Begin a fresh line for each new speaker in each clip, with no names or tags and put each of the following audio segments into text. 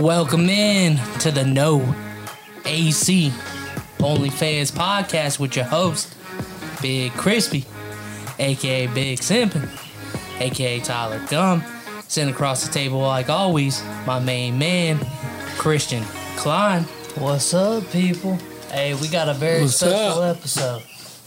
Welcome in to the No AC Only Fans podcast with your host, Big Crispy, aka Big Simpin, aka Tyler Gum. Sitting across the table, like always, my main man, Christian Klein.
What's up, people? Hey, we got a very
What's
special episode.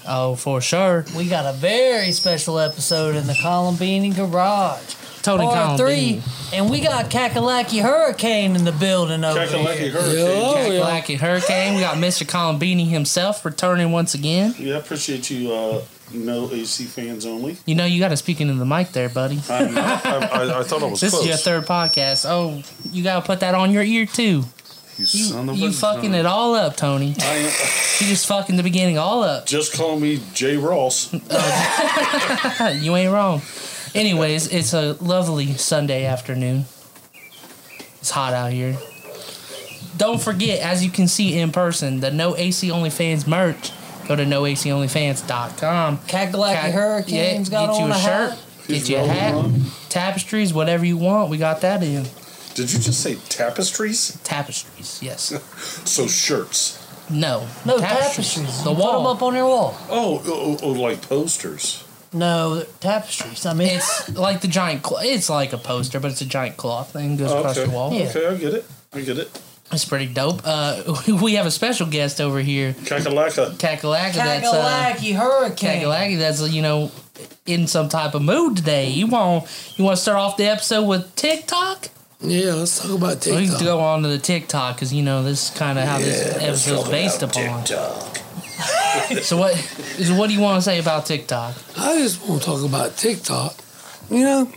Oh, for sure.
We got a very special episode in the Columbine Garage.
Tony
Part
Columbine.
three, and we got Kakalaki Hurricane in the building over
Check the
here.
lucky hurricane.
Oh,
Jack Black and Hurricane. We got Mr. Columbini himself returning once again.
Yeah, I appreciate you, uh, no AC fans only.
You know, you got to speak into the mic there, buddy.
I, know. I, I, I thought I was
This
close.
is your third podcast. Oh, you got to put that on your ear, too.
you
You,
son of a
you fucking it all up, Tony.
I am,
You just fucking the beginning all up.
just call me Jay Ross.
Ah, You ain't wrong. Anyways, it's a lovely Sunday afternoon. It's hot out here. Don't forget, as you can see in person, the No AC Only Fans merch. Go to noaconlyfans.com.
Kakalaki Hurricane's got
get
on
you
a,
a shirt,
hat.
get
He's
you a
rolling
hat,
on.
tapestries, whatever you want. We got that in
Did you just say tapestries?
tapestries. Yes,
So shirts.
no,
No tapestries.
The
You put 'em
wall.
up on your wall.
Oh, oh, oh, like posters.
No tapestries. I mean,
It's like the giant. Cl- it's like a poster, but it's a giant cloth thing goes across
Oh, okay.
the wall.
Yeah.
Okay, I get it. I get it.
It's pretty dope. Uh, we have a special guest over here,
Kakalaka. uh,
Kakalaka. That's uh,
Kakalaki Hurricane.
Kakalaki. That's uh, you know, in some type of mood today. You want you want to start off the episode with TikTok?
Yeah, let's talk about
We
TikTok.
can go on to the TikTok because you know this is kind of how this episode's based upon.
TikTok.
So what is what do you want to say about TikTok?
I just want to talk about TikTok. You know,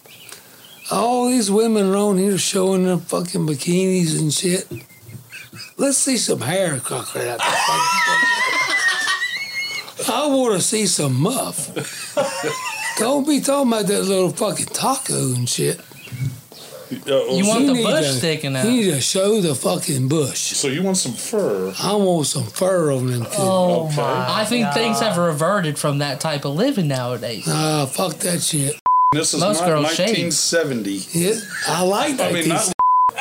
all these women are on here showing their fucking bikinis and shit. Let's see some hair cock right out the fucking- I want to see some muff. Don't be talking about that little fucking taco and shit.
oh,
You want the
need
bush
to-
sticking out?
You need to show the fucking bush.
so you want some fur?
I want some fur on them too.
Oh
Okay.
my!
I think things have reverted from that type of living nowadays.
Nah, fuck that shit.
This is
Most
not
girls shave.
1970.
Yeah, I like that.
I mean,
piece.
not.
I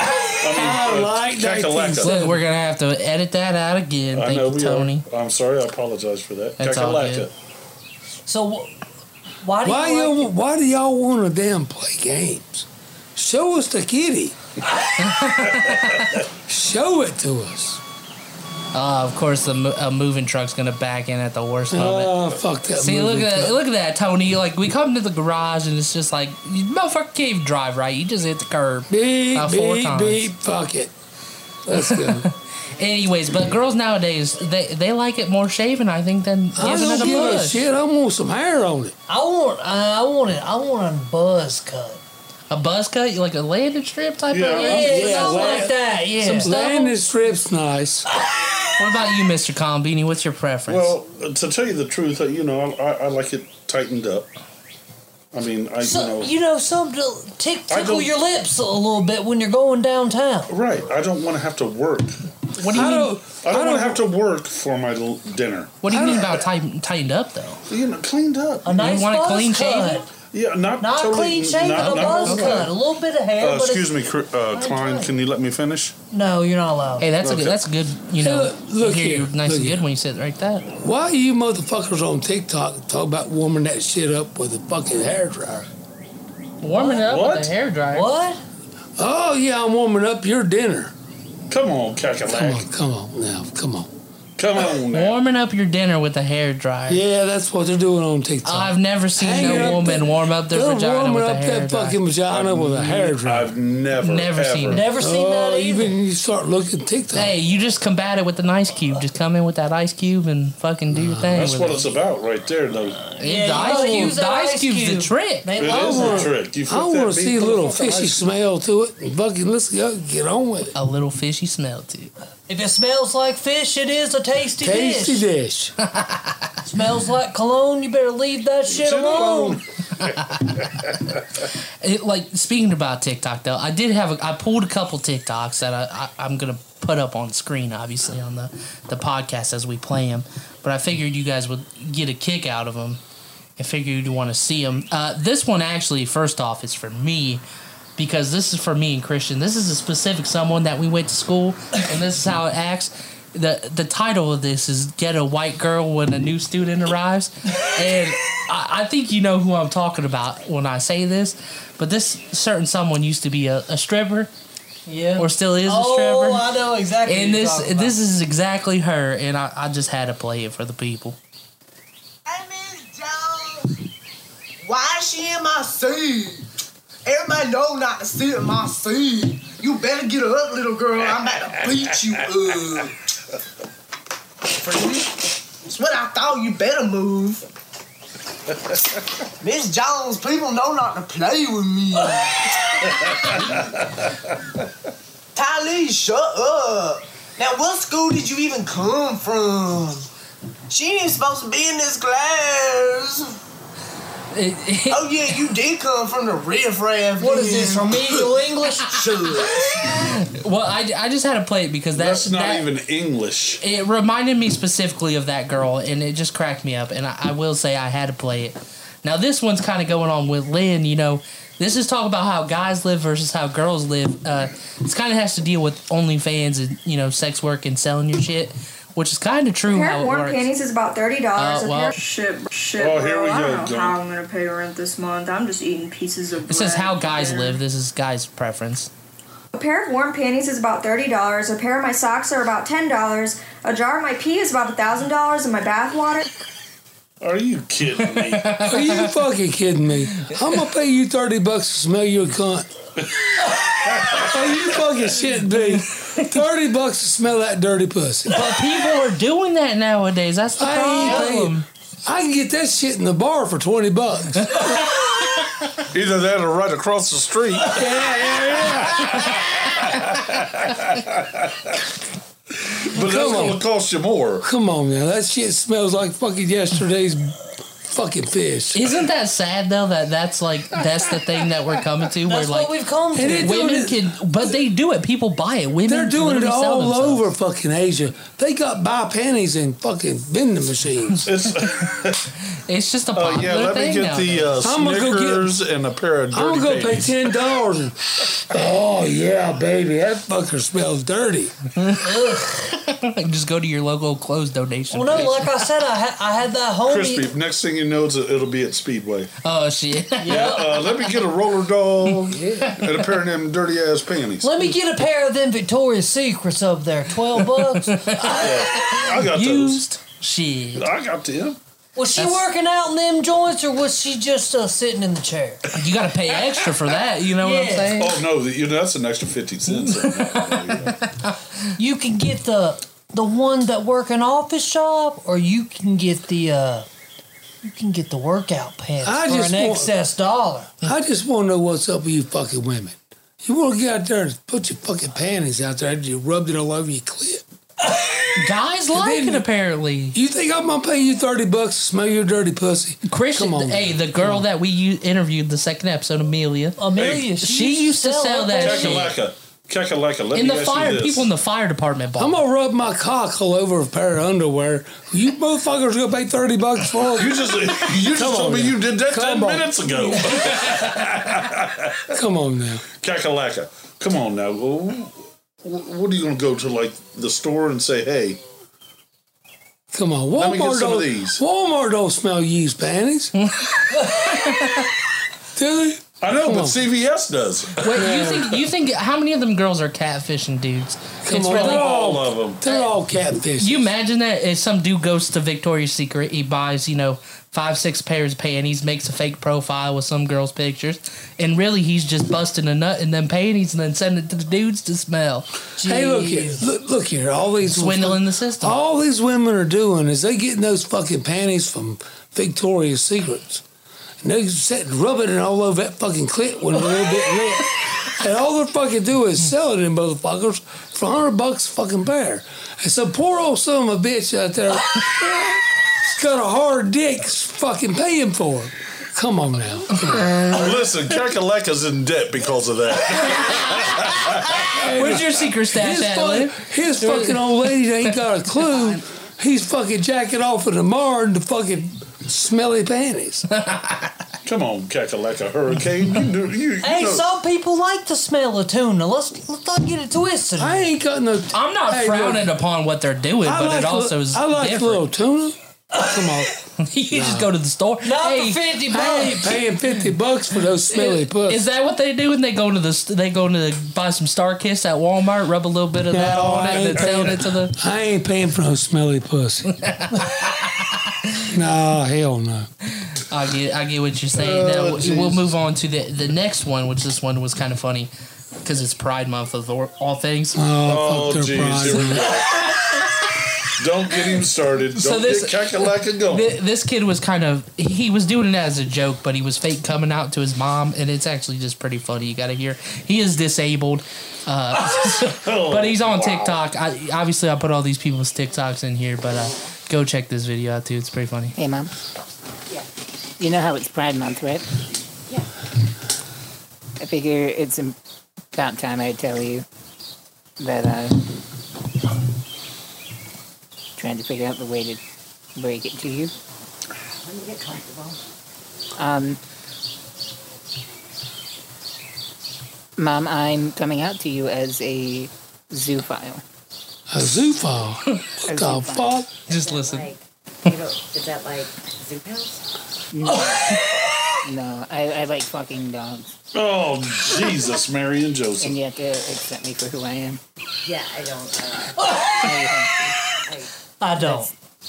I mean, uh,
like
Kakalaka.
1970.
Look, we're gonna have to edit that out again.
I
Thank
know
you,
we
Tony.
are. I'm sorry. I apologize for that.
That's all
Kakalaka.
good.
So wh- why do
Why
you? like
y'all, why do y'all want to damn play games? Show us the kitty. Show it to us.
Uh, of course, the mo- a moving truck's gonna back in at the worst moment.
Oh, fuck that
See, look
movie.
at that, look at that, Tony. Like we come to the garage and it's just like you motherfucker can't even drive right. You just hit the curb.
Beep,
About four
beep,
times.
beep. Fuck it. Let's go.
Anyways, but girls nowadays they they like it more shaven, I think, than
I
giving it
don't
a
give a
bush.
shit. I want some hair on it.
I want. I want it. I want a buzz cut.
A buzz cut, like a landed strip type
Yeah,
of.
I'm-
Yeah,
Yeah,
something
well,
like that. Yeah.
some stuff.
Landing strip's nice.
What about you, Mister Combini? What's your preference?
Well, uh, to tell you the truth, uh, you know, I, I like it tightened up. I mean, I
So,
you know,
you know, some t- tick,
I
tickle
don't-
your lips a little bit when you're going downtown.
right. I don't want to have to work.
what do you
I
mean?
I
don't.
don't,
I
want
don't-
to have to work for my l- dinner.
What do you
I
mean
don't-
about tighten, tightened up though?
You know, cleaned up.
A nice
want it
buzz
clean
cut.
shaven?
Yeah, not,
Um, Not
totally.
clean shaven,
not-
a
not-
buzz
okay.
cut. A little bit of hair.
Uh,
but
excuse
it's,
me, Cr- uh, Klein.
tight.
Can you let me finish?
No, you're not allowed.
Hey, that's a
Okay.
good. That's a good. You know,
Look- look
you hear
here,
you nice
look
and
here.
good when you sit like that.
Why you motherfuckers on TikTok talk about warming that shit up with a fucking hair dryer?
Warming it up
What?
with a hair dryer.
What?
Oh yeah, I'm warming up your dinner.
Come on,
Come
Kakalak.
on, come on now, come on.
Come on now.
Warming up your dinner with a hair dryer. Oh,
Yeah, that's what they're doing on TikTok.
I've never seen
Hang
a
up
woman
that-
warm up their
they're
vagina
warming
with a
up
hair
that
dryer.
fucking vagina with a hair dryer.
I've never,
Never
ever,
seen it.
Never seen
Oh,
that either.
even you start looking TikTok.
Hey, you just combat it with an ice cube. Just come in with that ice cube and fucking do your thing.
That's
with
what
it.
it's about right there, though.
Yeah,
Yeah,
the
you
ice
gotta
cube.
use
The
that
ice
ice
cube's
cube.
the trick.
They
It is
love
a
wanna-
trick. You
I
flip that
want to
big
see a little
motherfucker
fishy
ice-
smell to it. and Fucking let's go get on with it.
A little fishy smell too.
If it smells like fish, it is a tasty,
Tasty
dish.
dish.
Smells like cologne, you better leave that shit
Sit
alone.
alone.
It, like speaking about TikTok though, I did have a, I pulled a couple TikToks that I, I I'm gonna put up on screen, obviously on the the podcast as we play them. But I figured you guys would get a kick out of them, and figure you'd want to see them. Uh, this one actually, first off, is for me because this is for me and Christian. This is a specific someone that we went to school, and this is how it acts. The, the title of this is Get a White Girl When a New Student Arrives. And I, I think you know who I'm talking about when I say this, but this certain someone used to be a, a stripper
Yeah.
or still is a
oh,
stripper.
I know exactly.
and
what you're
this
talking about.
this is exactly her, and I, I just had to play it for the people.
Hey, Miss Jones, why is she in my seat? Everybody know not to sit in my seat. You better get up, little girl. I'm about to beat you up. Freak. That's what I thought. You better move. Miss Jones, people know not to play with me. Tylee, shut up. Now, what school did you even come from? She ain't supposed to be in this class. Oh yeah, you did come from the riff raff.
What is this,
from?
remedial English?
well, I, I just had to play it because that's,
That's not
that,
even English.
it reminded me specifically of that girl, and it just cracked me up. And I, I will say I had to play it. Now this one's kind of going on with Lynn. You know, this is talking about how guys live versus how girls live. Uh, it's kind of has to deal with OnlyFans and you know sex work and selling your shit, which is kind of true
A pair
how
of
it
warm
works.
panties is about thirty dollars.
Uh, well-
shit, shit.
Oh, here
bro.
we
I
go,
don't know
John.
how I'm gonna pay rent this month. I'm just eating pieces of.
It says
bread
how guys
here.
live. This is guys' preference.
A pair of warm panties is about thirty dollars. A pair of my socks are about ten dollars. A jar of my pee is about thousand dollars, and my bath water.
Are you kidding me?
Are you fucking kidding me? I'm gonna pay you thirty bucks to smell your cunt. Are you fucking shitting me? Thirty bucks to smell that dirty pussy.
But people are doing that nowadays. That's the
I ain't
problem.
I can get that shit in the bar for twenty bucks. Yeah,
Either that or right across the street.
yeah, yeah.
But that's
Come on.
going to cost you more.
Come on now, that shit smells like fucking yesterday's fucking fish.
Isn't that sad though? That that's like that's the thing that we're coming to. where
That's
like
what we've come
And
to.
it- They're doing
Women can, but they do it. People buy it. Women
They're doing it
literally sell
all
themselves.
over fucking Asia. They got buy panties and fucking vending machines.
It's,
It's just a
uh,
popular
yeah, let
thing
me get the uh,
I'm gonna go get-
Snickers and a pair of
I'm
dirty
gonna go pay
panties.
ten dollars. Oh yeah, baby, that fucker smells dirty.
now. Just go to your local clothes donation.
Well, no,
place.
like I said, I had I had that homie.
Crispy. Next thing you know, it's- it'll be at Speedway.
oh shit!
Yeah. Uh, let me get a roller dog and a pair of them dirty ass panties.
Let me get a pair of them Victoria's Secrets up there. Twelve bucks.
I got
Used shit.
those. I got them.
Was she
That's-
working out in them joints, or was she just uh, sitting in the chair?
You got to pay extra for that. You know what I'm
Yeah.
saying?
Oh no, you know, that's an extra fifty cents. on that.
You can get the the one that work an office job, or you can get the uh, you can get the workout pants
I
for
just
an
want-
excess dollar.
I just want to know what's up with you fucking women. You want to get out there and put your fucking panties out there and you rubbed it all over your clit.
Guys like
then-
it apparently.
You think I'm gonna pay you thirty bucks to smell your dirty pussy?
Christian,
Come on,
hey,
man.
the girl that we u- interviewed the second episode, Amelia.
Amelia,
Hey,
she,
she used to sell
up
that
there.
shit.
Kakalaka, kakalaka. Let
In
me
the
ask
fire,
you this.
people in the fire department
I'm
bought.
gonna rub my cock all over a pair of underwear. You motherfuckers gonna pay thirty bucks for it?
you just you just
Come
told
on
me
now.
you did that ten
Come on.
minutes ago.
Come on now.
Kakalaka. Come on now. Wh- What are you going to go to like the store and say, "Hey,
Come on.
Let me get
Walmart
some of
don't
these.
Walmart don't smell used panties. Do they?
I know, but
on.
CVS does.
What you think? You think how many of them girls are catfishing dudes?
Come
it's
on,
really.
they're all,
All of them.
They're all catfish.
You imagine that if some dude goes to Victoria's Secret, he buys you know five six pairs of panties, makes a fake profile with some girl's pictures, and really he's just busting a nut in them panties and then sending it to the dudes to smell,
hey, look here,
Jeez.
look, look here. All these
swindling the system.
All these women are doing is they getting those fucking panties from Victoria's Secrets. And they sit rubbing it all over that fucking clit when it's a little bit lit. And all they're fucking doing is selling them motherfuckers for hundred bucks a fucking pair. And some poor old son of a bitch out there has got a hard dick fucking paying for it. Come on now.
Listen, Kakaleka's in debt because of that.
Where's your secret stash
His,
at,
fuck-
Lou?
his fucking old lady ain't got a clue. He's fucking jacking off in the mar in the fucking smelly panties.
Come on, Kakaleka Hurricane. You know, you, you
Hey,
know.
some people like the smell of tuna. Let's let's not get it twisted.
I ain't got no. i
I'm not
Hey, look.
frowning upon what they're doing, but
like
it also
li-
is
I like
different.
little tuna. Come on,
you just go to the store.
Not
Hey,
for fifty
I
bucks.
ain't paying fifty bucks for those smelly puss.
Is that what they do when they go to the they go to buy some Star Kiss at Walmart, rub a little bit of that
No,
on
I
it, and
ain't
then sell it
paying-
to the
I ain't paying for no smelly pussy. nah, hell no.
I get I get what you're saying. now we'll we'll move on to the the next one, which this one was kind of funny because it's Pride Month of all all things.
Oh,
Oh,
fuck
jeez.
their
Here we
prize.
go. Don't get him started. Don't
So this-
get Kakaleka going.
Th- This kid was kind of he was doing it as a joke, but he was fake coming out to his mom, and it's actually just pretty funny. You got to hear he is disabled, uh, but he's on TikTok. I, obviously, I put all these people's TikToks in here, but uh, go check this video out too. It's pretty funny.
Hey, Mom. You know how it's Pride Month, right? Yeah. I figure it's im- about time I tell you that uh, trying to figure out the way to break it to you.
Let me get comfortable.
Um, Mom, I'm coming out to you as a zoophile.
A zoophile. What the
zoophile.
fuck?
Just listen.
you know, is that like zoo pals?
No, I, I like fucking dogs,
Oh, Jesus, Mary and
and
Joseph.
you have to accept me for who I am.
Yeah, I don't. Uh,
I don't.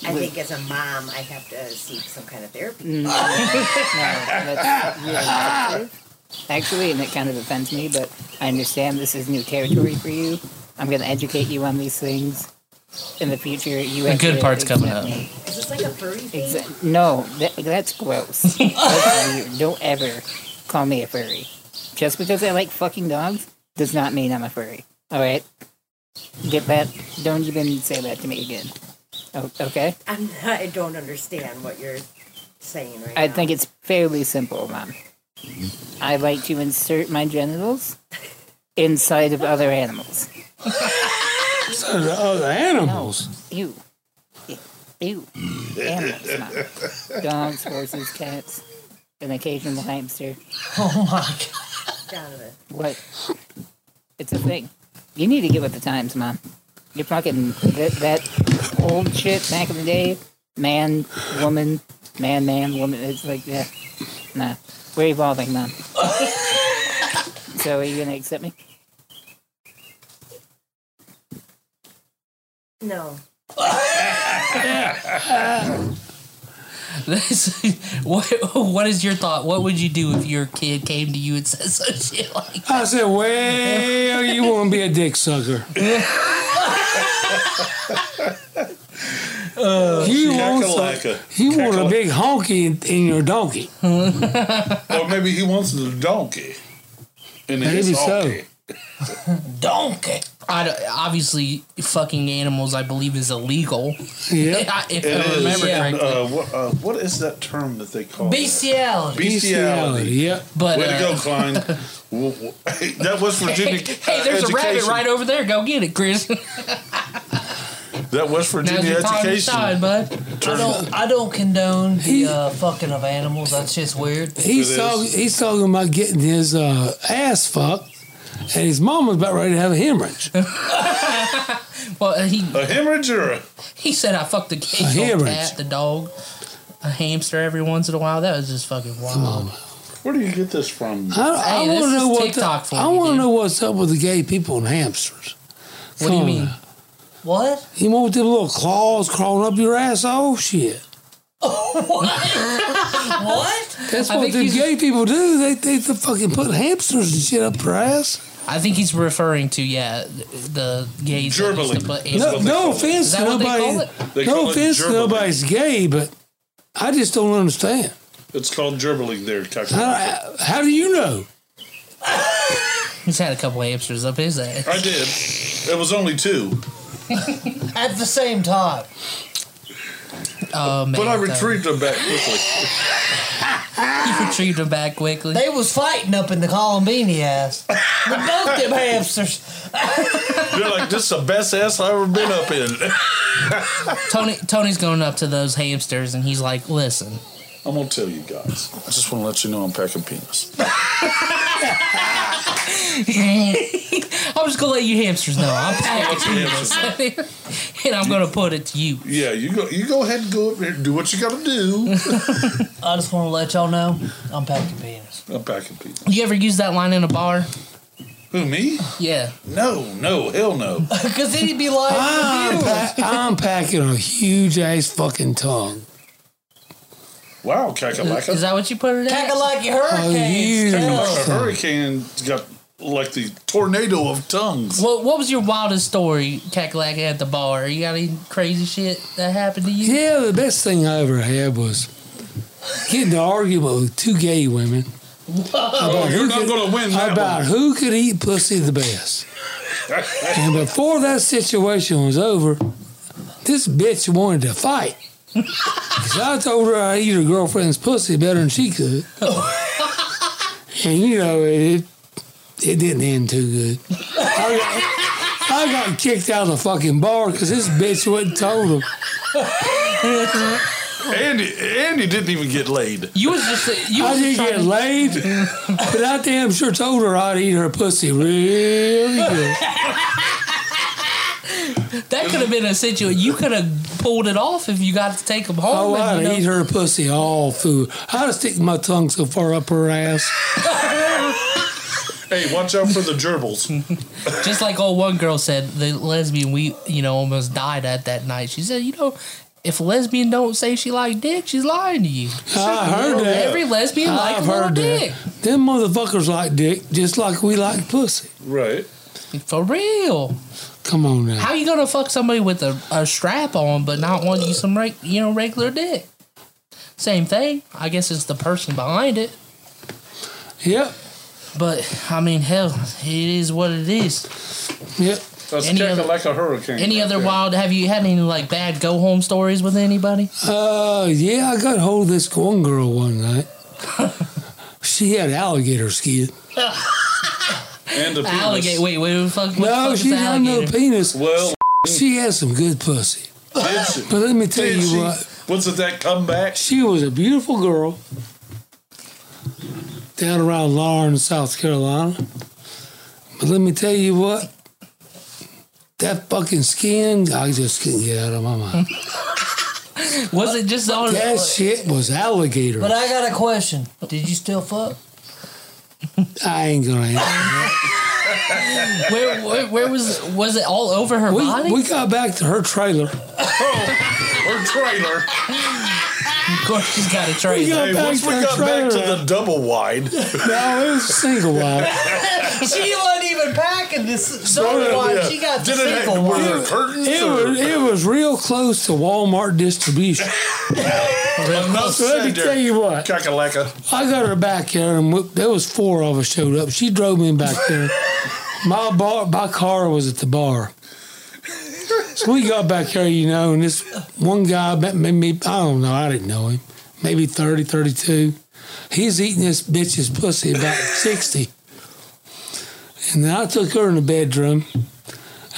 I think as a mom, I have to seek some kind of therapy.
No, that's really offensive, actually, and it kind of offends me, but I understand this is new territory for you. I'm going to educate you on these things. In the future, you
The
have
good
to
part's coming
accept
up.
me.
Is this like a furry thing?
Exa- no, that, that's gross. That's weird. Don't ever call me a furry. Just because I like fucking dogs does not mean I'm a furry. All right? Get that? Don't even say that to me again. O- okay?
I'm not, I don't understand what you're saying right
I
now.
think it's fairly simple, Mom. I like to insert my genitals inside of other animals.
So the other animals.
Ew. Ew. Animals, Mom. Dogs, horses, cats, an occasional hamster.
Oh my god.
Donovan.
What? It's a thing. You need to get with the times, Mom. You're fucking that, that old shit back in the day. Man, woman, man, man, woman. It's like that. Nah, we're evolving, Mom. so are you gonna accept me?
No.
This, what what is your thought? What would you do if your kid came to you and said some shit like?
I said, well, you won't be a dick sucker. you want some,
Kakaleka.
you want a
Kakaleka.
big honky in, in your donkey.
Or maybe he wants the donkey. And
Maybe
it's
so.
donkey.
Donkey.
I don't- obviously fucking animals, I believe, is illegal.
Yep.
if
It
I
is.
remember
And,
correctly,
uh, what, uh, what is that term that they call it?
Bestiality.
Bestiality,
Bestiality.
Yep.
but
Way to
uh,
go, Klein. W- w- that West Virginia.
Hey, there's a rabbit right over there. Go get it, Chris.
That West
Now's
Virginia
your time to
education.
shine, bud.
I don't. I don't condone the uh, fucking of animals. That's just weird.
He's
It
talking.
is.
He's talking about getting his uh, ass fucked, and his mom was about ready to have a hemorrhage. A
Well, he
A hemorrhage or a
he said I fucked the
A
cage, the
hemorrhage.
cat, the dog, a hamster every once in a while. That was just fucking wild.
Where do you get this from?
I,
Hey,
I
this
want to
is
know what
TikTok for
I
you,
want to
dude.
know what's up with the gay people and hamsters.
What do you
Come
mean?
on.
What?
You want them little claws crawling up your asshole? Shit.
What?
That's
I
what
think
the
he's-
gay people do. They they, they fucking put hamsters and shit up their ass.
I think he's referring to yeah, th- the gays. that used to
Gerbiling.
put-
No,
what they
no
call it.
offense
Is
to
that what they
nobody.
call it?
They call
No
it
offense to
gerbil.
nobody's gay, but I just don't understand.
It's called gerbiling there,
I,
Tucker.
I- how do you know?
He's had a couple of hamsters up his ass.
I did. It was only two,
At the same time.
Oh man!
but I
Tony.
retrieved them back quickly.
You retrieved him back quickly.
They was fighting up in the Columbini ass. With both them hamsters.
They're like, this is the best ass I've ever been up in.
Tony Tony's going up to those hamsters and he's like, "Listen,
I'm gonna tell you guys. I just want to let you know I'm packing penis.
I'm just gonna let you hamsters know I'm
Packing penis.
packing, and I'm gonna put it to you."
Yeah, you go. You go ahead and go up there and do what you gotta do.
I just want to let y'all know I'm packing penis.
I'm packing penis.
You ever use that line in a bar?
Who me?
Yeah.
No, no, hell no.
Because then he'd be like,
Ah.
I'm, pa- I'm packing a huge ass fucking tongue.
Wow,
Is
Kakalaka.
that what you put it in?
Packing like your hurricanes.
Oh, you.
too."
A hurricane's got like the tornado of tongues.
What, what was your wildest story, Kakalaka, at the bar? You got any crazy shit that happened to you?
Yeah, the best thing I ever had was getting to argument with two gay women
Oh, you're not gonna win that
about who could eat pussy the best.
one.
And before that situation was over, this bitch wanted to fight. 'Cause I told her I eat her girlfriend's pussy better than she could. and you know, it, it didn't end too good. I got, I got kicked out of the fucking bar because this bitch wouldn't told him.
Andy, Andy didn't even get laid.
You was just you
I
was just
didn't
trying
get
to-
laid, but I damn sure told her I'd eat her pussy really good.
that could have been a situation. You could have pulled it off if you got to take them home.
Oh,
and,
I'd
you know-
eat her pussy all food. I'd stick my tongue so far up her ass.
Hey, watch out for the gerbils.
Just like old one girl said, the lesbian we you know almost died at that night. She said, you know, if a lesbian don't say she like dick, she's lying to you.
I heard that.
Every lesbian likes
I've
a little
heard
dick.
that. Them motherfuckers like dick just like we like pussy.
Right.
For real.
Come on now.
How you gonna fuck somebody with a, a strap on but not want you some reg, you know regular dick? Same thing. I guess it's the person behind it.
Yep.
But I mean, hell, it is what it is.
Yep.
That's
Any
kicking
other-
like a hurricane.
Any
right
other
there.
wild? Have you had any like bad go home stories with anybody?
Uh, yeah, I got hold of this one girl one night. she had alligator skin.
And a penis.
Alligator. Wait, wait, what the fuck? What the
No,
fuck
she
is
had no
alligator?
penis.
Well,
She had some good pussy.
did she?
But let me tell
Did
you
she?
what.
Was it that comeback?
She was a beautiful girl down around Lawrence, South Carolina. But let me tell you what, that fucking skin, I just couldn't get out of my mind.
Was it just on?
That shit was alligator.
But
I,
I got a question. Did you still fuck?
ain't gonna answer that.
Where, where, where was? Was it all over her body?
We, we got back to her trailer.
Her trailer.
of course, she's got a
We
trailer.
got
Hey,
back
once
to
we
her
got back
trailer.
to the double wide,
no, it was a single wide.
She wasn't even packing this. So
Yeah, yeah.
she got the
Did it
single
have- were there
one.
curtains
It
or-
was, it was real close to Walmart distribution.
Enough
So let
said
me tell
there.
you what.
Kakalaka.
I got her back there, and we, there was four of us showed up. She drove me back there. My bar, my car was at the bar. So we got back there, you know, and this one guy, met- maybe, I don't know, I didn't know him, maybe 30, 32. He's eating this bitch's pussy about 60. And then I took her in the bedroom.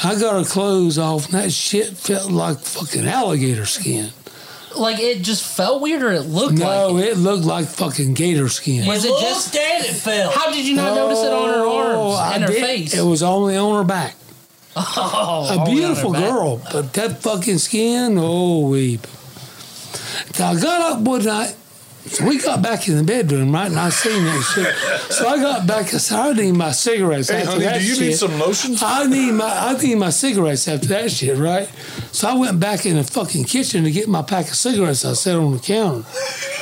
I got her clothes off, and that shit felt like fucking alligator skin.
Like it just felt weird, or it looked
No,
like.
it looked like fucking gator skin.
It. Was it
Looked
just?
at it fell.
How did you not notice it on her
Oh,
arms
I
and her
did.
face?
It was only on her back.
Oh, only
A
on her
beautiful
back.
girl, but that fucking skin, oh weep. So I got up one night So we got back in the bedroom, right? And I seen that shit. So I got back. I said, I need my cigarettes
Hey,
after
honey,
that
do you
shit.
need some lotions?
I need my I need my cigarettes after that shit, right? So I went back in the fucking kitchen to get my pack of cigarettes I set on the counter.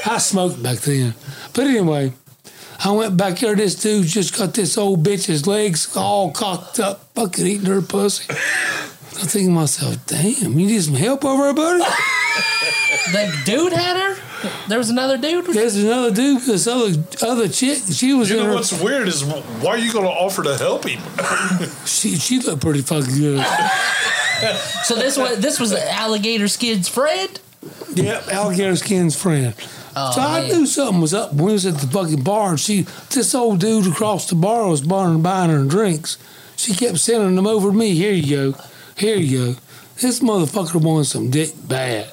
I smoked back then. But anyway, I went back there, this dude just got this old bitch's legs all cocked up, fucking eating her pussy. I'm thinking to myself, damn, you need some help over there, buddy?
The dude had her? There was another dude?
There's another dude, this other other chick, she was
You
in
know
her
what's weird is why are you going to offer to help him?
she she looked pretty fucking good.
So this was this was the alligator skid's friend?
Yep, alligator skin's friend. so I
man.
knew something was up when we was at the fucking bar, and she, this old dude across the bar was buying, buying her drinks. She kept sending them over to me. Here you go, here you go. This motherfucker wanted some dick bad.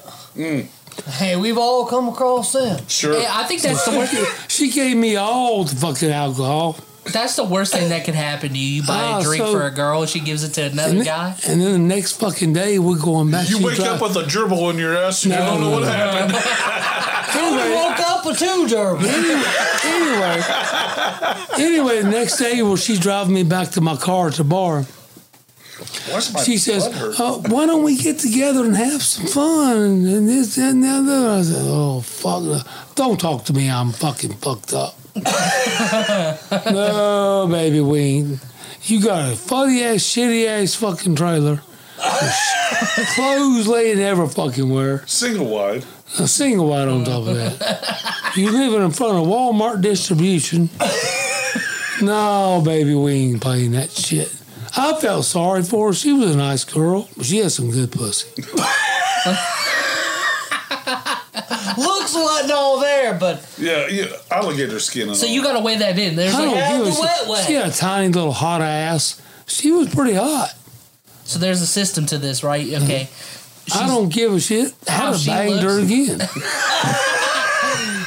Hey, we've all come across them.
Sure.
Yeah, I think that's the worst.
She gave me all the fucking alcohol,
That's the worst thing that could happen to you. You buy
Ah,
a drink
so-
for a girl, she gives it to another
and,
guy.
then, and then the next fucking day we're going back.
You
she
wake
drive-
up with a gerbil in your ass and you
No,
don't know
no,
what
no.
happened.
We
anyway,
woke up with two gerbils.
anyway, anyway, anyway, the next day, well, she's driving me back to my car at the bar.
Why's my
she says,
blood hurt?
oh, "Why don't we get together and have some fun and this that, and the other?" I said, "Oh fuck! Don't talk to me. I'm fucking fucked up." no, baby, we ain't. You got a funny ass, shitty ass fucking trailer. Clothes laying ever fucking where.
Single wide.
A single wide on top of that. You living in front of Walmart distribution. No, baby, we ain't playing that shit. I felt sorry for her. She was a nice girl, but she had some good pussy.
Looks like all there, but
Yeah, yeah, alligator skin. And
So
all.
you gotta weigh that in. There's
I
like,
don't
the
give a
wet
shit.
way.
She had a tiny little hot ass. She was pretty hot.
so there's a system to this, right? Okay.
Mm-hmm. I don't give a shit.
How
I'd have
she
banged her
looks.
again.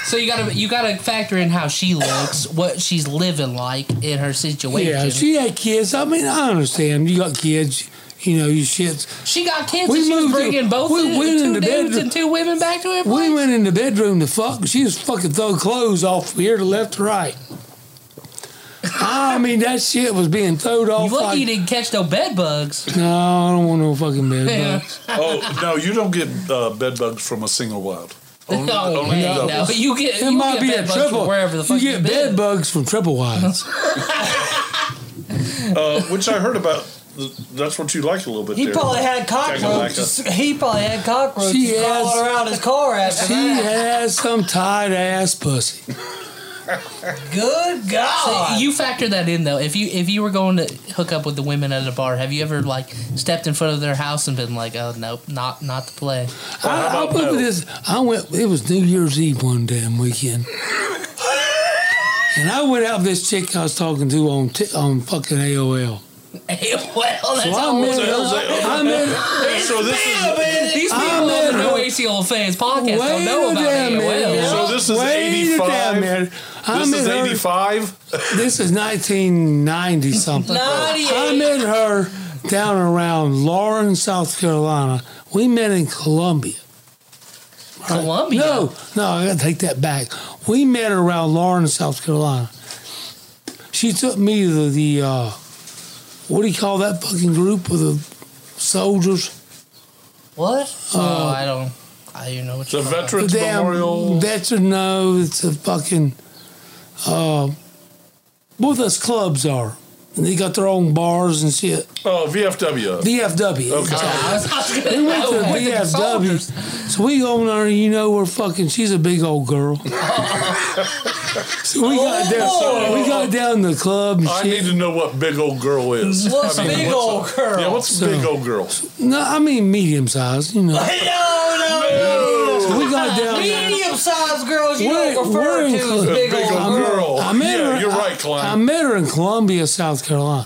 So you gotta you gotta factor in how she looks, what she's living like in her situation.
yeah,
she,
she had kids. I mean, I understand. You got kids. You know, you shit.
got kids.
We
and she was
moved to-
bringing both
we
of-
went in
two
the
dudes
bedroom.
and two women back to her. place?
We went in the bedroom to fuck. She was fucking throwing clothes off from here to left to right. I mean, that shit was being thrown
You
off.
lucky
like-
you didn't catch no bed bugs.
no, I don't want no fucking bed bugs.
Oh no, you don't get uh, bed bugs from a single wild.
Oh,
Only, only
hey,
doubles.
no, you get
It
you
might
get
be
bed
a
bugs from
triple.
wherever the fuck
you get bed bugs from triple wides.
Uh, which I heard about. th- That's what you like a little bit.
he
there.
probably had cockroaches. He probably had cockroaches
She
crawling
has-
around his car after
she
that.
has some tight ass pussy.
Good God!
You factor that in though. If you if you were going to hook up with the women at a bar, have you ever like stepped in front of their house and been like, "Oh nope, not not to play."
I, I
about
remember
no?
this. I went. It was New Year's Eve one damn weekend, and I went out with this chick I was talking to on t- on fucking AOL.
Hey, well, that's
So I
all.
met,
the hell's that?
I met
So this is
These people
I'm
on
in
the Ah. No
her-
AC Old Fans podcast don't know
a
about
damn
it.
minute.
Well,
So this is
Wait a
85?
damn minute. I'm
this is
in her-
eighty five.
This is 1990 something. I
98.
met her down around Lauren, South Carolina. We met in Columbia.
Columbia.
No, no, I gotta take that back. We met around Lauren, South Carolina. She took me to the uh, what do you call that fucking group with the soldiers?
What? Uh,
oh, I don't. I don't even know what
The
you're talking about.
Veterans Memorial.
That's a no. It's a fucking. Uh, what those clubs are, and they got their own bars and shit.
Oh, VFW.
VFW.
Okay.
I was- I was gonna-
We went to
I went to the
VFW,
soldiers.
so we go on there. You know, we're fucking. She's a big old girl. so we got down. We got down to the club and
Oh, I
shit.
need to know what big old girl is.
What's
I mean,
big
what's
old
a-
girl?
Yeah, what's big old girl?
no, I mean medium size. You know,
No,
we got
no.
down. there.
Medium-sized girls you
We're-
don't
we're
refer
in
to as
Col-
big old
I'm-
girls.
girl.
I met
Yeah,
her.
you're right, Klein.
Clyde. I met her in Columbia, South Carolina.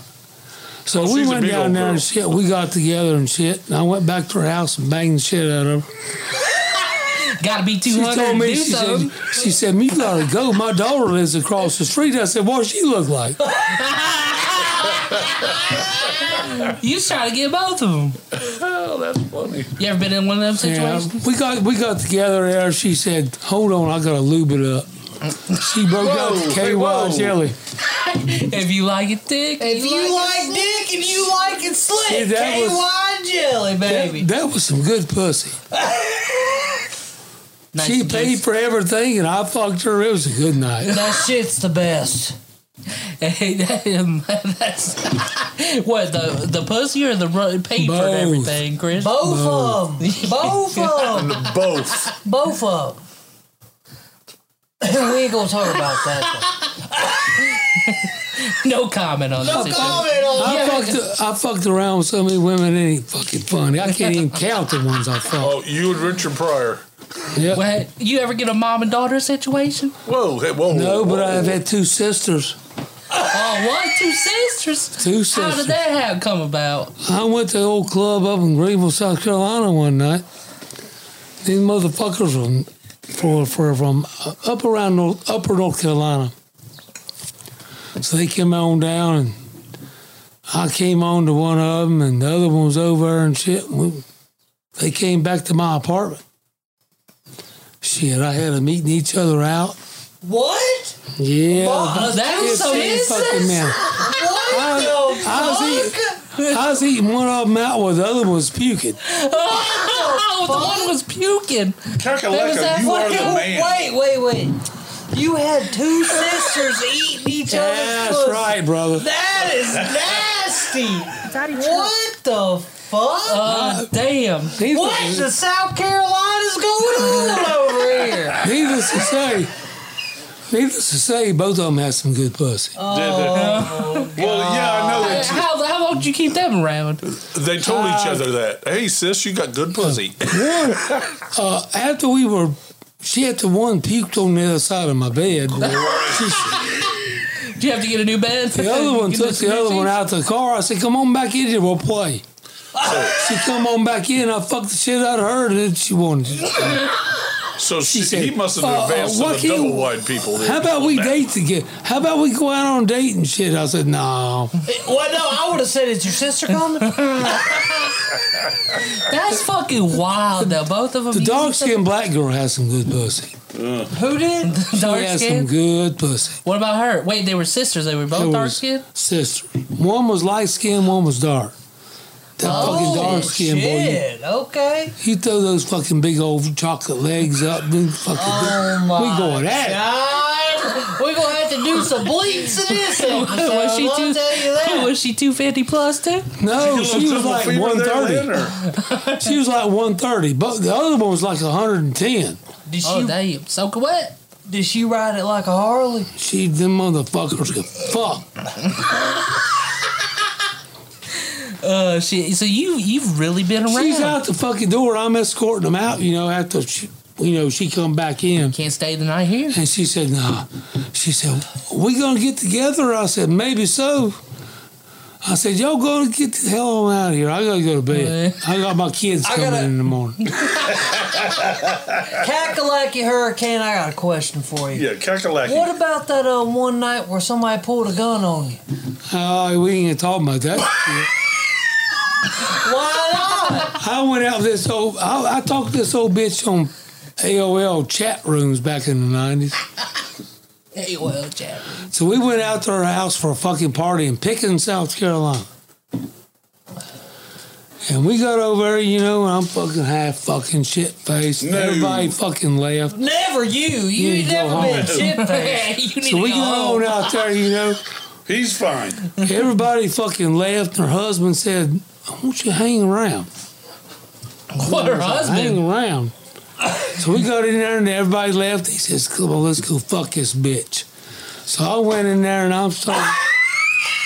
So
Oh,
we
she's a
went
big
down
old
there
girl.
and shit. We got together and shit. And I went back to her house and banged the shit out of her.
Gotta be
She
200
told me,
to do
she
something.
said, she said, "Me gotta go. My daughter lives across the street." I said, "What she look like?"
You was trying to get both of them.
Oh, that's funny.
You ever been in one of them
Yeah,
situations?
we got we got together there. She said, "Hold on, I gotta lube it up." She broke out
Whoa,
the
hey, whoa.
KY jelly.
If you like it thick,
If you like dick and you like it
See,
slick,
that
KY
was-
jelly, baby.
That, that was some good pussy.
nice
she
and
paid for everything, and I fucked her. It was a good night.
that shit's the best.
Hey, that- that's what the the pussy or the ru- paid for
Both.
everything, Chris.
Both of them. Both of them.
Both.
Both of them. we ain't gonna talk about that.
No comment on this. issue.
I fucked I fucked around with so many women. It ain't fucking funny. I can't even count the ones I fucked.
Oh, you and Richard Pryor.
Yeah.
What? You ever get a mom and daughter situation?
Whoa, hey, whoa.
No,
whoa,
but I've had two sisters.
Oh, what? Two sisters?
Two
How did
sisters.
that have come about?
I went to the old club up in Greenville, South Carolina one night. These motherfuckers from for, for from uh, up around North, upper North Carolina. So they came on down, and I came on to one of them, and the other one was over there and shit. and we- They came back to my apartment. Shit, I had them eating each other out.
What?
Yeah,
Oh, that was so
it's
insane.
fucking man.
What
I,
the
I was eating. I was eating one of them out while the other one was puking.
Oh, the one was puking. was that
Kakalaka, you are the
fuck?
man.
Wait, wait, wait. You had two sisters eating each other's
That's
pussy.
right, brother.
That is nasty. what the fuck?
Uh, damn.
Needless,
what the South Carolina's going on over here?
needless to say, needless to say, both of them had some good pussy.
Did
Oh,
it. well, yeah, I know
Hey,
that.
How, how long did you keep them around?
They told each other that. Hey, sis, you got good pussy.
One, uh, after we were, she had the one puked on the other side of my bed. She-
Did you have to get a new bed?
the other one
You
took
just-
the other one out the car. I said, "Come on back in here, we'll play." She come on back in. I fucked the shit out of her. Then she wanted.
So she,
said,
he must have
uh,
advanced
why
to the
can't-
double wide people.
How about we date together? How about we go out on a date and shit? I said,
Well,
"No."
no, I would have said, "Is your sister coming?"
That's fucking wild, though. Both of them.
The
used
dark
to-
skinned black girl has some good pussy.
Who did?
She
Dark
has
skin.
some good pussy.
What about her? Wait, they were sisters. They were both
It
dark
was
skinned?
Sister. One was light skinned, one was dark. That
Oh,
fucking dark skinned boy.
shit. Okay.
You, you throw those fucking big old chocolate legs up, then fucking
Oh my.
we going at it.
God. Uh, We're gonna have to do some bleeps in this episode.
was she
I'll
too?
tell you that.
Was she two fifty plus too?
No, she was like one thirty. She was like one thirty. But the other one was like hundred and ten.
Did she?
Oh damn, soaking wet.
did she ride it like a Harley?
She them motherfuckers could fuck.
Uh, shit. So you you've really been around.
She's out the fucking door. I'm escorting them out, you know, after she you know, she come back in.
Can't stay the night here.
And she said, "Nah." She said, "We gonna get together?" I said, "Maybe so." I said, "Y'all gonna get the hell on out of here. I gotta go to bed. I got my kids
I
coming
gotta-
in the morning."
Kakalaki Hurricane, I got a question for you.
Yeah, Kakalaki.
What about that uh, one night where somebody pulled a gun on you?
Oh, we ain't gonna talk about that.
Why not?
I went out this old. I, I talked this old bitch on AOL chat rooms back in the nineties.
Hey, well, Jack.
So we went out to her house for a fucking party in Pickens, South Carolina. And we got over there, you know, and I'm fucking half fucking shit faced.
No.
Everybody fucking laughed.
Never you. You
You
ain't
go
never
home.
been chip
Hey, you need
So
to
we
go
go
home.
on out there, you know.
He's fine.
Everybody fucking left. And her husband said, I want you to hang around.
What her
Hang
husband?
around. So we got in there and everybody left. He says, Come on, let's go fuck this bitch. So I went in there and I'm starting.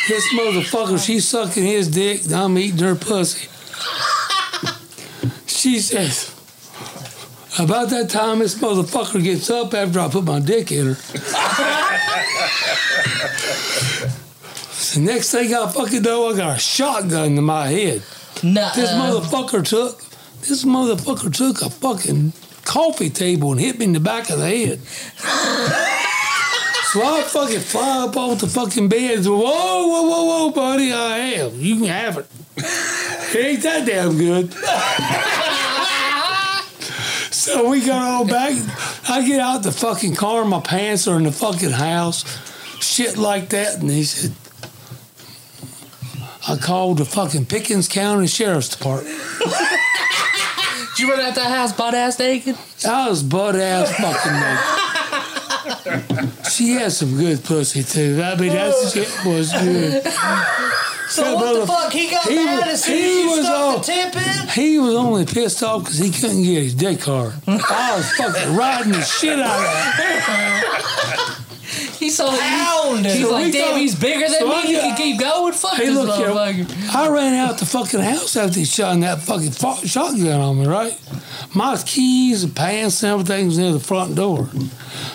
this motherfucker, she's sucking his dick and I'm eating her pussy. She says, About that time, this motherfucker gets up after I put my dick in her. The next thing I fucking know, I got a shotgun to my head.
Nah.
This
Uh,
motherfucker took this motherfucker took a fucking coffee table and hit me in the back of the head. So I fucking fly up off the fucking bed. and say, Whoa, whoa, whoa, whoa, buddy, I am. You can have it. It ain't that damn good. so we got all back. I get out the fucking car. My pants are in the fucking house. Shit like that. And he said, I called the fucking Pickens County Sheriff's Department.
Did you run out that house butt ass naked?
I was butt ass fucking naked. she had some good pussy too. I mean, that shit was good.
So what the fuck? He got
He
mad
was-
as soon as
he
you
was
stuck
all-
the tip in?
He was only pissed off because he couldn't get his dick hard. I was fucking riding the shit out of him.
He saw
Pound
He's
So we
like, damn,
thought-
he's bigger than
so I
me. He
got-
can keep going. Fuck
Hey,
this
look here.
motherfucker.
I ran out the fucking house after he shot that fucking fo- shotgun on me, right? My keys and pants and everything was near the front door.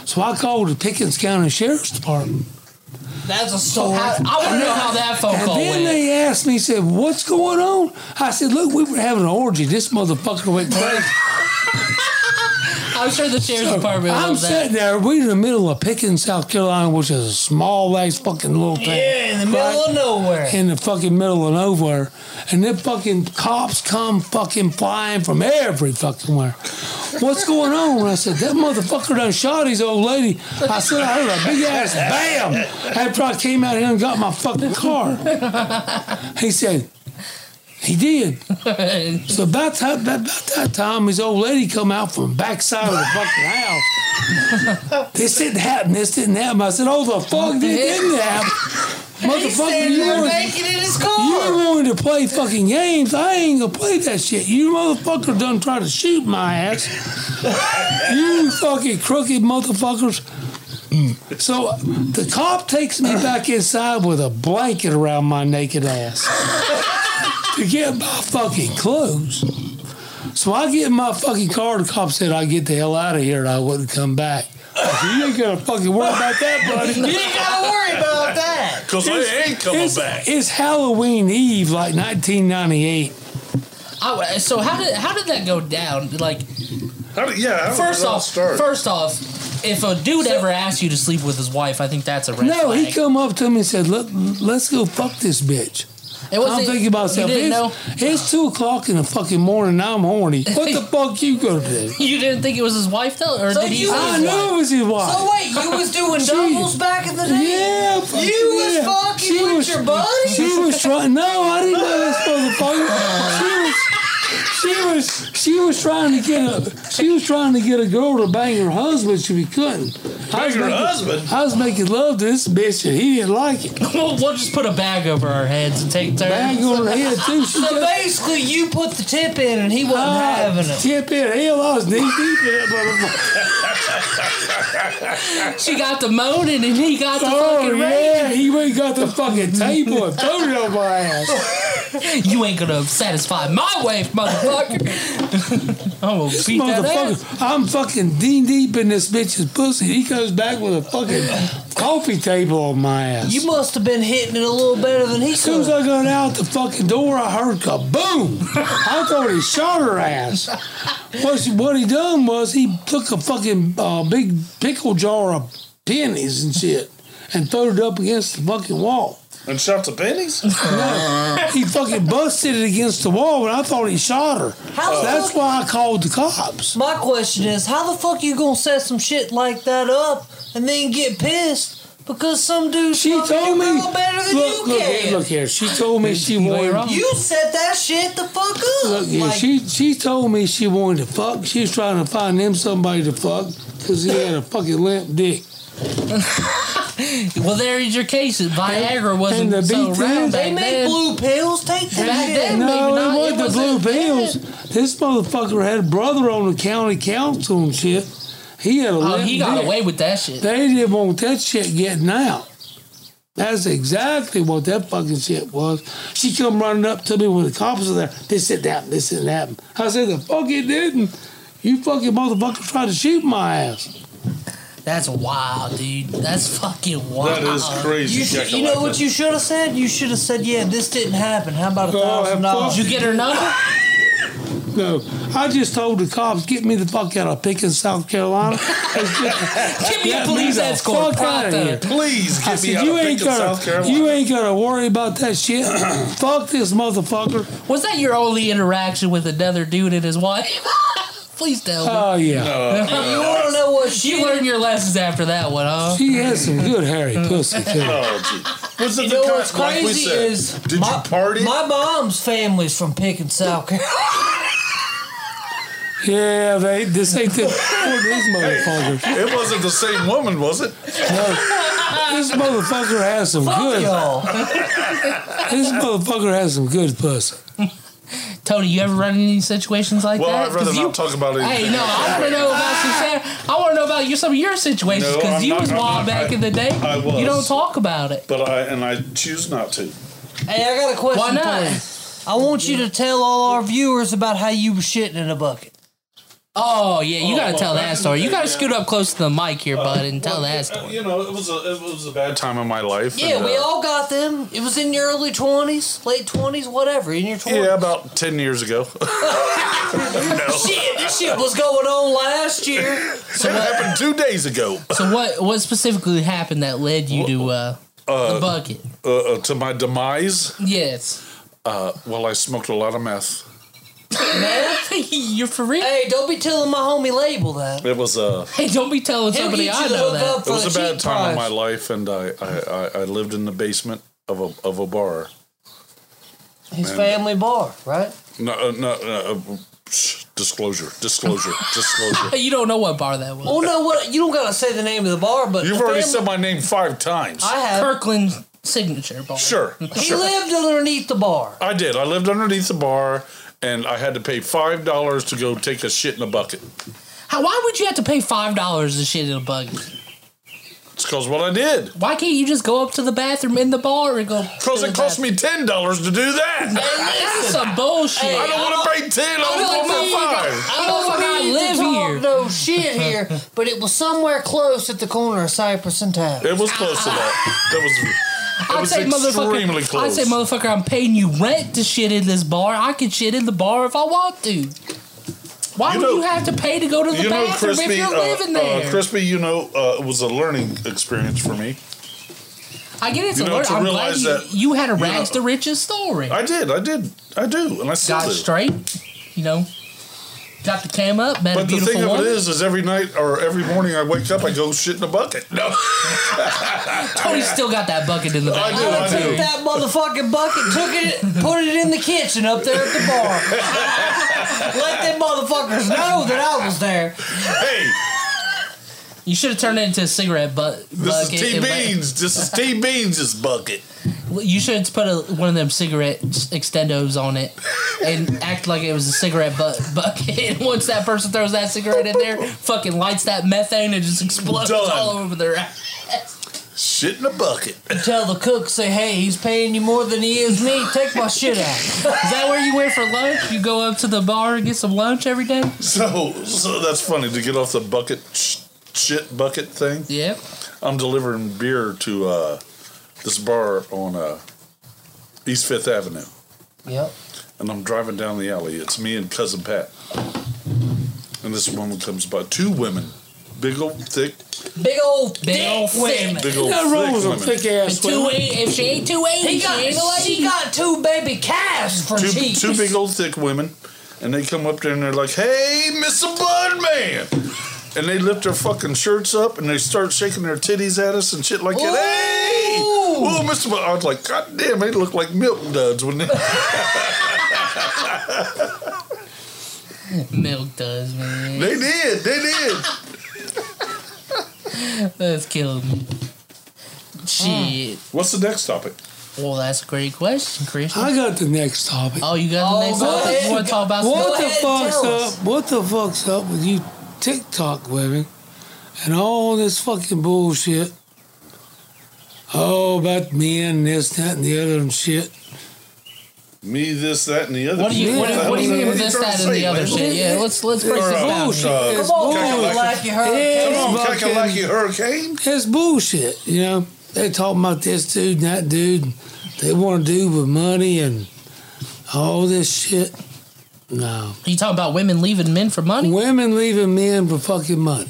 So I called the Pickens County Sheriff's Department.
That's a story.
How- I want to know how that phone
And
call
then
went.
they asked me, said, "What's going on?" I said, "Look, we were having an orgy. This motherfucker went crazy."
I'm sure the sheriff's department
I'm
loves that.
sitting there. We in the middle of Pickens, South Carolina, which is a small ass fucking little town.
Yeah, in the middle of nowhere.
in the fucking middle of nowhere, and then fucking cops come fucking flying from every fucking where. What's going on? And I said, that motherfucker done shot his old lady. I said, I heard a big ass bam after I came out here and got my fucking car. He said, he did. So about that, about that time, his old lady come out from the backside of the fucking house. This didn't happen. This didn't happen. I said, "Oh, the fuck, this didn't happen." Motherfucker, you wanted,
Naked in his
you
car.
wanted to play fucking games. I ain't gonna play that shit. You motherfucker done tried to shoot my ass. you fucking crooked motherfuckers. So the cop takes me back inside with a blanket around my naked ass to get my fucking clothes. So I get in my fucking car. The cop said I get the hell out of here and I wouldn't come back. I said, you ain't gonna fucking worry about that, buddy.
You ain't gotta worry about that.
Because I ain't coming
It's,
back.
it's Halloween Eve, like 1998.
I- so how did how did that go down? Like
How did, yeah, how did
first
it all
off,
start?
first off, if a dude ever asks you to sleep with his wife, I think that's a red
No,
flag.
he come up to me and said, "Look, let's go fuck this bitch."
It wasn't-
I'm thinking about
you
myself.
didn't know.
It's, it's two o'clock in the fucking morning. and I'm horny. What the fuck you gonna do?
You didn't think it was his wife though, or
So
did he?
you-
say
I
his wife?
know it was his wife.
So wait, you was doing
She-
doubles back in the day?
yeah, fuck
You was
yeah.
fucking with your buddy?
She was trying. No, I didn't know this motherfucker. She was. She was she was trying to get a she was trying to get a girl to bang her husband if he couldn't. I
Bang
was
her
making-
husband?
I was making love to this bitch and he didn't like it.
We'll, we'll just put a bag over our heads and take turns.
Bang on her head too. She
So
just-
basically, you put the tip in and he wasn't
Ah.
having it.
Tip in hell, I was knee deep in that motherfucker.
She got the moaning and he got the
Oh
fucking
yeah, he went got the fucking table and threw it on my ass.
rage. You ain't gonna satisfy my wife, motherfucker. I'm gonna beat that ass.
Motherfucker, I'm fucking knee deep in this bitch's pussy. He comes back with a fucking coffee table on my ass.
You must have been hitting it a little better than he
as soon as
could.
I got out the fucking door, I heard kaboom. I thought he shot her ass. What, she- what he done was he took a fucking uh, big pickle jar of pennies and shit and threw it up against the fucking wall.
and shot the pennies?
No, he fucking busted it against the wall, and I thought he shot her.
How the
That's
fuck-
why I called the cops.
My question is, how the fuck you gonna set some shit like that up and then get pissed because some dude
She
fucking
told me.
girl better than
Look,
you
look,
can?
here, look here. She told me she
No, you're wrong.
wanted.
You set that shit the fuck up.
Look here.
like,
She she told me she wanted to fuck. She was trying to find him somebody to fuck because he had a fucking limp dick.
Well, there's your case. Viagra wasn't
the
so
beat
round
is-
back
they make
then.
blue pills. Take that
Back
shit.
then, maybe
No,
not.
it
It
wasn't the blue
wasn't-
pills. This motherfucker had a brother on the county council and shit. He had a
Oh,
limp
he got
dick.
away with that shit.
They didn't want that shit getting out. That's exactly what that fucking shit was. She come running up to me when the cops were there. This didn't happen. This didn't happen. I said, the fuck it didn't. You fucking motherfucker tried to shoot my ass.
That's wild, dude. That's fucking wild.
That is crazy.
You, should, you
Jack-o'-lantern.
know what you should have said? You should have said, "Yeah, this didn't happen. How about a
Oh,
thousand
fuck
dollars?"
Did you get her number?
No, I just told the cops, get me the fuck out of Pickens, South Carolina.
Give me a
That
police
means a
escort.
fuck outta
Pronto.
here.
Please
I
get me
said,
out
you
of
ain't,
Pickens, South
gonna,
Carolina.
you ain't gonna worry about that shit. fuck this motherfucker.
Was that your only interaction with another dude and his wife? Please tell me.
Oh, yeah.
Uh.
You want to know what she
you learned your lessons after that one, huh?
Oh, She has some good hairy pussy, too.
Oh, gee. Was it
You
the
know
kind-
what's
like we
crazy
said,
is
did
my,
you party?
My mom's family's from Pickens, South Carolina.
Yeah, they, this ain't the, for this motherfucker.
it wasn't the same woman, was it?
This motherfucker has some
Ah. Fuck
good.
y'all.
This motherfucker has some good pussy.
Tony, you ever run into any situations like
Well,
that?
I'd rather
'Cause
not
you-
talk about it.
Hey, no, I want to know about some. sad- I want to know about your, some of your situations
No,
because
I'm
you
not-
was
I'm
wild
not-
back
I-
in the day.
I was.
You don't talk about it.
But I and I choose not to.
Hey, I got a question
Why not?
for you. I want you to tell all our viewers about how you was shitting in a bucket.
Oh yeah, you
Oh,
gotta
well,
tell
back
that
in
story.
the
You
day,
gotta
yeah.
scoot up close to the mic here, bud, and tell
Well,
that
uh,
story.
You know, it was a it was a bad time in my life.
Yeah,
and,
we
uh,
all got them. It was in your early twenties, late twenties, whatever. In your twenties.
Yeah, about ten years ago.
shit. This shit was going on last year.
it happened two days ago.
So what what specifically happened that led you to uh, the bucket?
Uh, uh, to my demise.
Yes.
Uh, well, I smoked a lot of meth.
You're for real?
Hey, don't be telling my homie label that.
It was a
Hey, don't be telling
He'll
somebody
get
I
you the
know
hook
that.
up
it
for
was
the
a bad
cheap
time in my
price.
life, and I I, I, I lived in the basement of a of a bar.
His family bar, right?
No, uh, no, uh, uh, psh, disclosure, disclosure, disclosure.
Hey, you don't know what bar that was.
Oh no, what? You don't gotta say the name of the bar, but
You've
the
already
family-
said my name five times.
I
uh,
have.
Kirkland signature bar.
sure,
he
sure.
lived underneath the bar.
I did. I lived underneath the bar, and I had to pay five dollars to go take a shit in a bucket.
How, why would you have to pay five dollars to shit in a buggy?
It's because what I did.
Why can't you just go up to the bathroom in the bar and go?
Because
to
it
the
cost me ten dollars to do that.
bathroom? That's some bullshit.
I don't want to pay ten. I
don't
want
need
my five.
I don't
fuck I
mean
live
to talk
here.
no shit here, but it was somewhere close at the corner of Cypress and Town.
It was close to that. That was. It
I'd
was
say,
extremely
motherfucker, I'd
close.
say, motherfucker, I'm paying you rent to shit in this bar. I can shit in the bar if I want to. Why
You
would
know-
you have to pay to go to the
you know,
bathroom
crispy.
if you're
uh,
living there?
Uh, crispy, you know, uh, it was a learning experience for me.
I get it's
you
a
know,
learn.
to
I'm glad
realize
you,
that-
you had a
you know-
rags to riches story.
I did. I did. I do, and I still
Got
do.
straight, you know. Got the cam up, met a
But the
beautiful
thing of
woman.
it is, is every night or every morning I wake up, I go shit in a bucket. No,
Tony still got that bucket in the
I
back.
do. I
Took
do.
that motherfucking bucket, took it, put it in the kitchen up there at the bar. Let them motherfuckers know that I was there.
Hey,
You should have turned it into a cigarette butt
this
bucket.
is T
and let-
Beans. This is T Beans' bucket.
You should put a, one of them cigarette extendos on it and act like it was a cigarette bu- bucket. And once that person throws that cigarette in there, fucking lights that methane and just explodes
Done.
all over their ass.
Shit in a bucket.
Tell the cook, say, hey, he's paying you more than he is me. Take my shit out.
Is that where you went for lunch? You go up to the bar and get some lunch every day?
So, so that's funny to get off the bucket sh- shit bucket thing.
Yep.
I'm delivering beer to uh, this bar on uh, East Fifth Avenue,
Yep.
and I'm driving down the alley. It's me and cousin Pat, and this woman comes by. Two women, big old thick,
Big old
Big
dick
old
women.
big old
Nothing wrong
thick
with some
women.
thick ass
Two
women.
eight, if she ain't two eighty,
He
she
got,
ain't a
she
lady.
got two baby calves for
two,
cheeks.
two big old thick women, and they come up there and they're like, "Hey, Mr. Budman," and they lift their fucking shirts up and they start shaking their titties at us and shit like that. Hey, oh, Mr. Bud, I was like, God damn, they look like milk duds when they.
Milk does, man.
They did, they did.
That's killing me. Shit.
What's the next topic?
Well, that's a great question, Christian.
I got the next topic.
Oh, you got the
Oh,
next
go
topic? You
ahead.
want to talk about some-
What the
ahead and
fuck's
tell
up?
us.
What the fuck's up with you TikTok women and all this fucking bullshit? Oh, about men, this, that, and the other and shit.
Me, this, that, and the other.
What do you
Yeah,
what, do- what do you mean with
what
this, that, and the other shit? Yeah, let's let's break this down.
bullshit.
here.
It's
Come on,
bullshit.
like you heard.
Yeah.
Come on,
Fucking-
Kakalaki Hurricane.
It's bullshit. You know, they talking about this dude and that dude. They want to do with money and all this shit. No.
You talking about women leaving men for money?
Women leaving men for fucking money.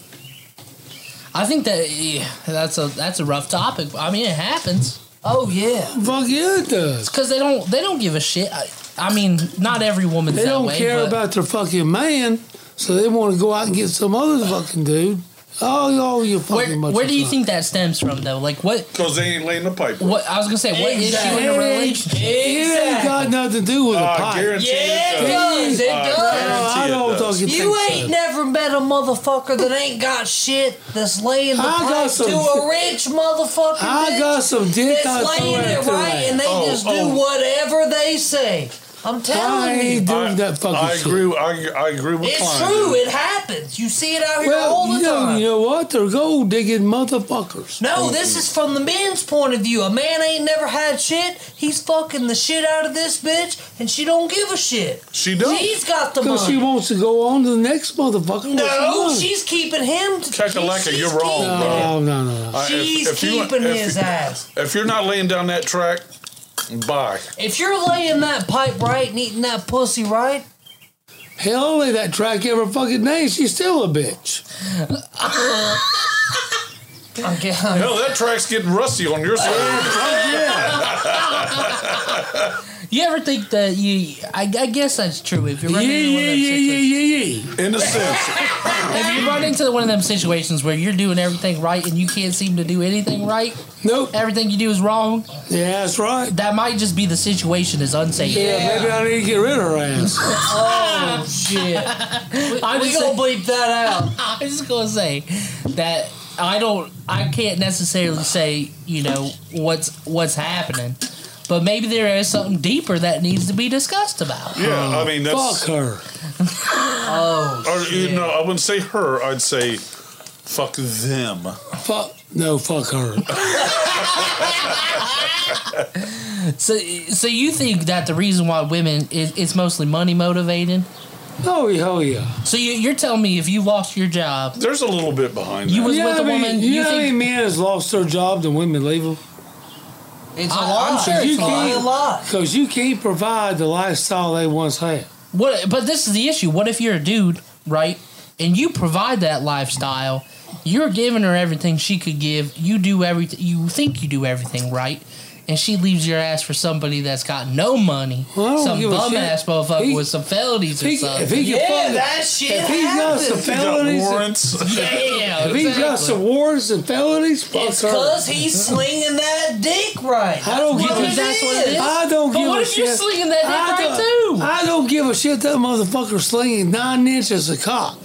I think that yeah, that's a that's a rough topic. I mean, it happens
Oh yeah.
Fuck yeah, it does.
because they don't they don't give a shit. I, I mean, not every woman's
They
that
don't
way,
care
but-
about their fucking man, so they want to go out and get some other fucking dude. Oh, oh you fucking
Where,
much
where
of
do you
fun.
think that stems from though? Like what
Because they ain't laying the pipe.
what I was gonna say, what issue in a relationship?
It ain't got nothing to do with a
I
pipe.
Ah, guarantee
Yeah, it
it does.
does. It
Uh,
does.
No, I
Guarantee it
don't
does.
fucking
You
think
ain't
so.
never met a motherfucker that ain't got shit that's laying the
I got
pipe
some-
to a rich motherfucker.
I got some dick I
that's
throw
laying
at
it
your
right,
ass.
and they
Oh,
just
oh.
do whatever they say. I'm
I
telling you,
ain't doing that fucking
I
shit.
agree. I, I agree with
it's
Klein.
true. It happens. You see it out here
Well,
all the
you know,
time.
you know what? They're gold digging motherfuckers.
No, this is from the men's point of view. A man ain't never had shit. He's fucking the shit out of this bitch, and she don't give a shit.
She don't.
She's got the money.
Because she wants to go on to the next motherfucker. with some
no,
money.
she's keeping him.
Kakalaka,
she's
you're wrong,
keeping
bro.
him.
No, no, no, no.
I- if-
She's
if you-
keeping
if
his
you-
ass.
If you're not laying down that track, bye.
If you're laying that pipe right and eating that pussy right,
Hell, only that track ever fucking name. She's still a bitch.
I'm getting.
Hell, that track's getting rusty on your side.
You ever think that you? I, I guess that's true. If you
Yeah,
run into one
yeah,
of them situations,
yeah, yeah, yeah, yeah.
In a sense,
if you run into one of them situations where you're doing everything right and you can't seem to do anything right,
Nope.
everything you do is wrong.
Yeah, that's right.
That might just be the situation is unsafe.
Yeah, maybe I need to get rid of her ass.
Oh shit!
I'm
we
just
gonna bleep that out.
I was just gonna say that I don't, I can't necessarily say you know what's what's happening, but maybe there is something deeper that needs to be discussed about.
yeah. I mean, that's.
Fuck her.
Or, you know, I wouldn't say her. I'd say, fuck them.
Fuck. No, fuck her.
So, so you think that the reason why women is it's mostly money motivated?
Oh, yeah, oh, yeah.
So you, you're telling me if you lost your job,
There's a little bit behind
you
that.
was
You know
with
what
a
I mean?
woman,
You,
you
know how many
think?
men has lost their job and women leave them?
It's a
I-
lot.
I'm sure
it's a lot.
a lot.
Because you can't provide the lifestyle they once had.
What? But this is the issue. What if you're a dude, right? And you provide that lifestyle. You're giving her everything she could give. You do everything. You think you do everything right, and she leaves your ass for somebody that's got no money,
Well, I don't
some
give a
bum
shit.
ass motherfucker
He-
with some felonies
If he,
or something.
if he can
Yeah,
fuck-
that shit
if he got
happens.
some
You got
felonies, and-
warrants.
yeah,
if he got
exactly.
some wars and felonies, fuck
It's
her.
because he's slinging that dick right.
I don't
Well,
give a
then that's what it is.
I don't
But
give
what
a
if you're
shit.
slinging that dick
I
right
don't-
too?
I don't give a shit that motherfucker slinging nine inches a cock.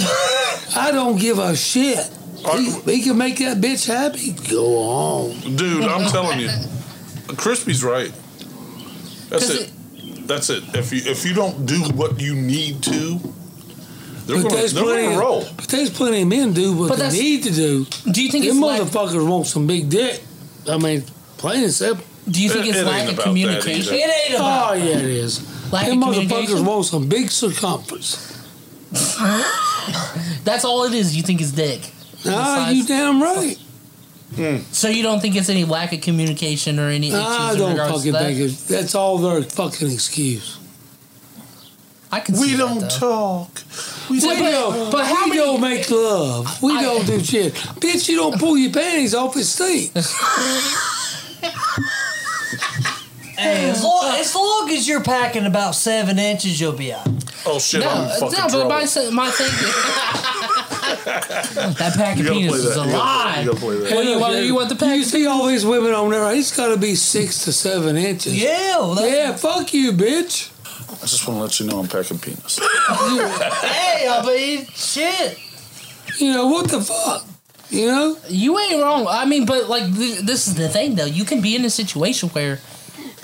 I don't give a shit. He, he can make that bitch happy. Go on.
Dude, I'm telling you, Crispy's right. That's
'Cause
it. That's it. If you if you don't do what you need to, they're
But
going
there's,
to
plenty of,
roll.
but there's plenty of men do
But
what they
that's-
need to do.
Do you think
Them
it's lack,
motherfuckers want some big dick. I mean, plain and simple.
Do you think
It-
it's
it ain't
lack
about
of
that
communication?
either.
It ain't
Oh, yeah, it is.
Lack
Them
of
motherfuckers
communication?
want some big circumference.
That's all it is. You think it's dick.
Ah,
size-
you damn right.
So you don't think it's any lack of communication or any issues
I
in
don't
regards
fucking
to that?
think it. That's all their fucking excuse.
I can. see
We
that,
don't
though.
talk. We
We
But- but-
don't,
but how
we
many-
don't make love. We
I-
don't do shit. Bitch, you don't pull your panties off its seat.
Hey, as, long, as long as you're packing about seven inches, you'll be out.
Oh shit!
No,
I'm in
no,
fucking
but
trouble.
my, s- my thing. that pack of
You gotta
penis
play
is
that. You gotta-
alive.
you gotta play that.
What do you want? You want the pack?
You see all these women on there, it's got to be six to seven inches.
Yeah, well, that-
Yeah, fuck you, bitch.
I just want to let you know I'm packing penis.
Hey, I mean, shit.
You know, what the fuck? You know?
You ain't wrong. I mean, but like th- this is the thing though. You can be in a situation where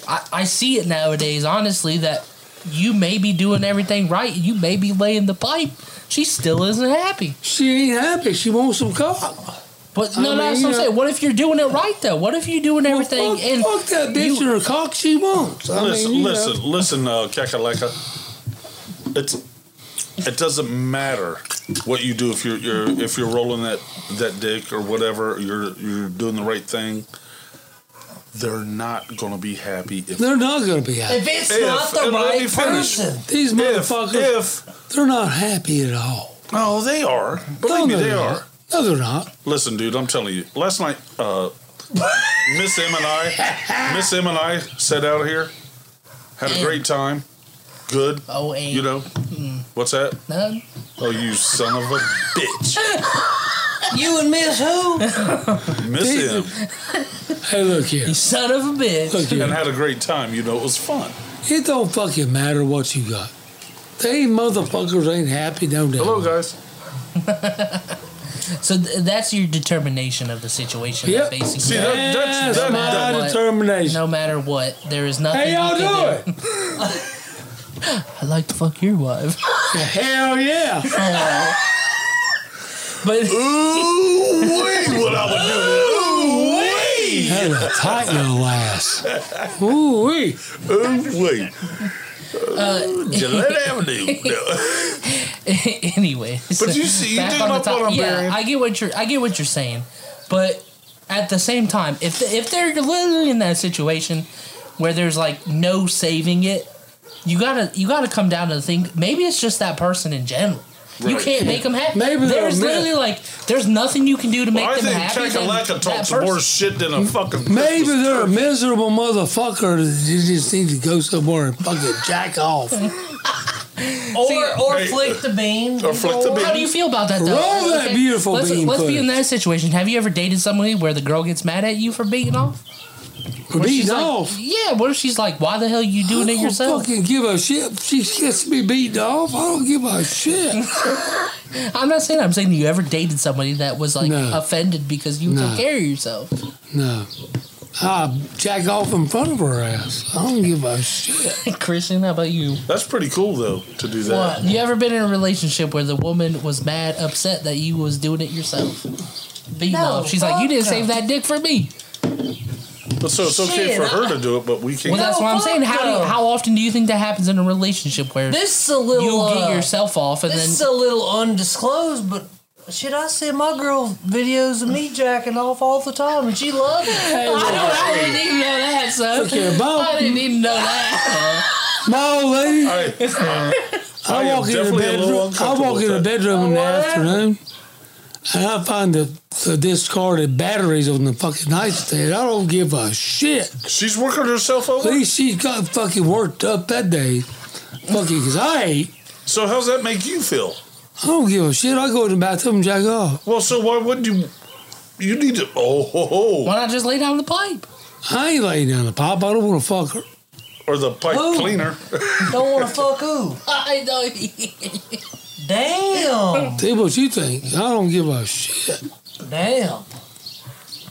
I, I see it nowadays. Honestly, that you may be doing everything right. You may be laying the pipe. She still isn't happy.
She ain't happy. She wants some cock.
But
I
no, no,
mean,
that's what I'm
you know-
saying. What if you're doing it right though? What if you're doing everything
Well, fuck,
and
fuck that bitch and her cock she wants. I
listen,
mean, you
listen,
know.
listen, uh, Kakaleka. It's it doesn't matter what you do if you're, you're if you're rolling that that dick or whatever. You're you're doing the right thing. they're not gonna be happy if
They're not going to be happy.
If it's
If-
not the
and let me
right
finish.
person.
These
if,
motherfuckers,
if
they're not happy at all.
no, they are. Believe me,
no,
they
they're
are.
not. No, they're not.
Listen, dude, I'm telling you. Last night, uh, Miss M and I, Miss M and I, sat out here, had a great time. Good,
Oh, eight.
you know. What's that?
None.
Oh, you son of a bitch,
You and Miss Who?
Miss M,
Hey, look here.
You son of a bitch.
Look here.
and had a great time. You know, it was fun.
It don't fucking matter what you got. They motherfuckers ain't happy no day.
Hello, guys.
So th- that's your determination of the situation.
Yep.
Basically,
See, that-
That's
that's- that-
my
that-
what-
determination.
no matter what, there is nothing.
Hey,
you can
y'all doing?
I like to fuck your wife,
Hell yeah.
but
Ooh, wee, what I would do. Ooh, wee.
Had a tight little ass. Ooh wee.
Ooh, wee. Ooh, Gillette Avenue.
anyway.
But you see- you
back
dig
on the
up what
top-
I'm
yeah,
bearing.
I get what you're. I get what you're saying, but at the same time, if the, if they're literally in that situation where there's like no saving it, you gotta you gotta come down to the thing. Maybe it's just that person in general. You
Right.
can't make them happy.
Maybe they're
there's
a myth.
literally like there's nothing you can do to make
I
them
think
happy. than
Kakalaka
that
talks
person.
more shit than a fucking.
Maybe
Christmas
they're a miserable motherfucker that you just need to go somewhere and fucking jack off.
Or or
Hey.
flick the bean.
Or flick the bean.
How do you feel about that? Though?
Roll that beautiful
let's,
bean
Let's be in
footage.
that situation. Have you ever dated somebody where the girl gets mad at you for beating off?
For
Where
beating
she's like-
off.
yeah, what if she's like, why the hell you doing
I
it
Oh,
don't
yourself?
fucking give a shit. She gets me beaten off. I don't give a shit.
I'm not saying I'm saying you ever dated somebody that was like
No.
offended because you
No.
took care of yourself.
No. I Uh, jack off in front of her ass. I don't give a shit.
Christian, how about you?
That's pretty cool though to do that.
What? You ever been in a relationship where the woman was mad, upset that you was doing it yourself? Beating
No,
off. She's like, you didn't
fuck
save that dick for me.
But so it's okay
Shit,
for her
I-
to do it, but we can't.
Well, that's
No,
what I'm
fuck
saying. How do you,
no.
how often do you think that happens in a relationship where
This is a little.
you
uh,
get yourself off and
This is
then
a little undisclosed, but shit, I send my girl videos of me jacking off all the time, and she loves it.
I don't I didn't even know that, son.
Okay,
I
my,
didn't even know that.
my old lady, I,
I, I am
walk in the
definitely a little
bedroom. I
uncomfortable.
walk
with
in the
that.
bedroom in the
What?
afternoon, and I find the, the discarded batteries on the fucking nightstand. I don't give a shit.
She's working herself over.
At least she got fucking worked up that day. Fucking, cause I ain't.
So how's that make you feel?
I don't give a shit. I go in the bathroom and jack off.
Well, so why wouldn't you? You need to. Oh, ho, ho,
Why not just lay down the pipe?
I ain't laying down the pipe. I don't want to fuck her.
or the pipe
Who?
cleaner.
Don't want to fuck who?
I know.
Damn,
See what you think. I don't give a shit.
damn.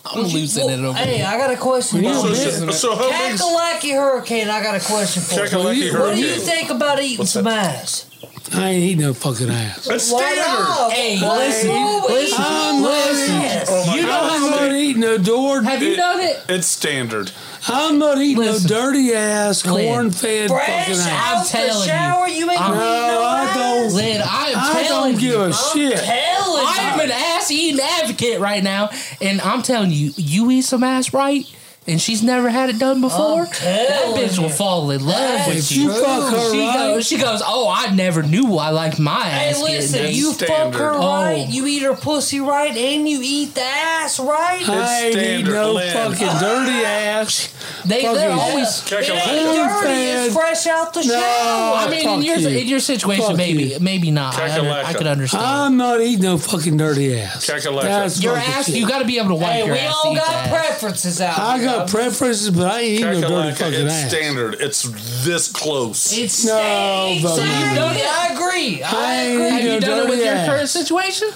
I'm losing it over
Hey,
here.
I got a question.
Yeah,
for
so,
you.
so, so how makes
Kakalaki Hurricane, I got a question for you.
Kakalaki
What do you
Hurricane?
think about eating
What's that?
some ass?
I ain't eating no fucking ass.
That's
Why
standard.
not?
Hey,
What's
listen,
wrong with
listen,
eating
listen.
ass?
Oh my
You know
God.
I'm not eating no door.
Have you done it?
It's standard.
I'm not eating
Listen.
no dirty ass
Lynn.
corn fed fucking
Fresh
ass.
out the
telling you.
shower, you ain't
I'm-
eating
No,
no
I
ass?
don't.
Lynn, I am
I
telling
don't give
you.
a shit.
Hell,
I am an ass eating advocate right now, and I'm telling you, you eat some ass right, and she's never had it done before.
Oh,
That
telling
bitch will
you.
fall in love with
If you
you.
fuck her
She
right,
goes, she goes, oh, I never knew I liked my
Hey,
ass. getting
listen,
done."
you
standard.
fuck her
Oh.
right, you eat her pussy right, and you eat the ass right.
I ain't eating
standard,
no
Lynn.
fucking dirty ass.
they, they're
fucking-
always.
it
Kakalaka.
ain't
Corn
dirty, it's
fed.
fresh out the
No.
shower.
I mean, in
Fuck
your,
you.
in your situation,
Fuck
maybe,
you.
maybe not. I, under, I
Kakalaka.
could understand.
I'm not eating no fucking dirty ass.
Kakalaka.
your
fucking
ass,
shit.
you got to be able to wipe
Hey,
your
we
ass.
all
to eat
got
that.
preferences out
I
here.
got preferences, but I ain't eating no dirty
Kakalaka.
fucking
It's
ass.
standard. It's this close.
It's
No,
stinks.
but-
I've done it. I agree.
I
I
ain't
agree.
Have
eating
you
no
done it
dirty
with your
ass.
current situation?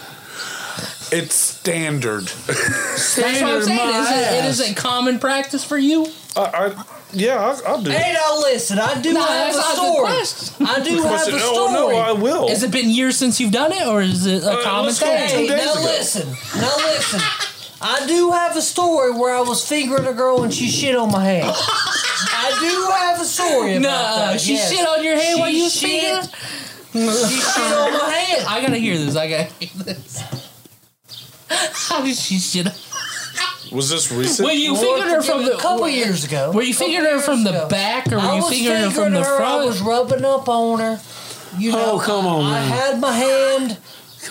It's standard.
That's what I'm
Standard
saying.
my
Is it, it
ass.
is a common practice for you.
I, I yeah, I, I'll do it.
Hey, now listen, I do have a story. I do have
Listen,
a
Oh, no,
story.
no, I will.
Has it been years since you've done it, or is it a
Uh,
common
let's go
thing?
two
Hey,
days
now
ago.
listen. Now listen. I do have a story where I was fingering a girl and she shit on my hand. I do have a story about
Nah,
that.
Uh, she
yes.
shit on your hand
She
while you was
shit.
speaking.
She shit on my hand.
I gotta hear this. I gotta hear this. How did she shit?
Was this recent?
Were you fingering her from the
a couple years ago.
Were you fingering her from the
Couple years
back or
I
were you
was
fingering her from the
her, I
front?
was rubbing up on her. You know,
Oh, come on,
I, I
man.
had my hand.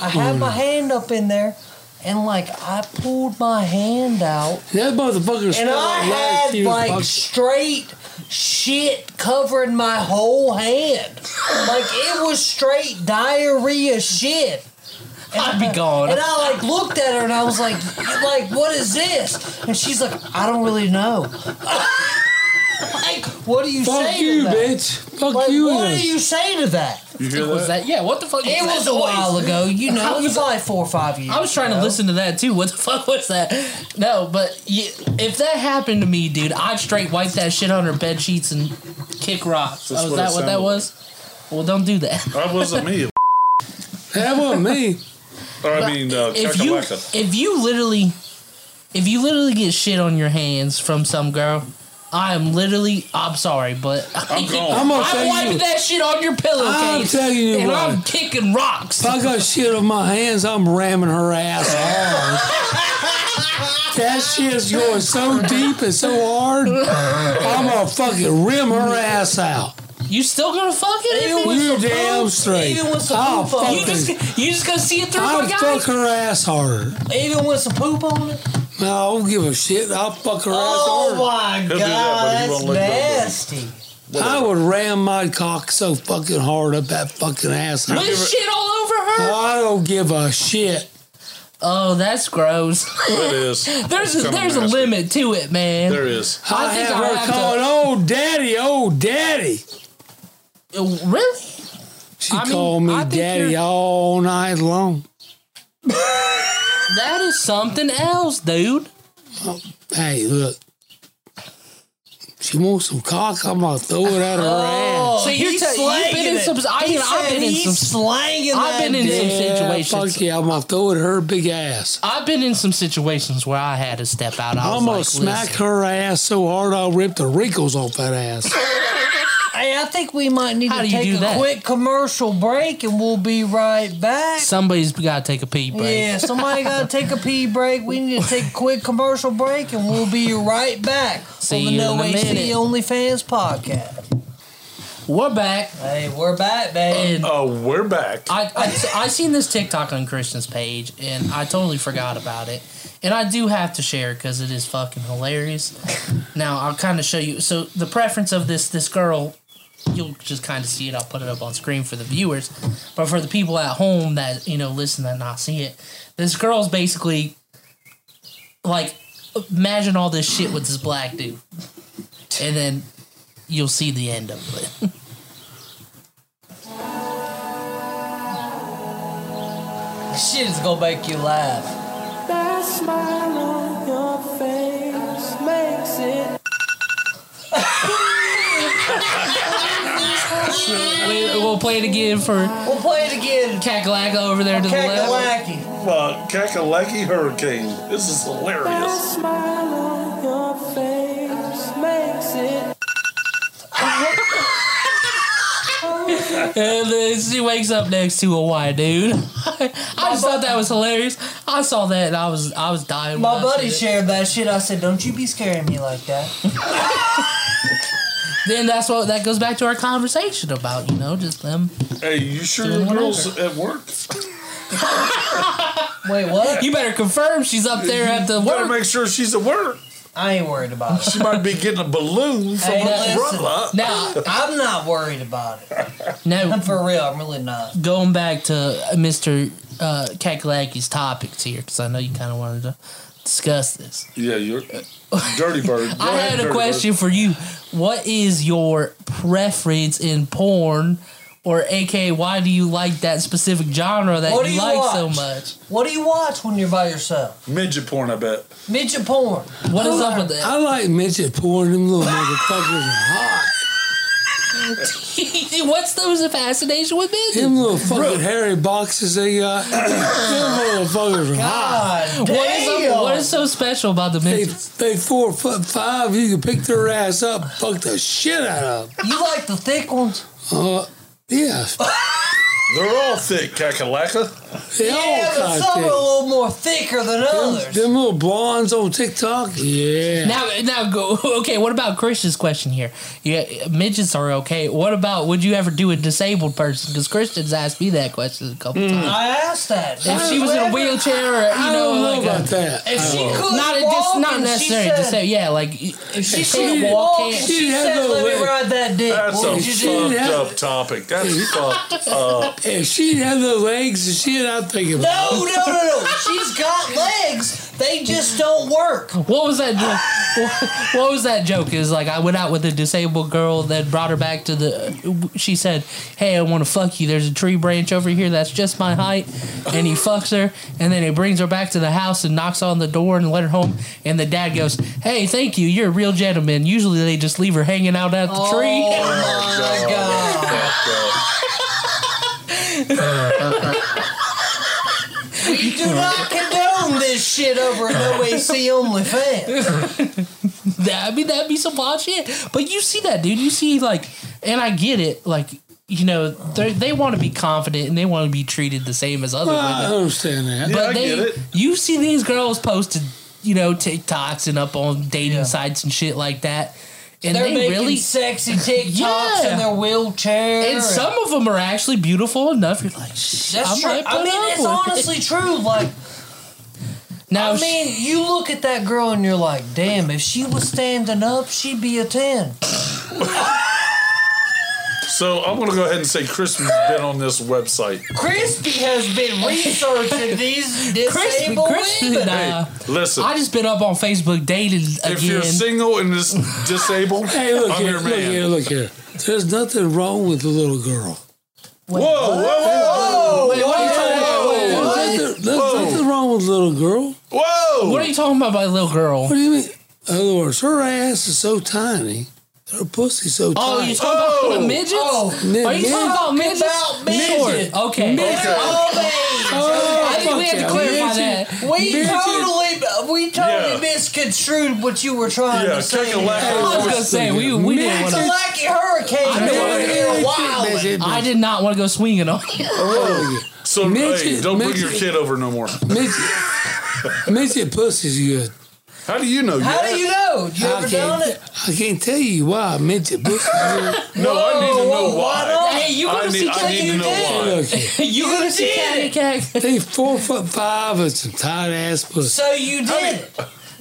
I had my hand up in there, and like I pulled my hand out,
That motherfucker
and
smelled
I
like last
had
year's
like
bucket.
straight shit covering my whole hand. like it was straight diarrhea shit.
I'd be gone.
And I like looked at her and I was like, like, what is this? And she's like, I don't really know. like, what do you
Fuck
say
you,
to that?
bitch. Fuck
Like,
you.
what
then.
do you say to that?
you hear
was
that?
that? Yeah, what the fuck?
It
is that
was a while
noise?
ago, you know. It was like four or five years.
I was trying to
ago.
listen to that too. What the fuck was that? No, but you, if that happened to me, dude, I'd straight wipe that shit on her bed sheets and kick rocks.
That's
Oh, is
what
that
it
what that
sounded
was? Well, don't do that.
That wasn't me.
That wasn't me.
Or I mean, uh,
if you
Kakalaka.
if you literally if you literally get shit on your hands from some girl, I am literally I'm sorry, but
I'm gone.
I'm gonna
I'm
tell
wiping
you.
that shit on your
I'm
pillowcase.
telling you
and
what.
I'm kicking rocks.
If I got shit on my hands, I'm ramming her ass
Oh.
hard. That shit's going so deep and so hard. I'm gonna fucking rim her ass out.
You still gonna fuck
Even with
it?
You
some
damn
poop,
straight.
Even with some
I'll
poop on
You
fucking-
it.
just you just gonna see it through
I'll
Oh my
fuck
eyes?
her ass harder.
Even with some poop on it.
No, I don't give a shit. I'll fuck her
Oh
ass hard.
my
do
god,
that, but he
that's
won't let go, does he?
nasty.
I would ram my cock so fucking hard up that fucking ass.
With shit all over her?
Oh, I don't give a shit.
Oh, that's gross.
It is.
There's
It's
a,
coming
there's a
nasty.
limit to it, man.
There is.
I,
I think I
have her
have to-
calling, "Oh, daddy, oh, daddy."
Uh, Really?
She
I mean,
called me
I think
daddy
you're-
all night long.
That is something else, dude.
Hey, look. She wants some cock. I'm gonna throw it at
so
her
you're
Oh, he's
ta- you've been in
slanging
some.
it.
I
He
mean, I've
said
been in
he's
some.
slanging
I've been in
ass.
some
Yeah,
situations.
fuck yeah, I'm gonna throw it at her big ass.
I've been in some situations where I had to step out. I was
I'm gonna
like,
smack
"Listen."
her ass so hard I'll rip the wrinkles off that ass.
Hey, I think we might need
How
to
do you
take
do
a
that?
quick commercial break and we'll be right back.
Somebody's got to take a pee break.
Yeah, somebody got to take a pee break. We need to take a quick commercial break and we'll be right back
See
on the
you
No
in a
AC
minute.
OnlyFans podcast.
We're back,
Hey, we're back, baby.
and
Oh, we're back.
I, I I seen this TikTok on Christian's page, and I totally forgot about it. And I do have to share because it is fucking hilarious. Now I'll kind of show you. So the preference of this this girl, you'll just kind of see it. I'll put it up on screen for the viewers, but for the people at home that you know listen that not see it, this girl's basically like imagine all this shit with this black dude, and then you'll see the end of it.
Shit is gonna make you laugh.
We- We'll play it again for.
We'll play it again.
Kakalaka over there to the left.
Kakalaki.
Uh, Kakalaki Hurricane. This is hilarious.
And then she wakes up next to a white dude. I just thought that was hilarious. I saw that and I was I was dying.
My
when I
buddy
seen it.
shared that shit. I said, "Don't you be scaring me like that."
Then that's what that goes back to our conversation about you know just them.
Hey, you sure
Doing
your
whatever.
girl's at work?
Wait, what?
You better confirm she's up there at the
Gotta
work.
make sure she's at work.
I ain't worried about it.
She might be getting a balloon from
Hey,
her
listen.
brother.
Now,
I'm not worried about it.
now
I'm for real. I'm really not.
going back to Mr. Uh, Kakalaki's topics here because I know you kind of wanted to discuss this.
Yeah, you're Dirty Bird. Go
I had
ahead, Dirty
a
Bird.
question for you. What is your preference in porn, or aka why do you like that specific genre that
What do
you,
you
like
watch?
so much?
What do you watch when you're by yourself?
Midget porn, I bet.
Midget porn.
What is up with that?
I like midget porn. Them little motherfuckers are hot.
What's the fascination with midgets?
Them little fucking hairy boxes they got. Them motherfuckers are hot.
God
What is up-
damn.
what is so special about the
They,
midgets?
they four foot five. You can pick their ass up, fuck the shit out of. 'em.
you like the thick ones?
Uh, yeah.
They're all thick, Kakalaka.
They
Yeah,
all
but some are a
content.
little more thicker than
Them,
others.
them little blondes on TikTok. Yeah.
Now, now go. Okay, what about Christian's question here? Yeah, midgets are okay. What about would you ever do a disabled person? Because Christian's asked me that question a couple times.
I asked that.
If she was in a wheelchair, or you
I don't
know,
know
like
about
a,
that.
If she
not
could not
a, just
walk,
not
and
necessarily
she said,
disabled. Yeah, like
if she,
she
could
didn't-
walk,
she
and she
didn't have
said,
no
"Let
leg."
me ride that dick."
That's
What
a
would you do?
fucked
have-
up topic. That's fucked up.
If she had the legs and she not thinking about
No, no, no, no. She's got legs. They just don't work.
What was that? Joke? what, what was that joke? Is like I went out with a disabled girl, then brought her back to the. She said, "Hey, I want to fuck you." There's a tree branch over here that's just my height, and he fucks her, and then he brings her back to the house and knocks on the door and let her home. And the dad goes, "Hey, thank you. You're a real gentleman. Usually they just leave her hanging out at the
Oh.
tree."
my God. We do not condone this shit over at OAC OnlyFans.
That, I mean, that'd be some wild shit. But you see that, dude. You see, like, and I get it. Like, you know, they they want to be confident and they want to be treated the same as other
Well,
women.
I understand that.
Yeah,
But
I
they,
Ah, get it.
you see these girls posted, you know, TikToks and up on dating
Yeah.
sites and shit like that, and
They're
they
making
really.
sexy TikToks
Yeah.
in their wheelchair.
And some of them are actually beautiful enough. You're like, shit,
That's
I
true.
might put
I mean,
up Oh,
it's
with it.
honestly true. Like,
Now,
I mean, you look at that girl and you're like, damn, if she was standing up, she'd be a 10.
So I'm gonna go ahead and say Christmas has been on this website.
Crispy has been researching these
Crispy,
disabled
Crispy,
women.
nah.
Listen,
Uh, I just been up on Facebook dating
if you're
again.
single and is disabled,
Hey, look
I'm
here,
your
look
man.
here, look here. There's nothing wrong with the little girl.
Whoa, whoa, whoa, whoa,
There's
whoa,
nothing, there's
Whoa.
nothing wrong with the little girl.
whoa.
what are you talking about, by little girl?
What do you mean? In other words, her ass is so tiny, her pussy's so
Oh,
tiny.
you talking about the midgets?
Mid-
Are you talking about midgets?
about midget.
Sure. Okay.
Oh,
I think we
fuck
had to
yeah.
clarify
Midget.
that.
We
Midget.
totally, we totally
Yeah.
misconstrued what you were trying
Yeah,
to say.
take a left.
I was gonna say we we didn't want
It's
to.
a lucky hurricane.
I know
over
what it
here,
is.
wild.
Midget.
I did not want to go swinging on you.
So hey,
Midget,
don't bring your
midget.
kid over no more.
Midget, midget pussy's good.
How do you know?
How
yet?
do you know? You
I
ever done
can't,
it?
I can't tell you why midget pussy's good.
No, I need to know
whoa, why
why.
not?
Hey, you
I
gonna see
need, I
Cat
need to
in
know
the Cag?
why.
Look here.
You gonna see
did
Cat in the Cag?
They four foot five and some tight ass pussy.
So you did it.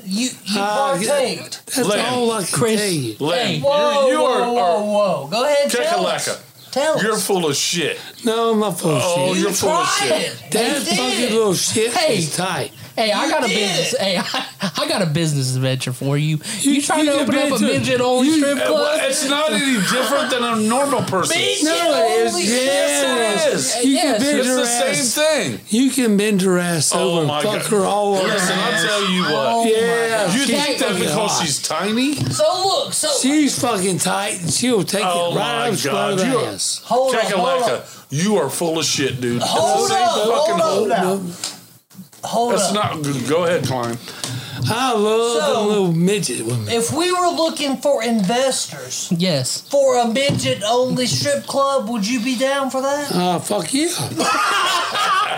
You you
Ah, yeah.
partaked.
That's
Lay-
all I can
Chris.
tell you.
Len,
Hey,
Whoa,
you,
whoa,
you
whoa,
are, are
whoa! Go ahead, tell us.
kekalaka.
Tell
You're
us.
full of shit.
No, I'm not full of
Oh,
shit.
you're full of
tried
shit.
it.
That
You did
fucking
it.
little shit
Hey.
is tight.
Hey, I got a
did
business. Hey, I, I got a business adventure for you. You, trying
you
to open
did
up a
too.
midget only
You-
strip
Uh,
club?
Well, it's not any different than a normal person.
Midget.
No, it is.
Holy
Yeah,
shit.
it is. You
Yes,
can bend
It's
her
the
ass.
same thing.
You can bend her ass
Oh,
over,
my
fuck
God.
her all over.
Listen,
her
I'll
ass.
tell you what.
yeah,
You
she's
think that
fucking
because
hot.
she's tiny?
So look, so
she's fucking tight, and she'll take
Oh
it right
my
out of
God,
her
you are-
ass.
hold up, hold up,
Kakalaka, you are full of shit, dude. It's the
Hold
same
up,
fucking
hold
hole.
up now, hold
That's
up.
not good. Go ahead, Klein.
I love
So-
them little midget women.
If we were looking for investors
yes.
for a midget only strip club, would you be down for that?
Ah, fuck yeah.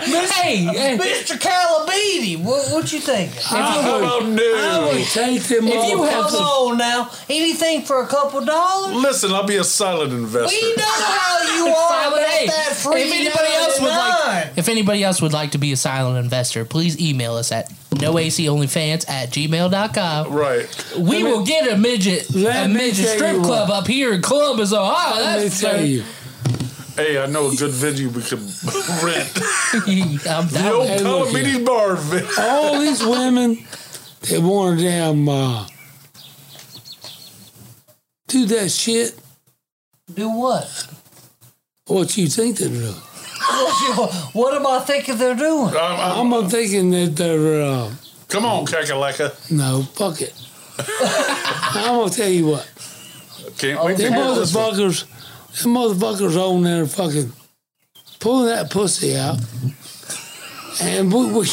Hey, hey,
Mr. Calabiti, what, what you thinking?
I would,
How about no?
I would take them
If you
Come
have
motherfuckers.
some-
on now, anything for a couple dollars?
Listen, I'll be a silent investor.
We know how you are
Silent
about
A.
that free
If anybody else would like,
99.
if anybody else would like to be a silent investor, please email us at noaconlyfans at gmail.com.
Right.
We will get a midget,
Let
a
me
midget
tell
strip
you
club
what.
up here in Columbus, Ohio.
Let me
That's
tell you.
Hey, I know a good venue we can rent.
I'm
The
down.
old
with it.
Hey, look here.
Calamity Bar. vi-
all these women that want to damn uh, do that shit.
Do what?
What you think they're doing?
Uh-huh.
What am I thinking they're doing?
I'm- I'm-
I'm uh, thinking that they're uh,
Come on, Kakalaka.
no fuck it. I'm gonna tell you what.
Can't wait to
Them
hear this one.
motherfuckers, them motherfuckers on there fucking pulling that pussy out, and we, we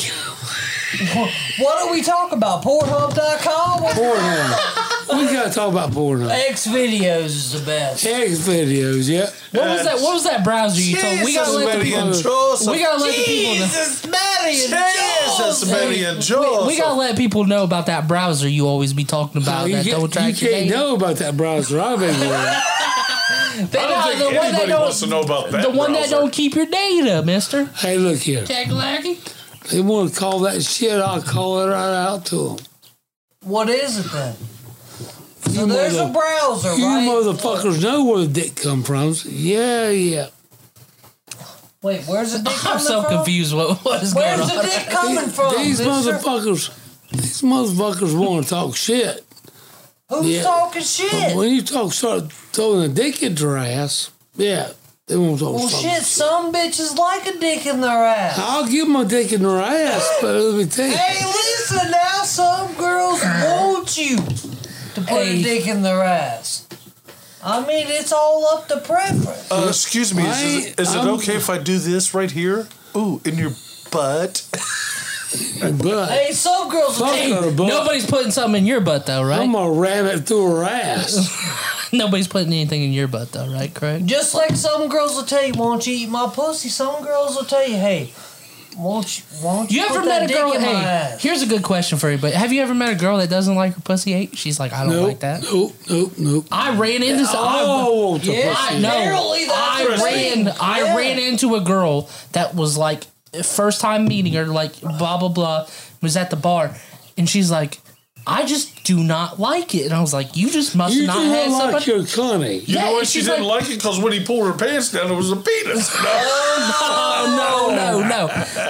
What do we talk about? Pornhub.com?
Pornhub. We gotta talk about porno.
X videos is the best.
X videos, yeah.
What was that? What was that browser you told? We gotta let the
Mary
people.
and Joseph.
We gotta let the people know.
Jesus, Mary and
Jesus,
Joseph.
Mary and
We, we gotta
Joseph.
let people know about that browser you always be talking about.
you
that
can't,
don't track
you
your
can't
data.
know about that browser. I've been going.
They
I
know
don't
the
think
one that
anybody wants to
don't.
know about that.
The one that
browser.
don't keep your data, Mister
Hey, look here.
Jack
They want to call that shit. I'll call it right out to them.
What is it then? So
You
there's a
mother-
browser,
You
right?
motherfuckers know where the dick come from. Yeah, yeah.
Wait, where's the dick coming
I'm so
from?
confused. What, what is going
Where's
on?
the dick coming from?
These
mister?
motherfuckers, these motherfuckers want to talk shit.
Who's
yeah.
talking
But
shit?
when you talk, start throwing a dick in their ass, yeah, they won't talk
Well,
fucking
shit, some bitches like a dick in their ass.
I'll give my dick in their ass, but let me tell you,
Hey, listen now, some girls want you to put
Hey.
a dick in their ass. I mean, it's all up to preference.
Uh, excuse me, is, it-
I-
is it
I'm-
okay if I do this right here? Ooh, in your butt.
but
Hey, some girls
fuck
will take
her butt.
Nobody's putting something in your butt though, right?
I'm gonna ram it through her ass.
Nobody's putting anything in your butt though, right? Craig?
Just like some girls will tell you, "Won't you eat my pussy?" Some girls will tell you, "Hey, won't you? Won't you,
You ever
put that
met a
dick
girl?
in my
Hey,
ass?"
here's a good question for you. But have you ever met a girl that doesn't like her pussy? Eight? She's like, I don't
Nope,
like that.
nope, nope, nope.
I ran into. some- I-
Oh, want the
Yeah,
pussy.
No,
Apparently that's
I
a
ran.
thing.
I
Yeah.
ran into a girl that was like first time meeting her, like blah blah blah, was at the bar, and she's like, "I just do not like it," and I was like, "You just must
You
not
do
have
not like
somebody."
your cunny.
You
Yeah,
know why
and
she
she's
didn't like, it? Because when he pulled her pants down, it was a penis.
Oh no, no, no!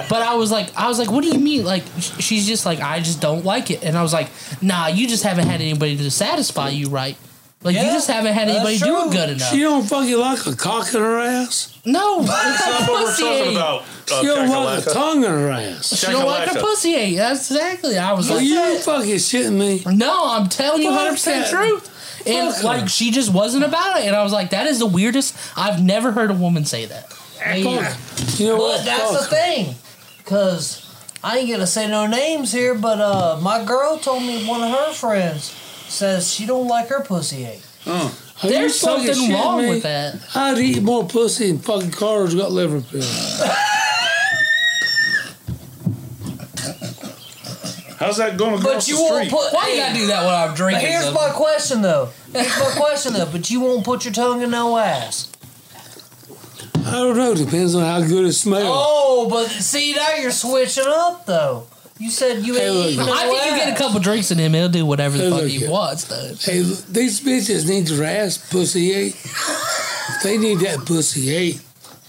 But I was like, I was like, "What do you mean?" Like, sh- she's just like, "I just don't like it," and I was like, "Nah, you just haven't had anybody to satisfy you, right?" Like you
Yeah,
just haven't had
that's
anybody do it
true.
good enough.
She don't fucking like a cock in her ass.
no,
That's not what we're talking about. Uh,
She don't like a
Kakalaka.
tongue in her ass.
She don't like her
Chakalaka.
pussy. ate. That's exactly. I was
Are
like,
you fucking shitting me?
No, I'm telling you
Fuck
100%
that.
truth. And
Fuck her.
like she just wasn't about it, and I was like, "That is the weirdest. I've never heard a woman say that."
Fuck. You know
But
what?
that's the
Fuck.
thing, cause I ain't gonna say no names here, but uh, my girl told me one of her friends says she don't like her pussy ache.
Are you
There's
fucking
something
shitting
wrong
me?
with that.
I'd eat more pussy than fucking cars got liver pills.
How's that going across
But you
the
won't
street?
put.
Why do
hey,
you gotta do that when I'm
but
drinking?
Here's
something?
my question though. Here's my question though. But you won't put your tongue in no ass.
I don't know. Depends on how good it smells.
Oh, but see now you're switching up though. You said you
Hey,
ain't
look,
eating no
I think you get a
ass.
couple drinks in him, he'll do whatever the
Hey,
fuck
look
he
here.
wants. Though.
Hey, these bitches need their ass pussy ate. They need that pussy ate.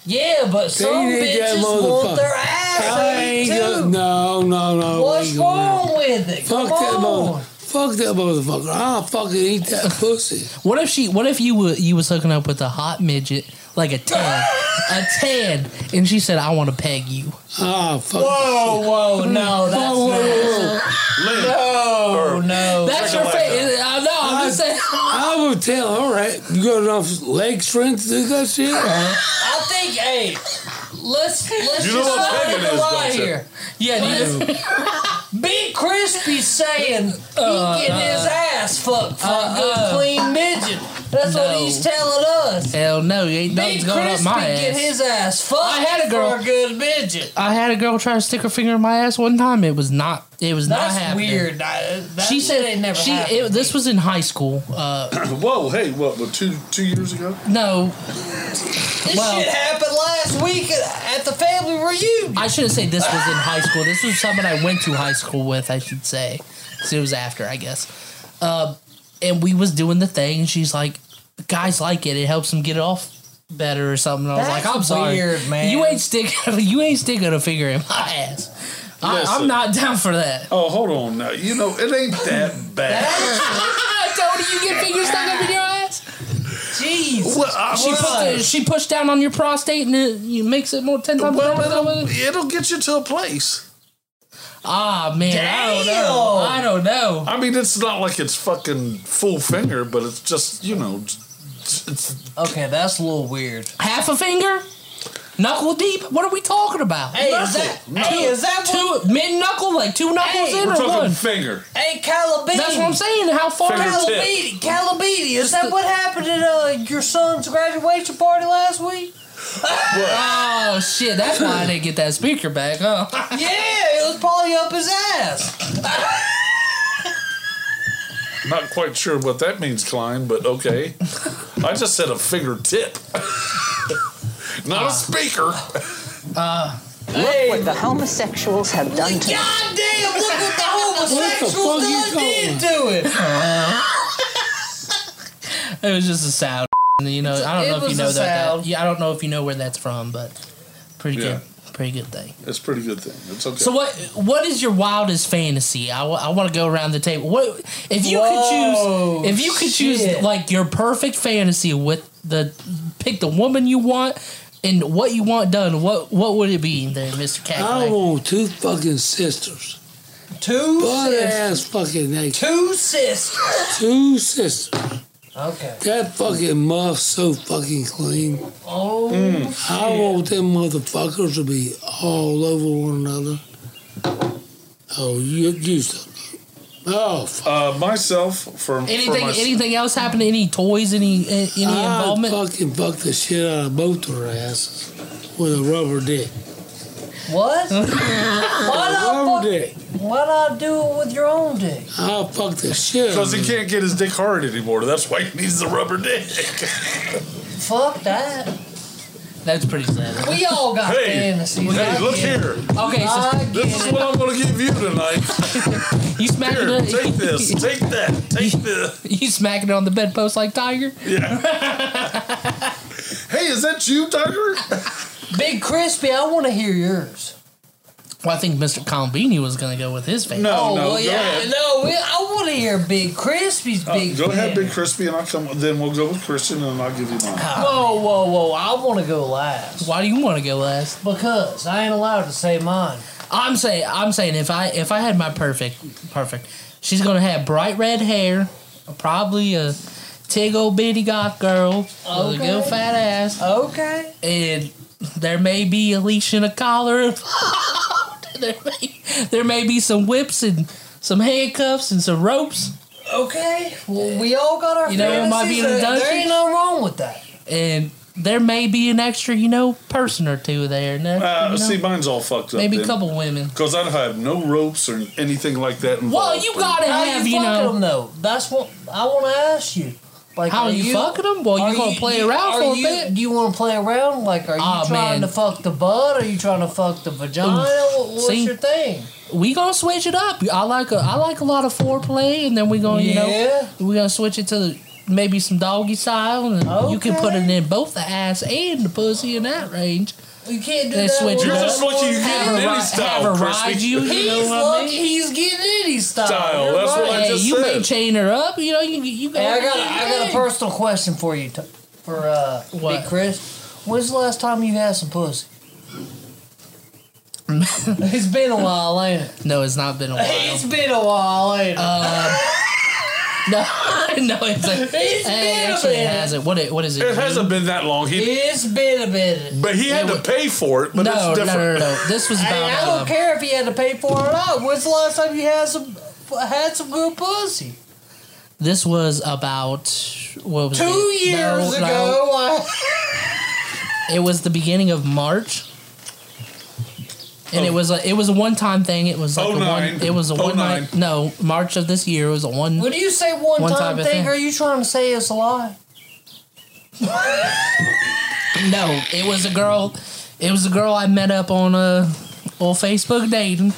Yeah, but some
need that
bitches want their
motherfucker.
ass
I
ate
ain't
too.
gonna, no, no, no.
What's
ain't gonna-
wrong with it?
Fuck
Come
that
on.
mother. Fuck that motherfucker. I'll fucking eat that pussy.
What if she? What if you were you was hooking up with a hot midget, like a tan, a tan, and she said, "I want to peg you."
Ah, fuck.
Whoa, whoa, no, that's
Whoa, whoa, whoa.
Lynn,
no, no.
That's your
like
face. I know. I'm just saying.
I would tell, all right, you got enough leg strength to do that shit?
Uh-huh. I think, hey, let's let's
You know
just
what
let
pegging
it
is,
lie
don't you?
here.
Yeah, dude.
Big Crispy saying
Uh,
he getting his ass fucked for a good clean midget. That's what
No.
he's telling us.
Hell no, you ain't nothing's
Big
going up
Crispy
my ass.
get his ass fucked
I had a girl-
for a good midget.
I had a girl try to stick her finger in my ass one time. It was not. It was not
That's
happening.
weird. I, that
She said
it never
She.
happened.
It, this was in high school. Uh,
Whoa, hey, what, what, two two years ago?
no,
this
well-
shit happened last week at the family reunion.
I shouldn't say this was in high school. This was someone I went to high school with. I should say, 'Cause it was after, I guess. Uh, and we was doing the thing, and she's like, "Guys like it. It helps them get it off." Better or something. I was
That's
like, I'm sorry,
weird, man.
You ain't sticking. You ain't sticking a finger in my ass. I, I'm
Listen.
not down for that.
Oh, hold on now. You know, it ain't that bad.
Tony, you get fingers stuck up in your ass?
Jeez.
well, I,
She,
well,
put the, she pushed down on your prostate and it you makes it more ten times
well,
better.
it'll, it'll get you to a place.
Ah man, I don't know.
Damn.
I don't know.
I mean, it's not like it's fucking full finger, but it's just, you know, it's, it's
Okay, that's a little weird.
Half a finger? Knuckle deep? What are we talking about?
Hey, is that, hey, is that one?
Two mid knuckle, like two knuckles
Hey,
in
We're
or
talking
one?
finger.
Hey, Calabini.
That's what I'm saying. How far?
Fingers.
Calabini, Calabini, is that what happened at uh, your son's graduation party last week?
Oh shit! That's why I didn't get that speaker back, huh?
Yeah, it was probably up his ass.
Not quite sure what that means, Klein, but okay. I just said a fingertip. Not
Ah.
a speaker.
Look what the homosexuals have done to us.
God damn, look what the homosexual
What the fuck you
done did to
It
it.
was just a sound. You know, I
It
don't know if
was
you
a
know that,
sound.
that. Yeah, I don't know if you know where that's from, but pretty
Yeah.
good, pretty good thing.
It's a pretty good thing. It's okay.
So what? What is your wildest fantasy? I, want to go around the table. What if you
Whoa,
could choose? If you could
shit.
choose like your perfect fantasy with the pick the woman you want and what you want done. What what would it be, then, Mister
Oh,
I
Cat?
want two fucking sisters.
Two
Butt
sisters.
ass fucking naked.
Two sisters.
Two sisters.
Okay.
That fucking muff's so fucking clean.
Oh,
I want them motherfuckers to be all over one another. Oh, you, you still. Oh, fuck.
uh, myself for for
Anything
myself,
anything else happen? Any toys? Any any
I
Uh,
involvement?
fucking fuck the shit out of both their asses with a rubber dick.
what?
Rubber
why, not fuck,
dick.
why not do it with your own dick?
I'll fuck the shit out
Because
of
he
it.
can't get his dick hard anymore. That's why he needs the rubber dick.
Fuck that.
That's pretty sad.
We all got
Hey,
fantasies.
hey,
I
look
get it.
here.
Okay, so
I get
This is
it.
what I'm going to give you tonight.
you smacking
Here,
it.
take this. Take that. Take the.
You smacking it on the bedpost like Tiger?
Hey, is that you, Tiger?
Big Crispy, I want to hear yours.
Well, I think Mr. Combini was gonna go with his fantasy.
No,
oh,
no.
well,
go
yeah.
ahead.
No, we, I want to hear Big Crispy's
Uh,
Big
go ahead,
fan.
Big Crispy, and I'll come. Then we'll go with Christian, and I'll give you
Ah,
mine.
Whoa, whoa, whoa. I want to go last.
Why do you want to go last?
Because I ain't allowed to say mine.
I'm saying I'm saying if I if I had my perfect perfect, she's gonna have bright red hair, probably a tig old bitty goth girl with a good
Okay.
fat ass,
Okay.
and there may be a leash and a collar involved. there may there may be some whips and some handcuffs and some ropes,
Okay. Well, we all got our
You know, it might be in
fantasies. uh,
the
There- There
dungeon.
ain't nothing wrong with that.
and there may be an extra you know person or two there, and there,
Uh,
you know,
See, mine's all fucked up.
maybe a
then.
couple women.
Because I'd have no ropes or anything like that involved.
Well, you gotta
How
have
you,
you
fucking
know.
them though? That's what I want to ask you. Like,
How are you, fucking them? Well,
are
you gonna play around
are
for a
you,
bit.
Do you want to play around? Like, are you
Aw,
trying
man.
to fuck the butt? Are you trying to fuck the vagina? What- What's
See?
your thing?
We gonna switch it up. I like a I like a lot of foreplay, and then we gonna you
Yeah.
know we gonna switch it to maybe some doggy style, and you can put it
Okay.
in both the ass and the pussy in that range.
You can't do
Then
that.
switch
with
it
You're
up.
just
that
lucky you
one.
get
Have
an
a,
any
ri- have a
style,
ride
Christy.
you. You know
He's
what I
lucky.
mean?
He's getting any style.
Style,
You're
that's what I
right.
Hey,
just
you may
said.
chain her up. You know you you
Hey, I got
do your
I got a
thing.
personal question for you, t- for uh,
What?
Big Chris. When's the last time you had some pussy? it's been a while, ain't it?
No, it's not been a while.
It's been a while, ain't it?
no, no, it's like
It's
hey,
been a
actually it
minute.
hasn't. What it what is it?
It hasn't been that long. He,
it's been a minute.
but he had to pay for it. But
no,
it's
no,
different.
no, no, no. This was
I,
about.
I don't
um,
care if you had to pay for it or not. When's the last time you had some had some good pussy?
This was about what was
Two
it? No,
years
no.
ago, I,
It was the beginning of March. And it
Oh.
was a it was a one time thing. It was like a one
09.
it was a one night
Oh
no, March of this year it was a one
when you say one,
One
time
time, I
thing,
think.
are you trying to say it's a lie?
no, it was a girl it was a girl I met up on uh on Facebook dating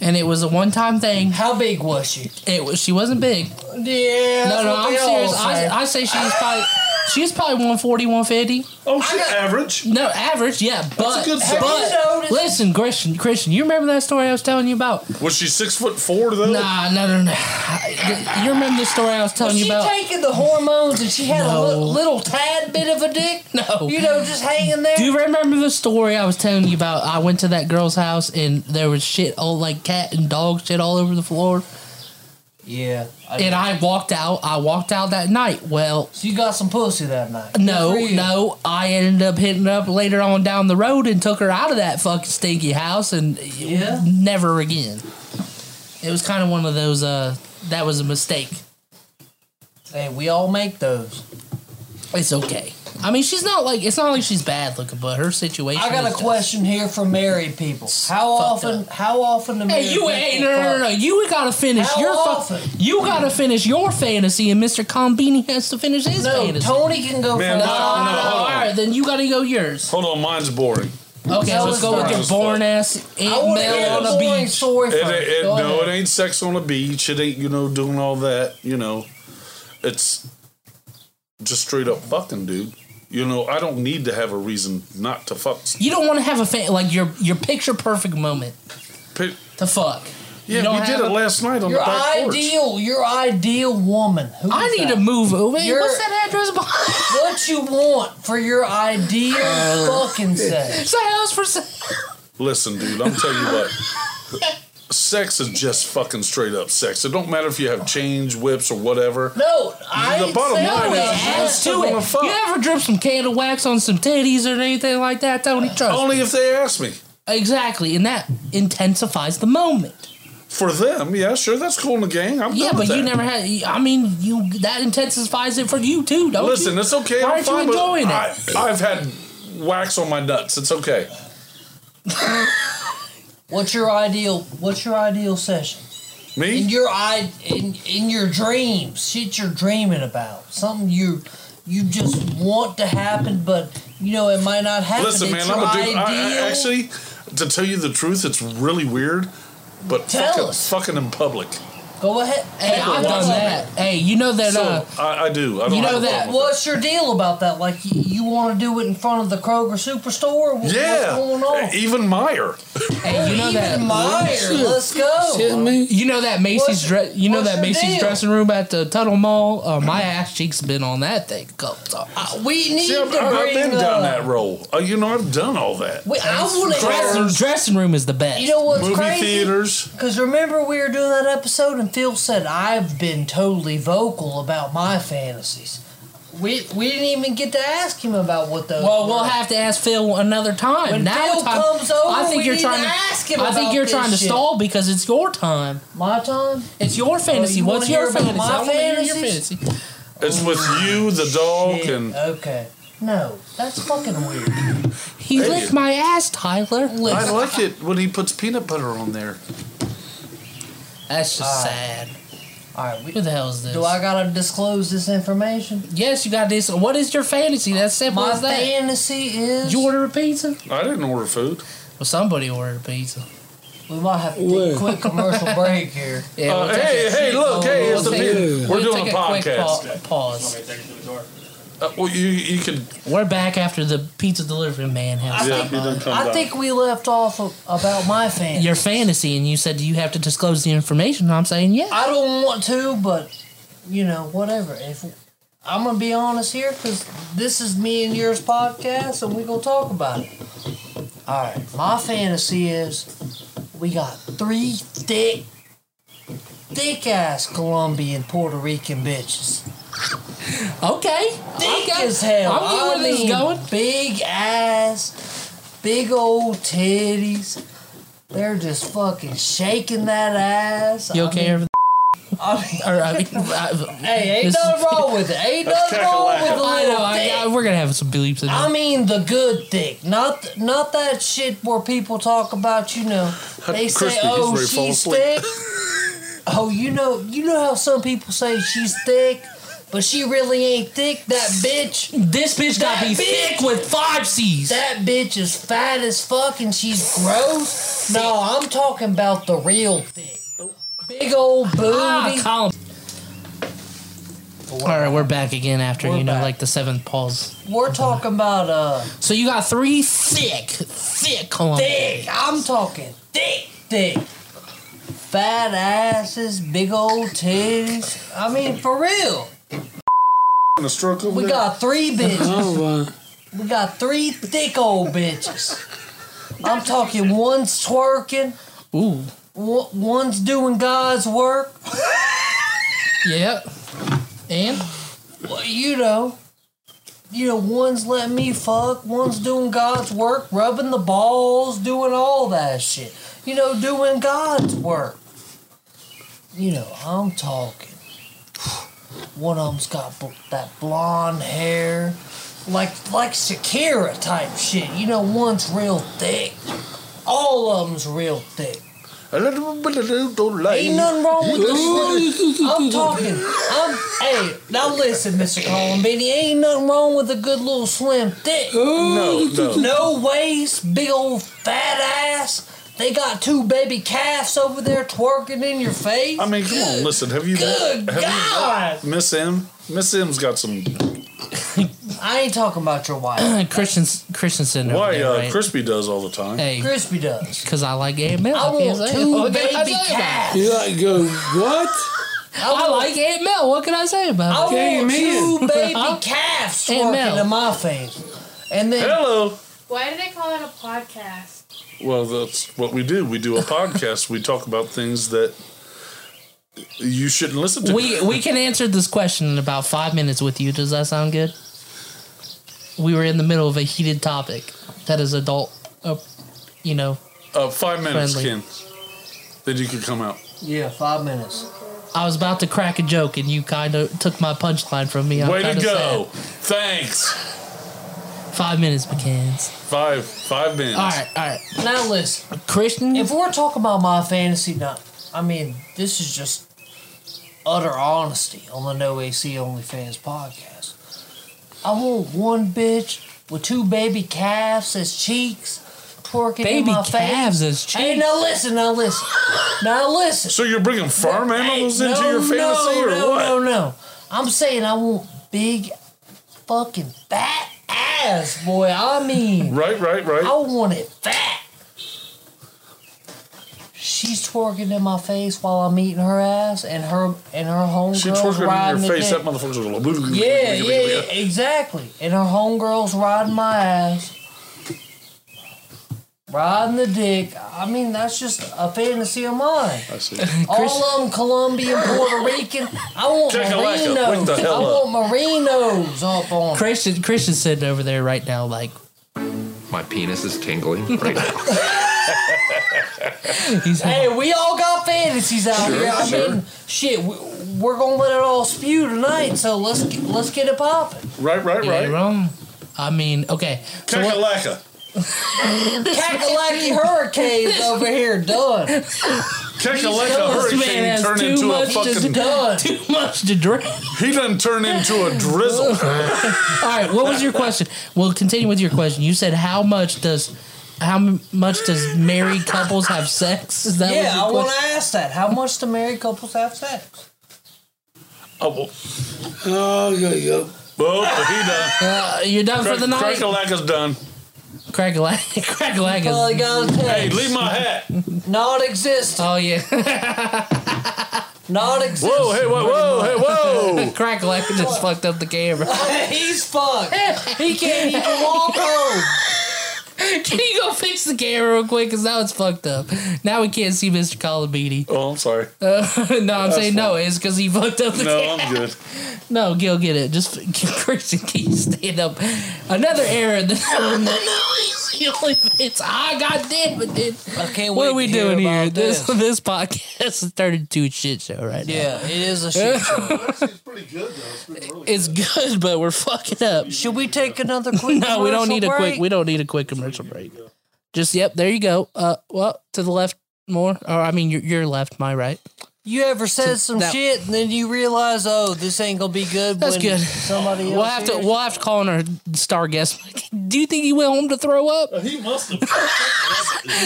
and it was a one time thing.
How big was she?
It was she wasn't big.
Yeah.
no,
that's
no,
what
I'm
they all
serious.
say.
I, I say she was probably she was probably 140, 150.
Oh, shit,
got-
average.
No, average, yeah, but
good size.
Have you
but
noticed-
listen, Christian, Christian, you remember that story I was telling you about?
Was she six foot four though?
Nah, no, no, no. I- You remember the story I was telling
she
you about?
taking the hormones and she had a
No.
little, little tad bit of a dick?
No.
You know, just hanging there?
Do you remember the story I was telling you about? I went to that girl's house and there was shit all like cat and dog shit all over the floor.
Oh, Yeah.
And I walked out. I walked out that night. Well,
So you got some pussy that night.
no,
Good for you.
no. I ended up hitting up later on down the road and took her out of that fucking stinky house and
Yeah?
never again. It was kind of one of those. Uh, that was a mistake.
Hey, we all make those.
It's okay. I mean, she's not like it's not like she's bad looking, but her situation.
I got
is
a
just-
question here for married people. How
fucked
often? How often do married
Hey, you
people
ain't no, no, no, no.
fuck?
You gotta finish
How
your fu-
often?
You gotta finish your fantasy, and Mister Combini has to finish his
No,
fantasy.
Tony can go
Man,
first.
no,
Oh,
no, hold
all
on.
right, then you gotta go yours.
Hold on, mine's boring.
Okay,
Tell
let's
us
go with
first.
your born ass
I
Aunt
want to
Mel
hear
on
the
a
boring
beach.
story
It,
first.
it,
Go
no,
ahead.
it ain't sex on the beach. It ain't you know doing all that. You know, it's just straight up fucking, dude. You know, I don't need to have a reason not to fuck.
You don't want to have a fan like your your picture perfect moment
Pick-
to fuck. You
Yeah,
don't
we did
have
it
a-
last night on
Your
the back porch.
ideal, your ideal woman. Who
I
is
need
that?
to move. Oh, wait,
You're-
what's that address behind?
What you want for your ideal
Uh,
fucking sex?
It's a house for sale.
Listen, dude, I'm telling you what. Sex is just fucking straight up sex. It don't matter if you have change, whips, or whatever.
No, I
The
ain't
bottom
saying
line
No,
Oh,
it
yeah,
that.
adds to
still gonna
it.
fuck.
You ever drip some candle wax on some titties or anything like that, Tony? Trust me.
Only if they ask me.
Exactly, and that intensifies the moment.
For them, yeah, sure, that's cool in the gang. I'm
yeah,
done
but
with
you
that.
never had. I mean, you that intensifies it for you too, don't
Listen,
you?
it's okay.
Why
I'm
aren't you
fine with-
enjoying it?
I, I've had wax on my nuts. It's okay.
What's your ideal? What's your ideal session? In
Me?
your i in in your dreams, shit you're dreaming about, something you you just want to happen, but you know it might not happen.
Listen,
it's
man, I'm
your
a dude. I,
ideal.
I, actually, to tell you the truth, it's really weird, but
Tell
fucking,
us.
fucking in public.
Go ahead.
hey, I've done that. Hey, you know that.
So
uh,
I, I do. I don't
you know
have a
that-
problem with
What's your deal about that? Like you, you want to do it in front of the Kroger superstore? What-
Yeah.
What's going on?
Even Meyer.
hey, you know
Even
that.
Meyer, let's go.
Shit, me.
You know that Macy's
What's-
dress. You know
what's
that
your
Macy's
deal?
dressing room at the Tuttle Mall. Uh, my ass cheeks been on that thing a couple times.
Uh, we need
See,
to
I've,
bring.
I've I've been
uh,
down that roll. Uh, you know, I've done all that.
We, I want to
Dressing, dressing room is the best.
You know what's
Movie
crazy?
theaters.
Because remember, we were doing that episode, and Phil said, I've been totally vocal about my fantasies. We, we didn't even get to ask him about what those
Well, we'll
were.
have to ask Phil another time.
When
now
Phil
it's time.
comes over,
I think
we
you're
need
trying
to ask him
I think
about
you're
this
trying to
shit.
stall because it's your time.
My time?
It's your fantasy.
you
What's
wanna
your
hear about
fantasy?
my
I wanna hear your
fantasies?
fantasy.
It's with you, the dog,
Shit,
and
Okay. No, that's fucking weird.
He
Hey.
licked my ass, Tyler.
I
Listen,
like it when he puts peanut butter on there.
that's just
Uh,
sad.
All right, we,
Who the hell is this?
do I gotta disclose this information?
yes, you got this. What is your fantasy? That's simple
My
as that.
fantasy is.
you order a pizza?
I didn't order food.
Well, somebody ordered a pizza.
we might have to
Where?
take a quick commercial break here.
Yeah,
Uh,
we'll take
hey,
a-
hey, look, hey, it's the
we'll take
pizza. We're
we'll
doing a
take quick
podcast.
pa- pause.
Uh, well, you you could.
We're back after the pizza delivery man has.
Yeah, you done come
I
down.
think we left off of, about my fantasy.
your fantasy and you said you have to disclose the information. I'm saying yeah.
I don't want to, but you know, whatever. If I'm gonna be honest here, because this is me and yours podcast, and we gonna talk about it. All right, my fantasy is we got three thick, thick ass Colombian Puerto Rican bitches.
Okay.
Thick
okay.
as hell.
I'm getting where
I
this is
mean,
going.
Big ass, big old titties. They're just fucking shaking that ass.
You
I
okay
mean-
over
I mean,
there? Or, I mean, I,
Hey, ain't
This-
nothing wrong with it. Ain't nothing wrong with a
I know.
little
I, I,
dick.
we're gonna have some bleeps in
I
there.
mean the good dick, not th- not that shit where people talk about. You know, they say,
Crispy,
"Oh,
he's ready to
she's
fall asleep."
thick." oh, you know, you know how some people say she's thick, but she really ain't thick. That bitch,
This bitch gotta
That
be
bitch-
thick with five C's.
that bitch is fat as fuck, and she's gross. No, I'm talking about the real thick, big old booty.
ah, column. All right, we're back again after
We're
you know,
back.
like the seventh pause.
We're talking about uh.
So you got three thick, thick Colombian.
thick. I'm talking thick, thick. Fat asses, big old titties. I mean, for real.
a stroke over
We
there.
got three bitches.
Oh, uh,
We got three thick old bitches. I'm talking one's twerking,
Ooh,
one- one's doing God's work, Yep. And well, you know, you know, one's letting me fuck, one's doing God's work, rubbing the balls, doing all that shit. You know, doing God's work. You know, I'm talking. One of them's got bl- that blonde hair, like like Shakira type shit. You know, one's real thick. All of them's real thick.
A little bit of little light.
Ain't nothing wrong with this. I'm talking. I'm hey. Now listen, Mister Columbini. Ain't nothing wrong with a good little slim thick.
No, no.
No waist, big old fat ass. They got two baby calves over there twerking in your face.
I mean, come on, listen. Have you
Good
have you-
God!
Miss M? Miss M's got some.
I ain't talking about your wife.
Christians, Christensen. over
Why
there,
uh,
right?
Crispy does all the time.
Hey,
Crispy does.
because Mm. I like Aunt Mel.
I
can't
want
say it.
two
What can I
baby
say about it?
calves.
You like go what?
I like Oh, Aunt Oh, Mel. What can I say
I
about it?
Okay,
want
man.
two baby
Huh?
calves
Hey, Mel.
twerking in my face, and then
Hello.
Why do they call it a podcast?
Well, that's what we do. We do a podcast. We talk about things that you shouldn't listen to.
We we can answer this question in about five minutes with you. Does that sound good? We were in the middle of a heated topic that is adult, uh, you know.
uh, five minutes,
Friendly.
Ken. Then you can come out.
yeah, five minutes.
I was about to crack a joke and you kind of took my punchline from me. I'm
Way to
kinda
go! Thanks.
sad. Five minutes, McCanns.
Five five minutes.
All right, all right.
Now listen.
Christian,
If we're talking about my fantasy, not I mean, this is just utter honesty on the No AC OnlyFans podcast. I want one bitch with two baby calves as cheeks, twerking in
baby
my
calves
face.
is cheap.
Hey, now listen, now listen, now listen.
So you're bringing farm animals
Hey,
into
no,
your fantasy
no,
or
no,
what?
No, no, I'm saying I want big, fucking fat ass, boy. I mean.
Right, right, right.
I want it fat. She's twerking in my face while I'm eating her ass, and her and her
she
homegirls
twerking in
riding
your
the
face. That
dick.
motherfucker's like,
Yeah, yeah, yeah, exactly. And her homegirls riding my ass, riding the dick. I mean, that's just a fantasy of mine.
I see.
Chris-
All of them Colombian, Puerto Rican. I want
Jack-a-lacka, wake
merinos.
the
I
hell up.
want merinos up on.
Christian, Christian's sitting over there right now, like
My penis is tingling right now.
he's.
Hey, we all got fantasies out here. I mean, shit, we, we're gonna let it all spew tonight. So let's get, let's get it popping.
Right, right,
You ain't
right.
wrong. I mean, okay. So what,
Kakalaka.
Cackalacky hurricanes over here done.
man
Kakalaka hurricane
has
turned
too
into a
much to
fucking.
Done.
too much to drink.
He done turned into a drizzle.
All right, what was your question? We'll continue with your question. You said how much does how m- much does married couples have sex? Is that what
Yeah, I
your
want
question?
to ask that. How much do married couples have sex?
oh, well,
Oh, yo, yo.
well, he done.
Uh, you're done for the night.
Crack-a-lacka's done.
Crack a leg. Crack a leg.
Probably
is-
got
Hey,
sex.
leave my hat.
Not exist.
Oh yeah.
Not exist.
Whoa, hey, whoa, whoa, hey, whoa.
Crack a leg just fucked up the camera.
He's fucked. He can't even walk home.
Can you go fix the camera real quick? Cause now it's fucked up. Now we can't see Mr. Colabini.
Oh, I'm sorry.
Uh, no, I'm saying no. It's because he fucked up the
No,
camera.
I'm good.
No, Gil, get it. Just Christian, can you stand up? Another error. in The it's I got damn it, dude.
I can't
What
wait
are we
to hear
doing here?
about
This this podcast has turned into a shit show right now.
Yeah, it is a shit show.
It's good, but we're fucking up.
Should we take another quick?
No, we don't need a
commercial
quick.
break?
We don't need a quick commercial break. Just yep, there you go. Uh, well, to the left more, or I mean, your your left, my right.
You ever said some
that-
shit and then you realize, oh, this ain't gonna be good.
That's
when
good.
Somebody else
We'll have to
hears?
we'll have to call in our star guest. Do you think he went home to throw up?
He must have.
No,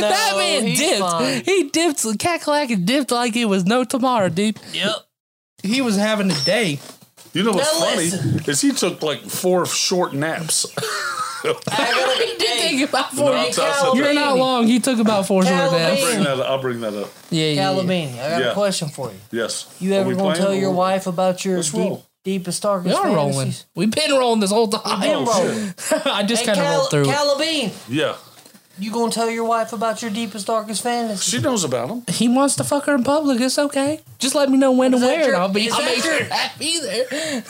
that man
he's
dipped.
fine.
He dipped. Cackalack and dipped like it was no tomorrow, dude.
Yep.
He was having a day.
You know what's
Now
funny
listen.
is he took like four short naps.
I gotta,
He did take about four.
No,
days.
that's- that's-
You're not long. He took about four short
Calabini.
naps.
Bring that up. I'll bring that up.
Yeah, yeah, yeah.
Calabini, I got
Yeah.
a question for you.
Yes.
You
Are
ever
we
gonna
playing
tell your
or-
wife about your
Let's
deep,
roll.
deepest,
We
darkest
are rolling.
fantasies?
We've been rolling this whole time.
Been rolling.
I just
Hey,
kind of
Cal-
rolled through. it.
Calabini,
Oh, Yeah.
You gonna tell your wife about your deepest, darkest fantasy?
She knows about them.
He wants to fuck her in public. It's okay. Just let me know when and where, and I'll be.
is
I'll
that
make sure.
your-
happy there.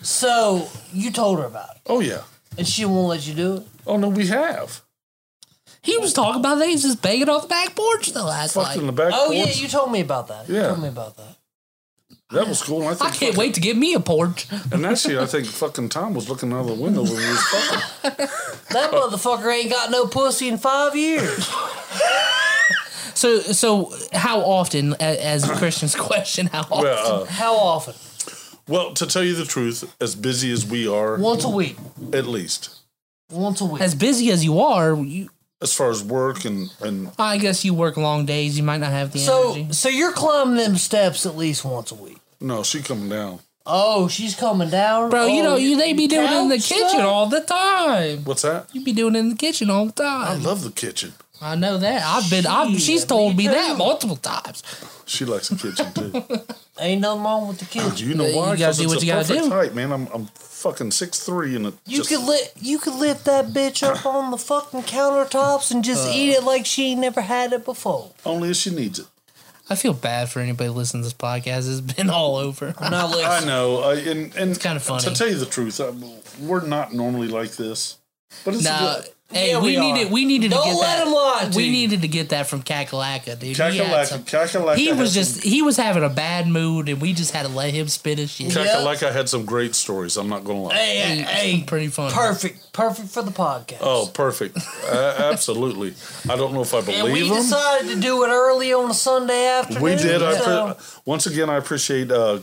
So you told her about it,
Oh yeah.
and she won't let you do it.
Oh no, we have.
He was talking about that. He's just banging off the back porch the last night.
Fucked in the back
oh yeah,
porch.
you told me about that. You
Yeah.
told me about that.
That was cool. I,
I
think
can't wait to get me a porch.
And actually, I think fucking Tom was looking out of the window when we was fucking.
That motherfucker ain't got no pussy in five years.
So, so how often, a- as Christian's question, how often?
Well, uh,
How often?
well, to tell you the truth, as busy as we are,
Once a week.
at least
Once a week.
as busy as you are, you,
as far as work and and
I guess you work long days. You might not have the
So
energy.
so you're climbing them steps at least once a week.
no, she coming down.
Oh, she's coming down.
Bro, you
Oh,
know, you they be doing it in the
couch
kitchen
stuff?
all the time.
What's that?
You be doing it in the kitchen all the
I
time.
love the kitchen.
I know that. I've been. I've,
Shit,
she's told me
me
that
too.
multiple times.
She likes the kitchen too.
Ain't nothing wrong with the
Do
kitchen.
Oh, you know
You
why?
gotta do
it's
what
a
you gotta
perfect
do.
height, man. I'm I'm fucking six three and it
You
just,
could lit you could lift that bitch up on the fucking countertops and
Uh.
just eat it like she ain't never had it before.
only if she needs it.
I feel bad for anybody listening to this podcast. It's been all over.
Now listen,
I know. I, and and it's
kinda funny.
To tell you the truth, I, we're not normally like this, but it's
Now,
good.
hey,
Yeah,
we,
we
needed.
are.
We needed to
Don't
get
let
that.
him lie to
we
you.
needed to get that from Kakalaka, dude. He had
Kakalaka,
some-
Kakalaka
He
had
was
some-
just. He was having a bad mood, and we just had to let him spit his shit.
Yeah.
Kakalaka had some great stories. I'm not gonna lie.
hey, hey, hey,
pretty funny.
perfect, perfect for the podcast.
Oh, perfect. uh, absolutely. I don't know if I
and we
believe him.
decided to do it early on a Sunday afternoon.
We did. I
so-
appre- once again, I appreciate uh,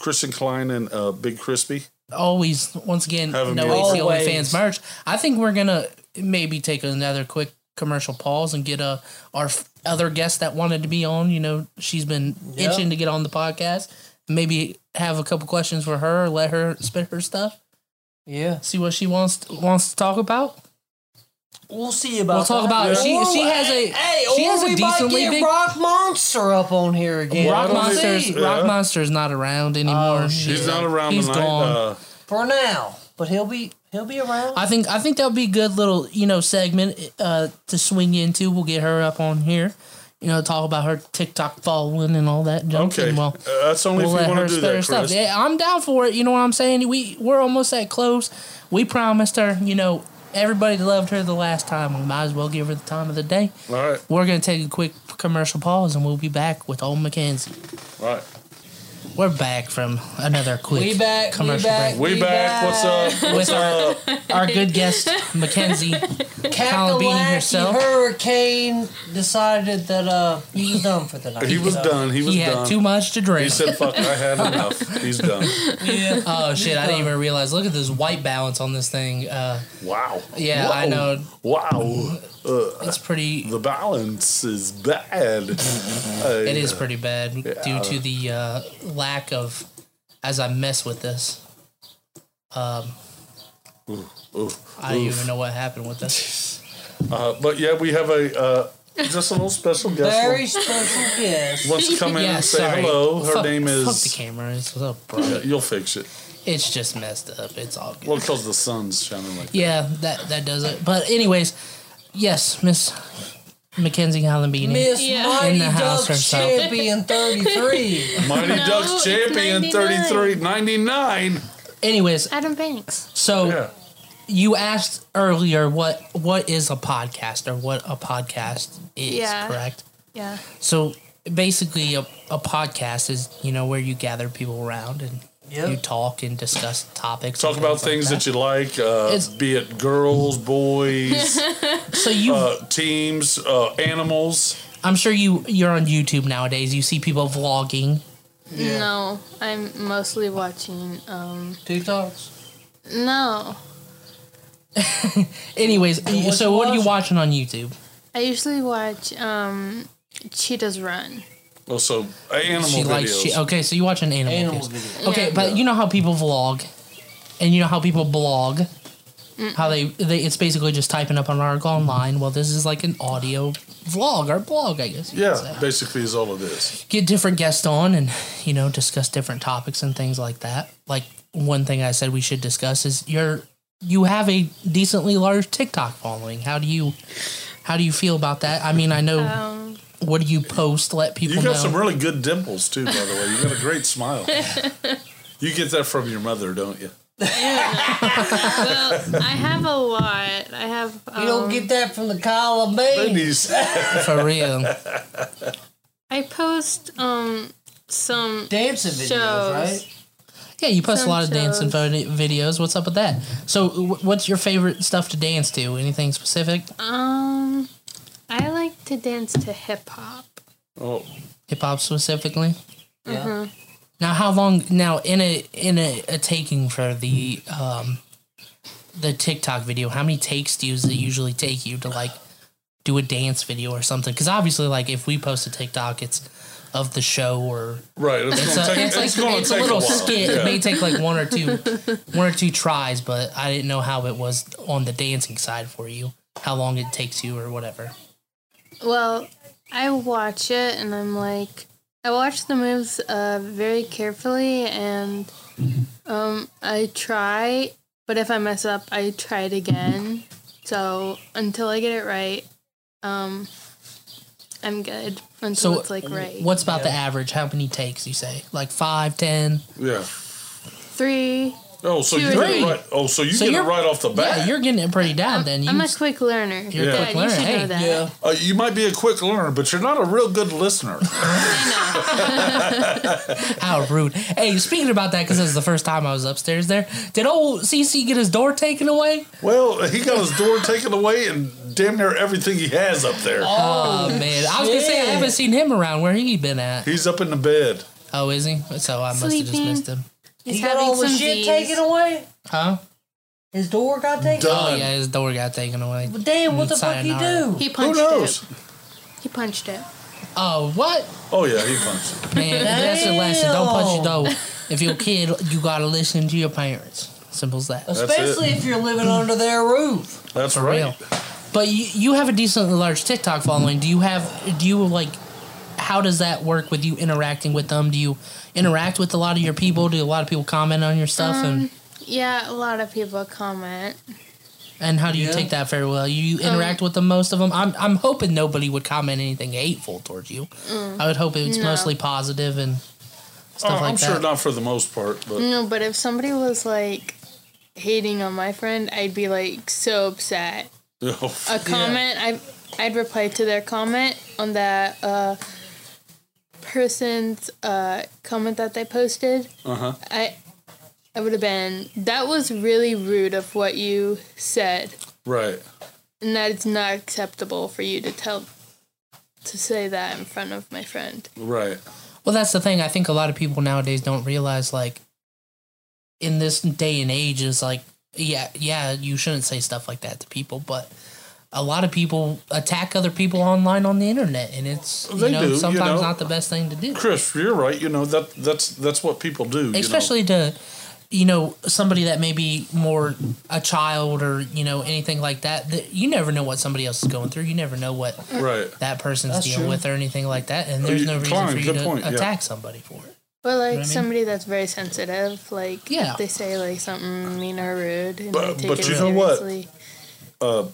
Christian Klein and uh, Big Crispy.
always once again
Have 'em
no
do
it's the only
Always.
fans merch i think we're gonna maybe take another quick commercial pause and get uh, our f- other guest that wanted to be on you know she's been
Yeah.
itching to get on the podcast maybe have a couple questions for her let her spit her stuff
yeah,
see what she wants wants to talk about
we'll see about.
We'll talk
that.
about it. She-
Or-
she has a-
Hey,
she
or
has a
we might
decently
get
big-
Rock Monster up on here again.
rock
Rock don't
We'll see.
monsters
Yeah.
rock monster is not around anymore
Oh, shit.
He's
Yeah.
not around
He's
tonight.
gone.
Uh,
for now, but he'll be he'll be around.
I think I think that'll be a good little you know segment uh, to swing into. We'll get her up on here, you know, talk about her TikTok following and all that junk.
okay.
And well,
Uh, that's only
we'll
if
let
you
her
want to do
spit her
that,
stuff.
Chris.
Yeah, I'm down for it. You know what I'm saying? We we're almost that close. We promised her. You know, everybody loved her the last time. We might as well give her the time of the day.
All right.
We're gonna take a quick commercial pause and we'll be back with old Mackenzie.
All right.
We're back from another quick
We back, we
commercial
back.
break
We
We
back. What's up?
with our, our good guest Mackenzie. Colin Beatty
Kakalaki
herself.
Hurricane decided that uh he was done for the night.
He was
So,
done. He was
he had
done.
too much to drink.
he said, "Fuck, I had enough." He's done.
oh shit! I didn't even realize. Look at this white balance on this thing. Uh,
Wow.
Yeah, I know.
Wow. Uh,
it's pretty.
the balance is bad.
It is pretty bad due to the uh, lack of. As I mess with this, Um, I don't even know what happened with this.
Uh, but yeah, we have a uh, just a little special guest.
Very special guest.
wants to come in
Yeah,
and say
sorry.
hello. Her
Fuck-
name
Fuck the
is.
camera. It's so bright.
uh, You'll fix it.
It's just messed up. It's all good.
Well, because the sun's shining like.
Yeah, that that does it. But anyways, yes, Miss Mackenzie Holland Beanie.
Miss
Yeah.
Mighty
In the house
Ducks
herself.
champion thirty three.
Mighty
No,
Ducks
it's
champion
99.
33 99.
Anyways,
Adam Banks.
so
Yeah.
you asked earlier what what is a podcast or what a podcast is,
Yeah.
correct?
Yeah.
So basically, a, a podcast is you know where you gather people around and
Yep.
you talk and discuss topics.
Talk about things that you like, uh,
It's-
be it girls, boys,
you. So you,
uh, teams, uh, animals.
I'm sure you you're on YouTube nowadays. You see people vlogging.
No, I'm mostly watching. Um,
TikToks.
no,
Anyways,
what
so
you
what are you
watching?
watching on YouTube?
I usually watch um, Cheetahs Run.
Oh, so animal
she
videos.
likes she, okay so you watch an animal,
Animal
videos.
video.
okay but you know how people vlog and you know how people blog how they, they it's basically just typing up an article online well this is like an audio vlog or blog i guess you could
Yeah,
say.
basically is all it is.
get different guests on and you know discuss different topics and things like that like one thing i said we should discuss is your you have a decently large TikTok following. How do you how do you feel about that? I mean, I know
Um,
what do you post? Let people
You got
know.
some really good dimples too, by the way. You got a great smile. You get that from your mother, don't you?
well, I have a lot. I have. Um,
You don't get that from the column beans.
For real.
I post um some
dancing videos, right?
Yeah, you post
Some
a lot of dancing vid- videos. What's up with that? So, wh- what's your favorite stuff to dance to? Anything specific?
Um, I like to dance to hip hop.
Oh,
hip hop specifically.
Yeah.
Now, how long? Now, in a in a, a taking for the um the TikTok video, how many takes do you does it usually take you to like do a dance video or something? Because obviously, like if we post a TikTok, it's of the show or
Right, it's gonna take-
like
it's gonna
it's
take
a
a
little
while,
skit.
yeah.
It may take like one or two one or two tries, but I didn't know how it was on the dancing side for you. How long it takes you or whatever.
Well, I watch it and I'm like, I watch the moves uh, very carefully and um, I try, but if I mess up, I try it again. So until I get it right, um, I'm good. Until
So
it's like right.
What's about the average? How many takes you say? Like five, ten?
Yeah.
Three.
Oh, so
Two
you
or
get
three.
it right. Oh, so you get it
you're-
right off the bat.
Yeah, you're getting it pretty down then. You,
I'm a quick learner.
You're a
Dad,
quick
you
learner,
should
hey.
know that.
Yeah. Uh, you might be a quick learner, but you're not a real good listener.
how rude. Hey, speaking about that, because this is the first time I was upstairs there, did old CC get his door taken away?
Well, he got his door taken away and damn near everything he has up there.
Oh, man. I was going to say, I haven't seen him around. Where he been at?
He's up in the bed.
Oh, is he? So I must have just
Sleeping.
missed him.
He
He's
got all
having
the
some
shit
V's.
taken away.
Huh?
His door got taken.
Oh, yeah, his door got taken away.
Well, damn, what the fuck he
Sayonara.
do?
He punched
knows?
it. He punched it.
Oh, what?
Oh, yeah, he punched.
Man, that's your lesson. Don't punch your door. If you're a kid, you got to listen to your parents. Simple as that.
Especially if you're living under their roof.
That's
for
right. Uh,
real. But you, you have a decently large TikTok following. Do you have do you like how does that work with you interacting with them? Do you interact with a lot of your people? Do a lot of people comment on your stuff and
Um, yeah, a lot of people comment.
and how do you take that very well? You
Um,
interact with the most of them. I'm I'm hoping nobody would comment anything hateful towards you.
Mm.
I would hope it's
No.
mostly positive and
Uh,
stuff like
I'm
that. Mm.
sure not for the most part, but
No, but if somebody was like hating on my friend, I'd be like so upset.
oh,
Uh,
A comment, I I'd reply to their comment on that uh, person's uh, comment that they posted.
Uh-huh.
I I would have been that was really rude of what you said,
Right.
and that it's not acceptable for you to tell to say that in front of my friend.
Right.
Well, that's the thing. I think a lot of people nowadays don't realize, like, in this day and age, is like, yeah, yeah, you shouldn't say stuff like that to people, but a lot of people attack other people online on the internet, and it's
They
you know
do, you
sometimes
know.
not the best thing to do,
Chris, you're right. You know that that's that's what people do. you know.
especially to you know somebody that may be more a child or you know anything like that. That you never know what somebody else is going through. You never know what
Right.
that person's
That's
dealing
true.
with or anything like that, and
Oh,
there's
you-
no reason
Klein,
for you
good
to
point, yeah.
attack somebody for it.
Or like
what I mean?
somebody that's very sensitive, like
Yeah.
if they say like something mean or rude, and
But-
they take
but
it
you know what?
seriously.
uh,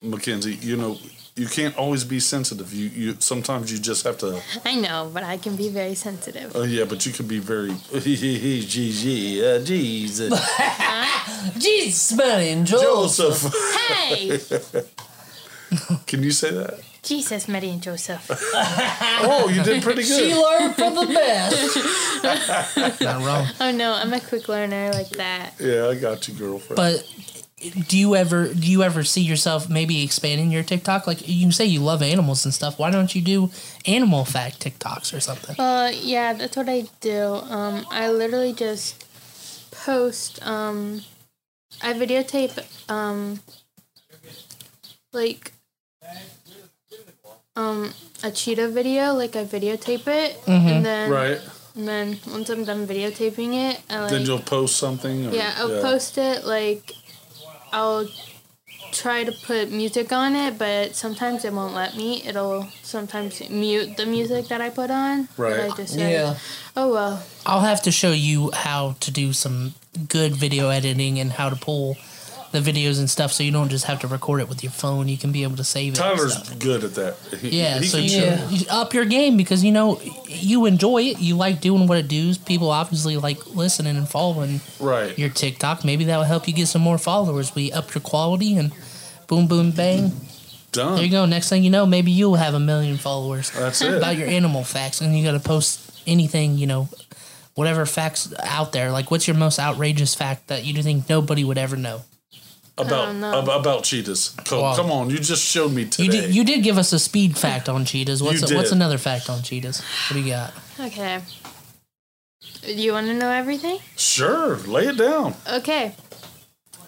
Mackenzie, you know, you can't always be sensitive. You, you sometimes you just have to.
I know, but I can be very sensitive.
Oh yeah, but you can be very. GG, uh, Jesus,
Jesus, buddy, and Joseph.
Joseph.
Hey,
can you say that?
Jesus, Mary and Joseph.
Oh, you did pretty good.
She learned from the
best.
Not wrong.
Oh no, I'm a quick learner like that.
Yeah, I got you, girlfriend.
But do you ever do you ever see yourself maybe expanding your TikTok? Like you say you love animals and stuff. Why don't you do animal fact TikToks or something?
Uh, yeah, that's what I do. Um, I literally just post. Um, I videotape. Um, like. Um, a cheetah video, like I videotape it,
Mhm.
and then
Right.
and then once I'm done videotaping it, I like
then you'll post something. Or,
Yeah, I'll post it like I'll try to put music on it, but sometimes it won't let me. It'll sometimes mute the music that I put on. but
Right.
I just say,
Yeah.
Oh well.
I'll have to show you how to do some good video editing and how to pull the videos and stuff, so you don't just have to record it with your phone. You can be able to save it. and
Tyler's
stuff.
good at that. He-
Yeah,
he
so
can
you,
show.
you up your game because you know you enjoy it. You like doing what it does. People obviously like listening and following
Right.
your TikTok. Maybe that will help you get some more followers. We up your quality and boom, boom, bang.
Done.
There you go. Next thing you know, maybe you'll have a million followers.
That's it.
About your animal facts, and you got to post anything you know, whatever facts out there. Like, what's your most outrageous fact that you think nobody would ever know?
About
don't know.
ab- about cheetahs. Co-
Wow.
Come on, you just showed me today.
You did. You did give us a speed fact on cheetahs. What's
You
what's
did.
another fact on cheetahs? What do you got?
Okay. Do you want to know everything?
sure, lay it down.
Okay.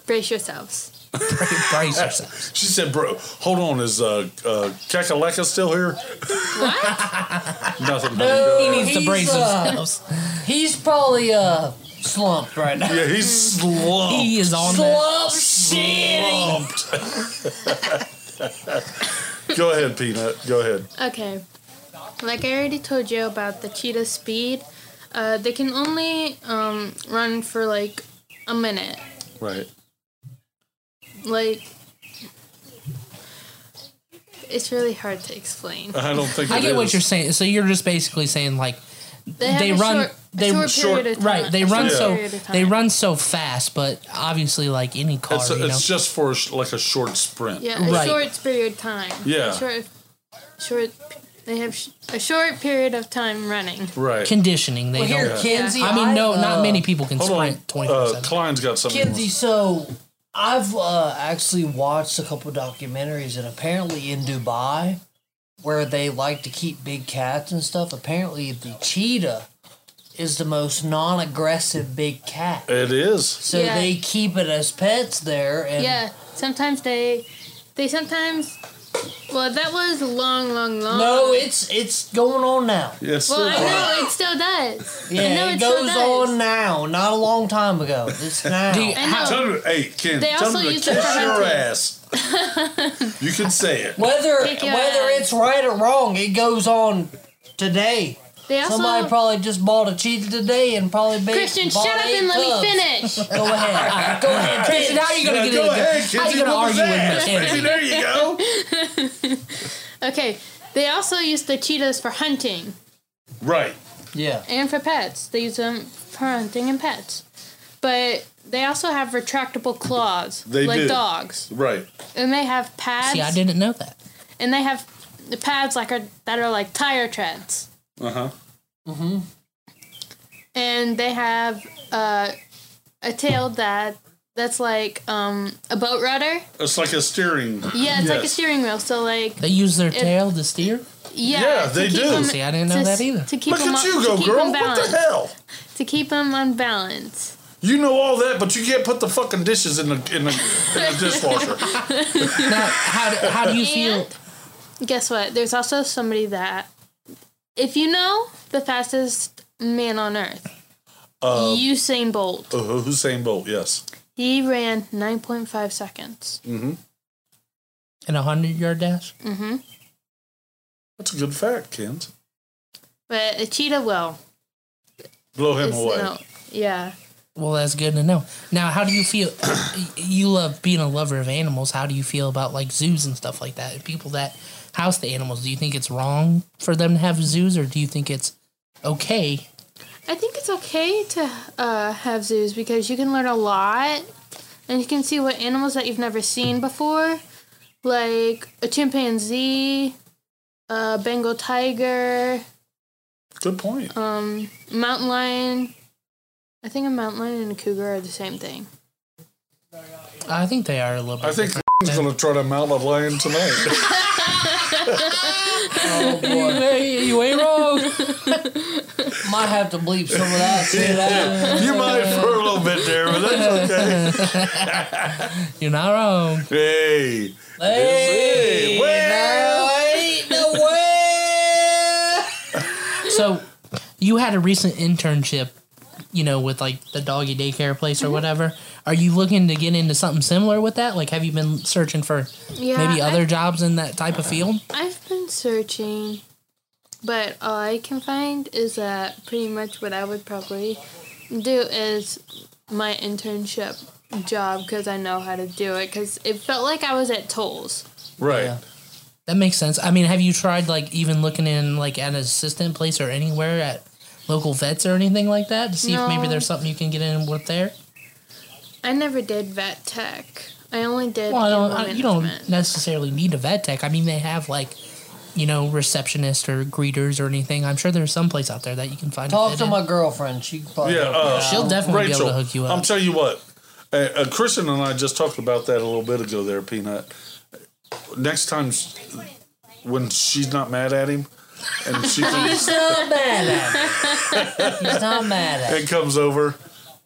Brace yourselves.
Brace
yourself. She said, "Bro, hold on. Is uh, uh, Kakaleka still here?" Nothing.
he needs to brace himself. uh, He's probably uh slumped right now.
Yeah, he's slumped.
He is on that-
Slumped Slumped. Go ahead, Peanut. Go ahead.
Okay. Like I already told you about the cheetah speed, uh, they can only um, run for like a minute.
Right.
Like, it's really hard to explain.
I don't think
I
it
get what
is.
you're saying. So you're just basically saying like
They have a
run
short- a
they
short period of time-
right they
a
run
short
so
period of
they
time.
run so fast, but obviously like any car,
It's,
you know.
it's just for sh- like a short sprint.
Yeah, a short period of time.
Yeah.
A short, short. They have sh- a short period of time running.
Right.
Conditioning. They
Well, here,
don't.
Kenzie,
I mean, no,
I,
not
uh,
many people can
Hold
sprint
on.
twenty.
Uh, Klein's got something.
Kinsey, so I've uh, actually watched a couple documentaries, and apparently in Dubai, where they like to keep big cats and stuff, apparently the cheetah is the most non aggressive big cat.
It is.
So
Yeah.
they keep it as pets there, and
yeah. Sometimes they, they sometimes. Well, that was long, long, long.
no, it's it's going on now.
Yes,
Well, I know it still does. I know
Yeah, it
still
goes
does.
on now, not a long time ago. It's now.
Do you- I know.
Tell her, hey, Ken,
They
tell
also
her to
use
kiss your
it for hunting.
ass. you can say it.
Whether
Kick your
whether
ass.
it's right or wrong, it goes on today.
They also-
Somebody probably just bought a cheetah today and probably ba-
Christian,
bought
shut up
eight
and let me
cubs.
finish.
Go ahead, go ahead,
Christian. How you gonna
Yeah,
get
go
in
ahead,
How
Kenzie,
you gonna
what was
argue with
that?
me? Kenzie?
There you go.
okay, they also use the cheetahs for hunting
Right.
Yeah.
and for pets. They use them for hunting and pets, but they also have retractable claws
They
like
do.
dogs,
Right.
and they have pads.
See, I didn't know that.
And they have the pads like are that are like tire treads,
Uh huh.
Mm-hmm.
and they have uh, a tail that that's like um, a boat rudder.
It's like a steering.
Yeah, it's like a
Yes.
steering wheel. So like
They use their
It-
tail to steer.
Yeah,
Yeah,
to
they
keep
do.
them-
See,
I didn't know
to-
that either.
To keep
Look
them
at
on-
you
to
go,
keep
girl.
them
What
balanced.
the hell?
To keep them on balance.
You know all that, but you can't put the fucking dishes in the in the, in the dishwasher.
How do, how do you feel?
Guess what? There's also somebody that, if you know, the fastest man on earth,
Uh,
Usain Bolt.
uh, Hussein Bolt, yes.
He ran 9.5 seconds.
Mm-hmm.
In a hundred yard dash?
hmm
That's a good fact, Kent.
But a cheetah will.
Blow him
It's
away.
no- yeah.
Well, that's good to know. Now, how do you feel? you love being a lover of animals. How do you feel about like zoos and stuff like that? People that house the animals. Do you think it's wrong for them to have zoos, or do you think it's okay?
I think it's okay to uh, have zoos because you can learn a lot and you can see what animals that you've never seen before, like a chimpanzee, a Bengal tiger,
Good point.
Uh,
um, mountain lion. I think a mountain lion and a cougar are the same thing.
I think they are a little. bit
I think he's going to try to mount a lion tonight.
Hey, you ain't wrong. Might have to bleep some of that. Say that.
you might for a little bit there, but that's okay.
You're not wrong.
Hey.
Hey, now ain't no way.
So, you had a recent internship, you know, with like the doggy daycare place
Mm-hmm.
or whatever. Are you looking to get into something similar with that? Like, have you been searching for
Yeah,
maybe
I-
other jobs in that type of field?
I've been searching, but all I can find is that pretty much what I would probably do is my internship job because I know how to do it. Because it felt like I was at Toll's.
Right.
That makes sense. I mean, have you tried like even looking in like at an assistant place or anywhere at local vets or anything like that to see if maybe
No.
there's something you can get in with there?
I never did vet tech. I only did.
Well, I don't,
animal
I, you don't
management.
necessarily need a vet tech. I mean, they have like, you know, receptionists or greeters or anything. I'm sure there's some place out there that you can find. a
Talk
fit
to
in.
my girlfriend. She can probably
Yeah,
help you
uh,
out.
She'll definitely be able
Rachel,
to hook you up.
I'm telling you what, uh, uh, Kristen and I just talked about that a little bit ago. There, Peanut. Next time, s- when she's not mad at him, and she
She's not mad at She's not mad at
and comes over,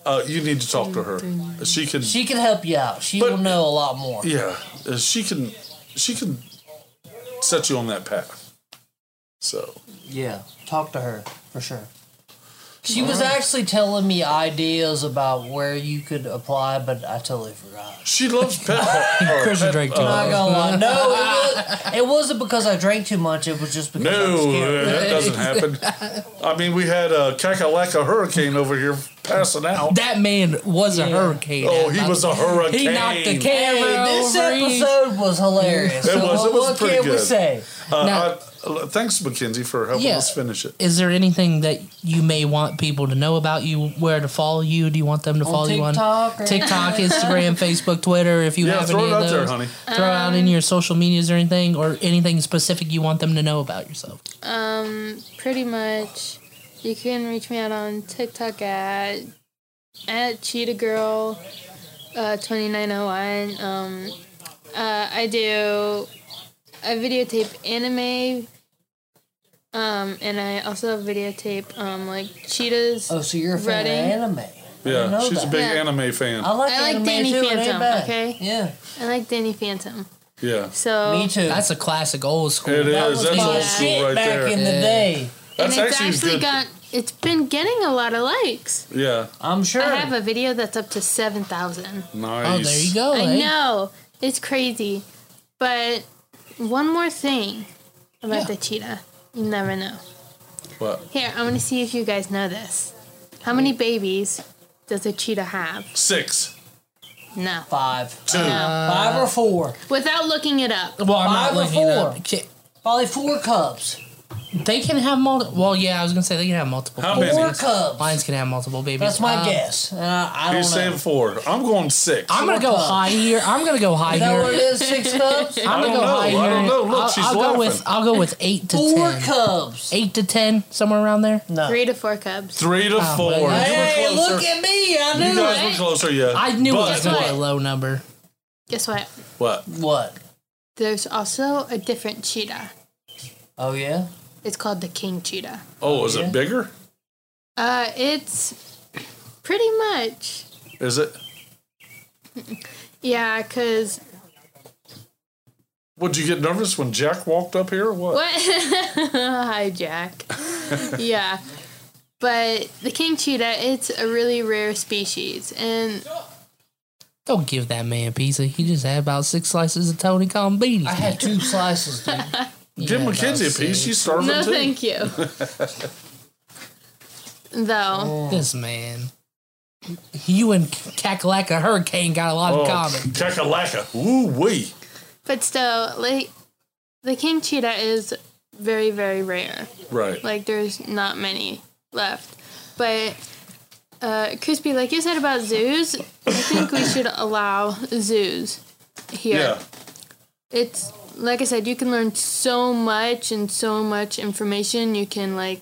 uh, you need to talk to her. She can.
She can help you out. She will know a lot more.
Yeah, uh, she can. She can set you on that path. So
Yeah, talk to her for sure. She was actually telling me ideas about where you could apply, but I totally forgot.
She loves pet. or
Kristen
pet-
drank too
uh,
Not gonna lie. No, it, was, it wasn't because I drank too much. It was just because I was
No, uh,
scared.
that doesn't happen. I mean, we had a Kakalaka hurricane over here passing out.
That man was a hurricane.
Oh, he was a hurricane.
He knocked the
Hey,
camera
this
over. He-
episode was hilarious.
It
so
was.
what,
It was
what
pretty
can we
good.
say?
Uh,
Now-
I- thanks, Mackenzie, for helping
Yeah.
us finish it.
Is there anything that you may want people to know about you? Where to follow you? Do you want them to
On
follow
TikTok
you
or-
on TikTok, Instagram, Facebook, Twitter? If you
Yeah,
have
throw
any
it
of
out there,
those,
honey.
throw out
Um,
in your social medias or anything, or anything specific you want them to know about yourself.
Um, pretty much. You can reach me out on TikTok at at Cheetah Girl uh, twenty nine oh one. Um, uh, I do I videotape anime. Um, and I also videotape um like cheetahs.
Oh, so you're a fan
running.
of anime. didn't
Yeah,
know
she's a
that.
big
Yeah.
anime fan.
I like,
I like
anime
Danny
too, it ain't
Phantom.
bad.
Okay,
Yeah,
I like Danny Phantom.
Yeah,
So
me too.
That's a classic old school.
it
that
is.
was
That's
my
old
shit
school right
back
there.
in the day.
and
That's
it's
actually,
actually,
good.
got it's been getting a lot of likes.
yeah,
I'm sure.
I have a video that's up to seven thousand.
nice.
Oh, there you go.
I
eh?
know. It's crazy. But one more thing about the cheetah. You never know.
What?
Here, I'm going to see if you guys know this. How many babies does a cheetah have?
Six,
No.
Five.
two.
No.
Five or four.
Without looking it up.
Well, I'm not
Five or
looking it up. Ki-
Probably four cubs.
They can have multiple. Well, yeah, I was gonna say they can have multiple.
How
babies.
Four
many?
cubs.
Lions can have multiple babies.
That's my
Um,
guess. And I, I don't
He's
know.
saying four. I'm going six.
I'm gonna go
Four cubs.
high here. I'm gonna go high
Is that
here.
what it is? Six cubs?
I'm
I
gonna
don't
go
know.
high
I
here.
don't know. Look,
I'll,
she's
I'll go
laughing.
with I'll go with eight to
Four
ten.
cubs.
Eight to ten, somewhere around there.
No.
Three to four cubs.
Three to
Oh,
four.
well, yeah.
Hey,
you were
look
closer.
at me. I
you
knew
guys
it.
were closer, yeah.
eh? I knew it was
But,
gonna be
what?
a low number.
Guess what?
what?
it. What?
There's also a different cheetah.
Oh, yeah?
It's called the king cheetah.
Oh, is
Yeah.
it bigger?
Uh, it's pretty much.
Is it?
Yeah, because.
Would you get nervous when Jack walked up here? Or what?
What? Hi, Jack. yeah. But the king cheetah, it's a really rare species. And
Don't give that man pizza. He just had about six slices of Tony Combini.
I had two slices, dude.
Give
Yeah,
Mackenzie a
about
piece.
six.
She's starving
no,
too.
thank you. Though,
This man. You and Kakalaka Hurricane got a lot in common.
Oh, Kakalaka. Woo wee.
but still, like, the king cheetah is very, very rare.
Right.
Like, there's not many left. But, uh, Crispy, like you said about zoos, I think we should allow zoos here.
yeah.
it's like I said, you can learn so much and so much information. You can like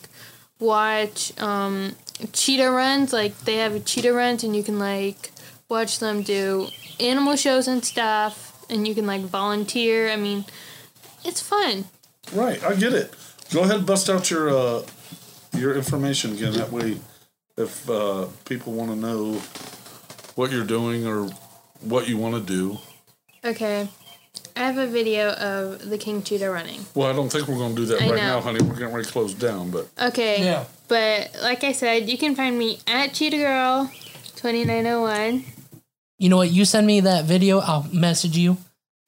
watch um, cheetah runs, like they have a cheetah runs, and you can like watch them do animal shows and stuff, and you can like volunteer. I mean, it's fun.
Right. I get it. Go ahead and bust out your uh, your information again. That way, if uh, people want to know what you're doing or what you want to do.
Okay, I have a video of the king cheetah running.
Well, I don't think we're going to do that
I
right
know.
now, honey. We're getting ready to close down, but
Okay.
Yeah.
But like I said, you can find me at Cheetah Girl, twenty nine oh one.
You know what? You send me that video, I'll message you.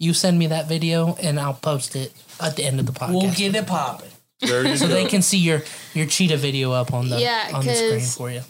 You send me that video and I'll post it at the end of the podcast.
We'll get it popping.
there you
so
go.
they can see your your cheetah video up on the
Yeah,
on the screen
'cause-
for you.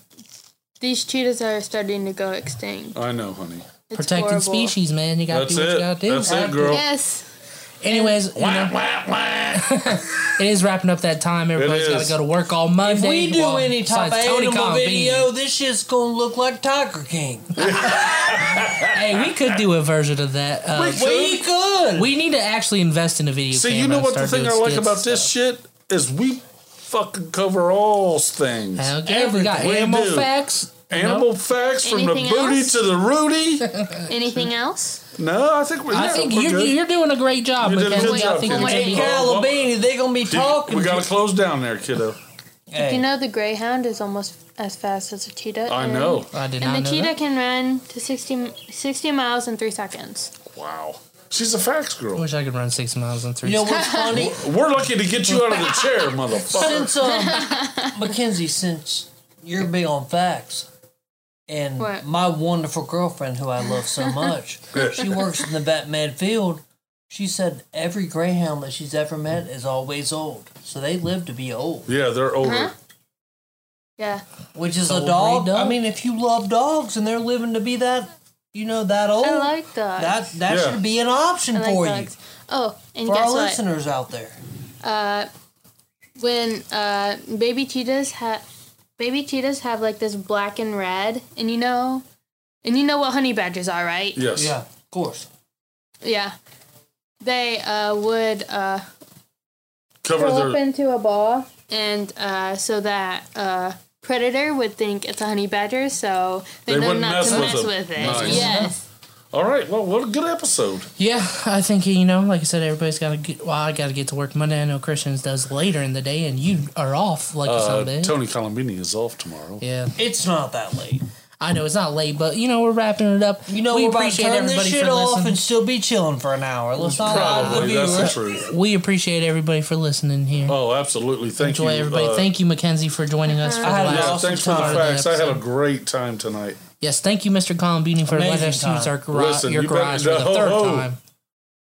These cheetahs are starting to go extinct.
I know, honey.
It's
protecting
horrible.
species, man. You got to
That's
do what
it.
you got to do.
That's it, girl.
Yes.
Anyways, you know, it is wrapping up that time. Everybody's got to
is.
go to work all Monday.
If we do
Well,
any type of
besides Tony
animal
Khan being-
video, this shit's gonna look like Tiger King.
hey, we could do a version of that. Uh,
We We could.
We need to actually invest in a video.
See,
camera
you know
and
what the
start
thing I
doing
like
skits.
about this shit is we fucking cover all things.
Okay, we got
We
animal
do.
facts.
Animal
Nope.
facts from
Anything
the booty
else?
to the rooty.
Anything else?
No, I think we're.
I
yeah,
think
we're
you're,
good.
you're doing a great job.
You did a
Mackenzie.
good job,
I think
kid.
you're gonna be-
Calabini, they gonna be
Dude,
talking.
We gotta close down there, kiddo.
Do you know the greyhound is almost as fast as a cheetah?
I
and-
know. I did not
And
know
the cheetah
that.
can run to 60, m- 60 miles in three seconds.
Wow. She's a facts girl. I
wish I could run six miles in three.
You know
seconds.
what's funny?
We're lucky to get you out of the chair, motherfucker.
Since um, Mackenzie, since you're big on facts, and my wonderful girlfriend who I love so much, she works in the Batman field. She said every greyhound that she's ever met is always old, so they live to be old.
Yeah, they're older.
Huh? Yeah.
Which is
So
a dog. I mean, if you love dogs and they're living to be that, you know, that old,
I like dogs.
that that
Yeah.
should be an option
I like
Oh, for
dogs. Oh,
you
and
for
guess
our
what?
listeners out there.
Uh, when uh, baby cheetahs have baby cheetahs have like this black and red, and you know, and you know what honey badgers are, right?
Yeah, of course.
Yeah. They uh, would uh,
Cover
roll up
their.
into a ball, and uh, so that uh, predator would think it's a honey badger, so they,
They
know
wouldn't
not
mess
to
with
mess
them.
with it.
Nice.
Yes.
All right. Well, what a good episode.
Yeah, I think you know, like I said, everybody's got to get. Well, I got to get to work Monday. I know Christians does later in the day, and you are off like a
Uh,
Sunday.
Tony Colombini is off tomorrow.
Yeah.
It's not that late.
I know it's not late, but you know we're wrapping it up. You know we
we're about to
appreciate
turn this
everybody
shit
for
off
listening.
and still be chilling for an hour. Let's not lie to the
Probably, that's the
viewers.
truth.
We appreciate everybody for listening here.
Oh, absolutely. Thank
Enjoy
you.
everybody.
uh,
Thank you, Mackenzie, for joining us. For the
I had an
last
awesome thanks for
part
the
of the
facts. I had a
episode.
great time tonight.
Yes, thank you, Mr. Columbini, for letting
Amazing
us use
time.
our garage,
Listen,
your
you better-
garage for the
Ho,
third
ho.
time.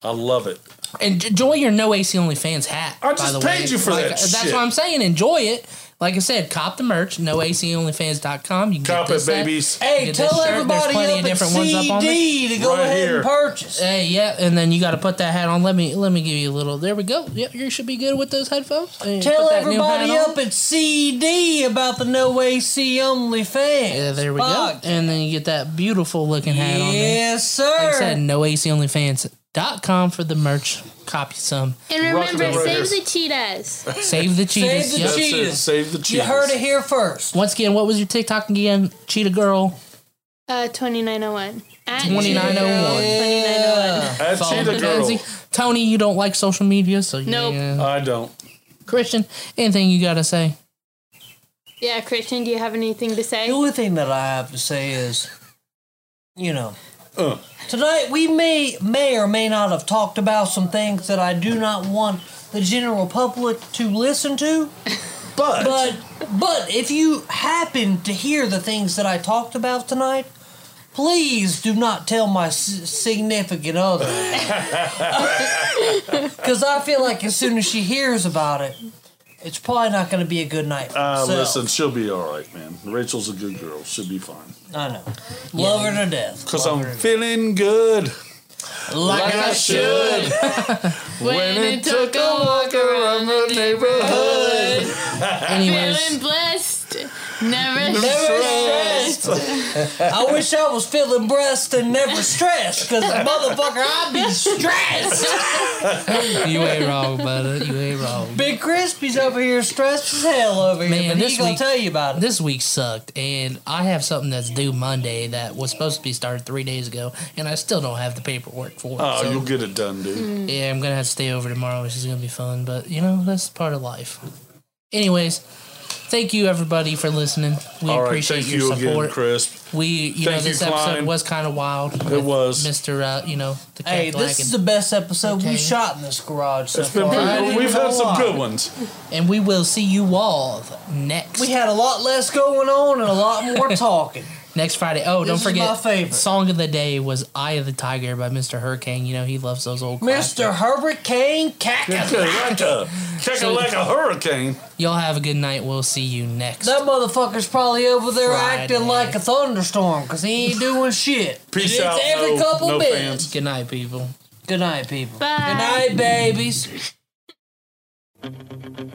I love it.
And enjoy your no AC only fans hat.
I
by
just
the way.
paid you for
Like,
that
That's
shit.
what I'm saying. Enjoy it. Like I said, cop the merch. No AC only fans.com. You can
Cop
get
it,
this hat.
babies.
You
Hey,
get
tell
this shirt. There's
everybody
plenty
up
of
at
different ones up on
CD
there.
to go Right ahead and here. purchase.
Hey, yeah, and then you got to put that hat on. Let me let me give you a little. There we go. Yep, you should be good with those headphones. And
Tell
put that new
everybody
hat on.
up at CD about the No AC Only fans.
Yeah, there we go. And then you get that beautiful looking hat on there.
Yes, sir.
Like I said, noaconlyfans.com for the merch. Copy some.
And remember,
Rock the
save
Raiders.
the cheetahs.
Save the cheetahs.
Save the
yep.
cheetahs.
Save the
You heard it here first.
Once again, what was your TikTok again? Cheetah Girl.
Uh, 2901. At
2901.
2901.
At
Follow
Cheetah
Mackenzie.
Girl.
Tony, you don't like social media, so
Nope.
yeah.
I don't.
Christian, anything you got to say?
Yeah, Christian, do you have anything to say?
The only thing that I have to say is, you know,
Uh,
tonight we may may or may not have talked about some things that I do not want the general public to listen to.
But
but but if you happen to hear the things that I talked about tonight, please do not tell my s- significant other. Because I feel like as soon as she hears about it, it's probably not going to be a good night. For
Uh,
herself.
listen, she'll be all right, man. Rachel's a good girl. She'll be fine.
I know. Love her to death.
Because I'm feeling good.
Like I should.
when
it took a walk around the neighborhood.
Anyways.
Feeling blessed. Never,
Never
stressed.
I wish I was feeling breast and never stressed, because motherfucker, I'd be stressed.
You ain't wrong, brother. You ain't wrong.
Big Crispy's over here stressed as hell over here.
Man,
but
this
he's gonna
week,
tell you about it.
This week sucked, and I have something that's due Monday that was supposed to be started three days ago, and I still don't have the paperwork for it.
Oh,
so-
you'll get it done, dude.
Yeah, I'm gonna have to stay over tomorrow, which is gonna be fun. But you know, that's part of life. Anyways, thank you everybody for listening. We
all right,
appreciate
thank
your
you
support.
again, Chris.
We, you
Thank
know,
you,
this episode
Klein.
was kind of wild.
It
with
was.
Mr. Uh, you know, the
Hey,
cat
this
lacking.
is the best episode we've shot in this garage so
It's been
far.
pretty
I
good.
didn't
We've
know
had some
why.
good ones.
and we will see you all next.
We had a lot less going on and a lot more talking.
Next Friday. Oh,
This
don't
is
forget.
my favorite.
Song of the day was "Eye of the Tiger" by Mr. Hurricane. You know he loves those old.
Mr. Hurricane
like
Cackalack.
a, kick it uh, like a hurricane.
Y'all have a good night. We'll see you next.
That motherfucker's probably over there
Friday.
acting like a thunderstorm because he ain't doing shit.
Peace
it's
out,
every
no-
couple
no
minutes.
fans. Good night, people.
Good night, people.
Bye.
Good night, babies.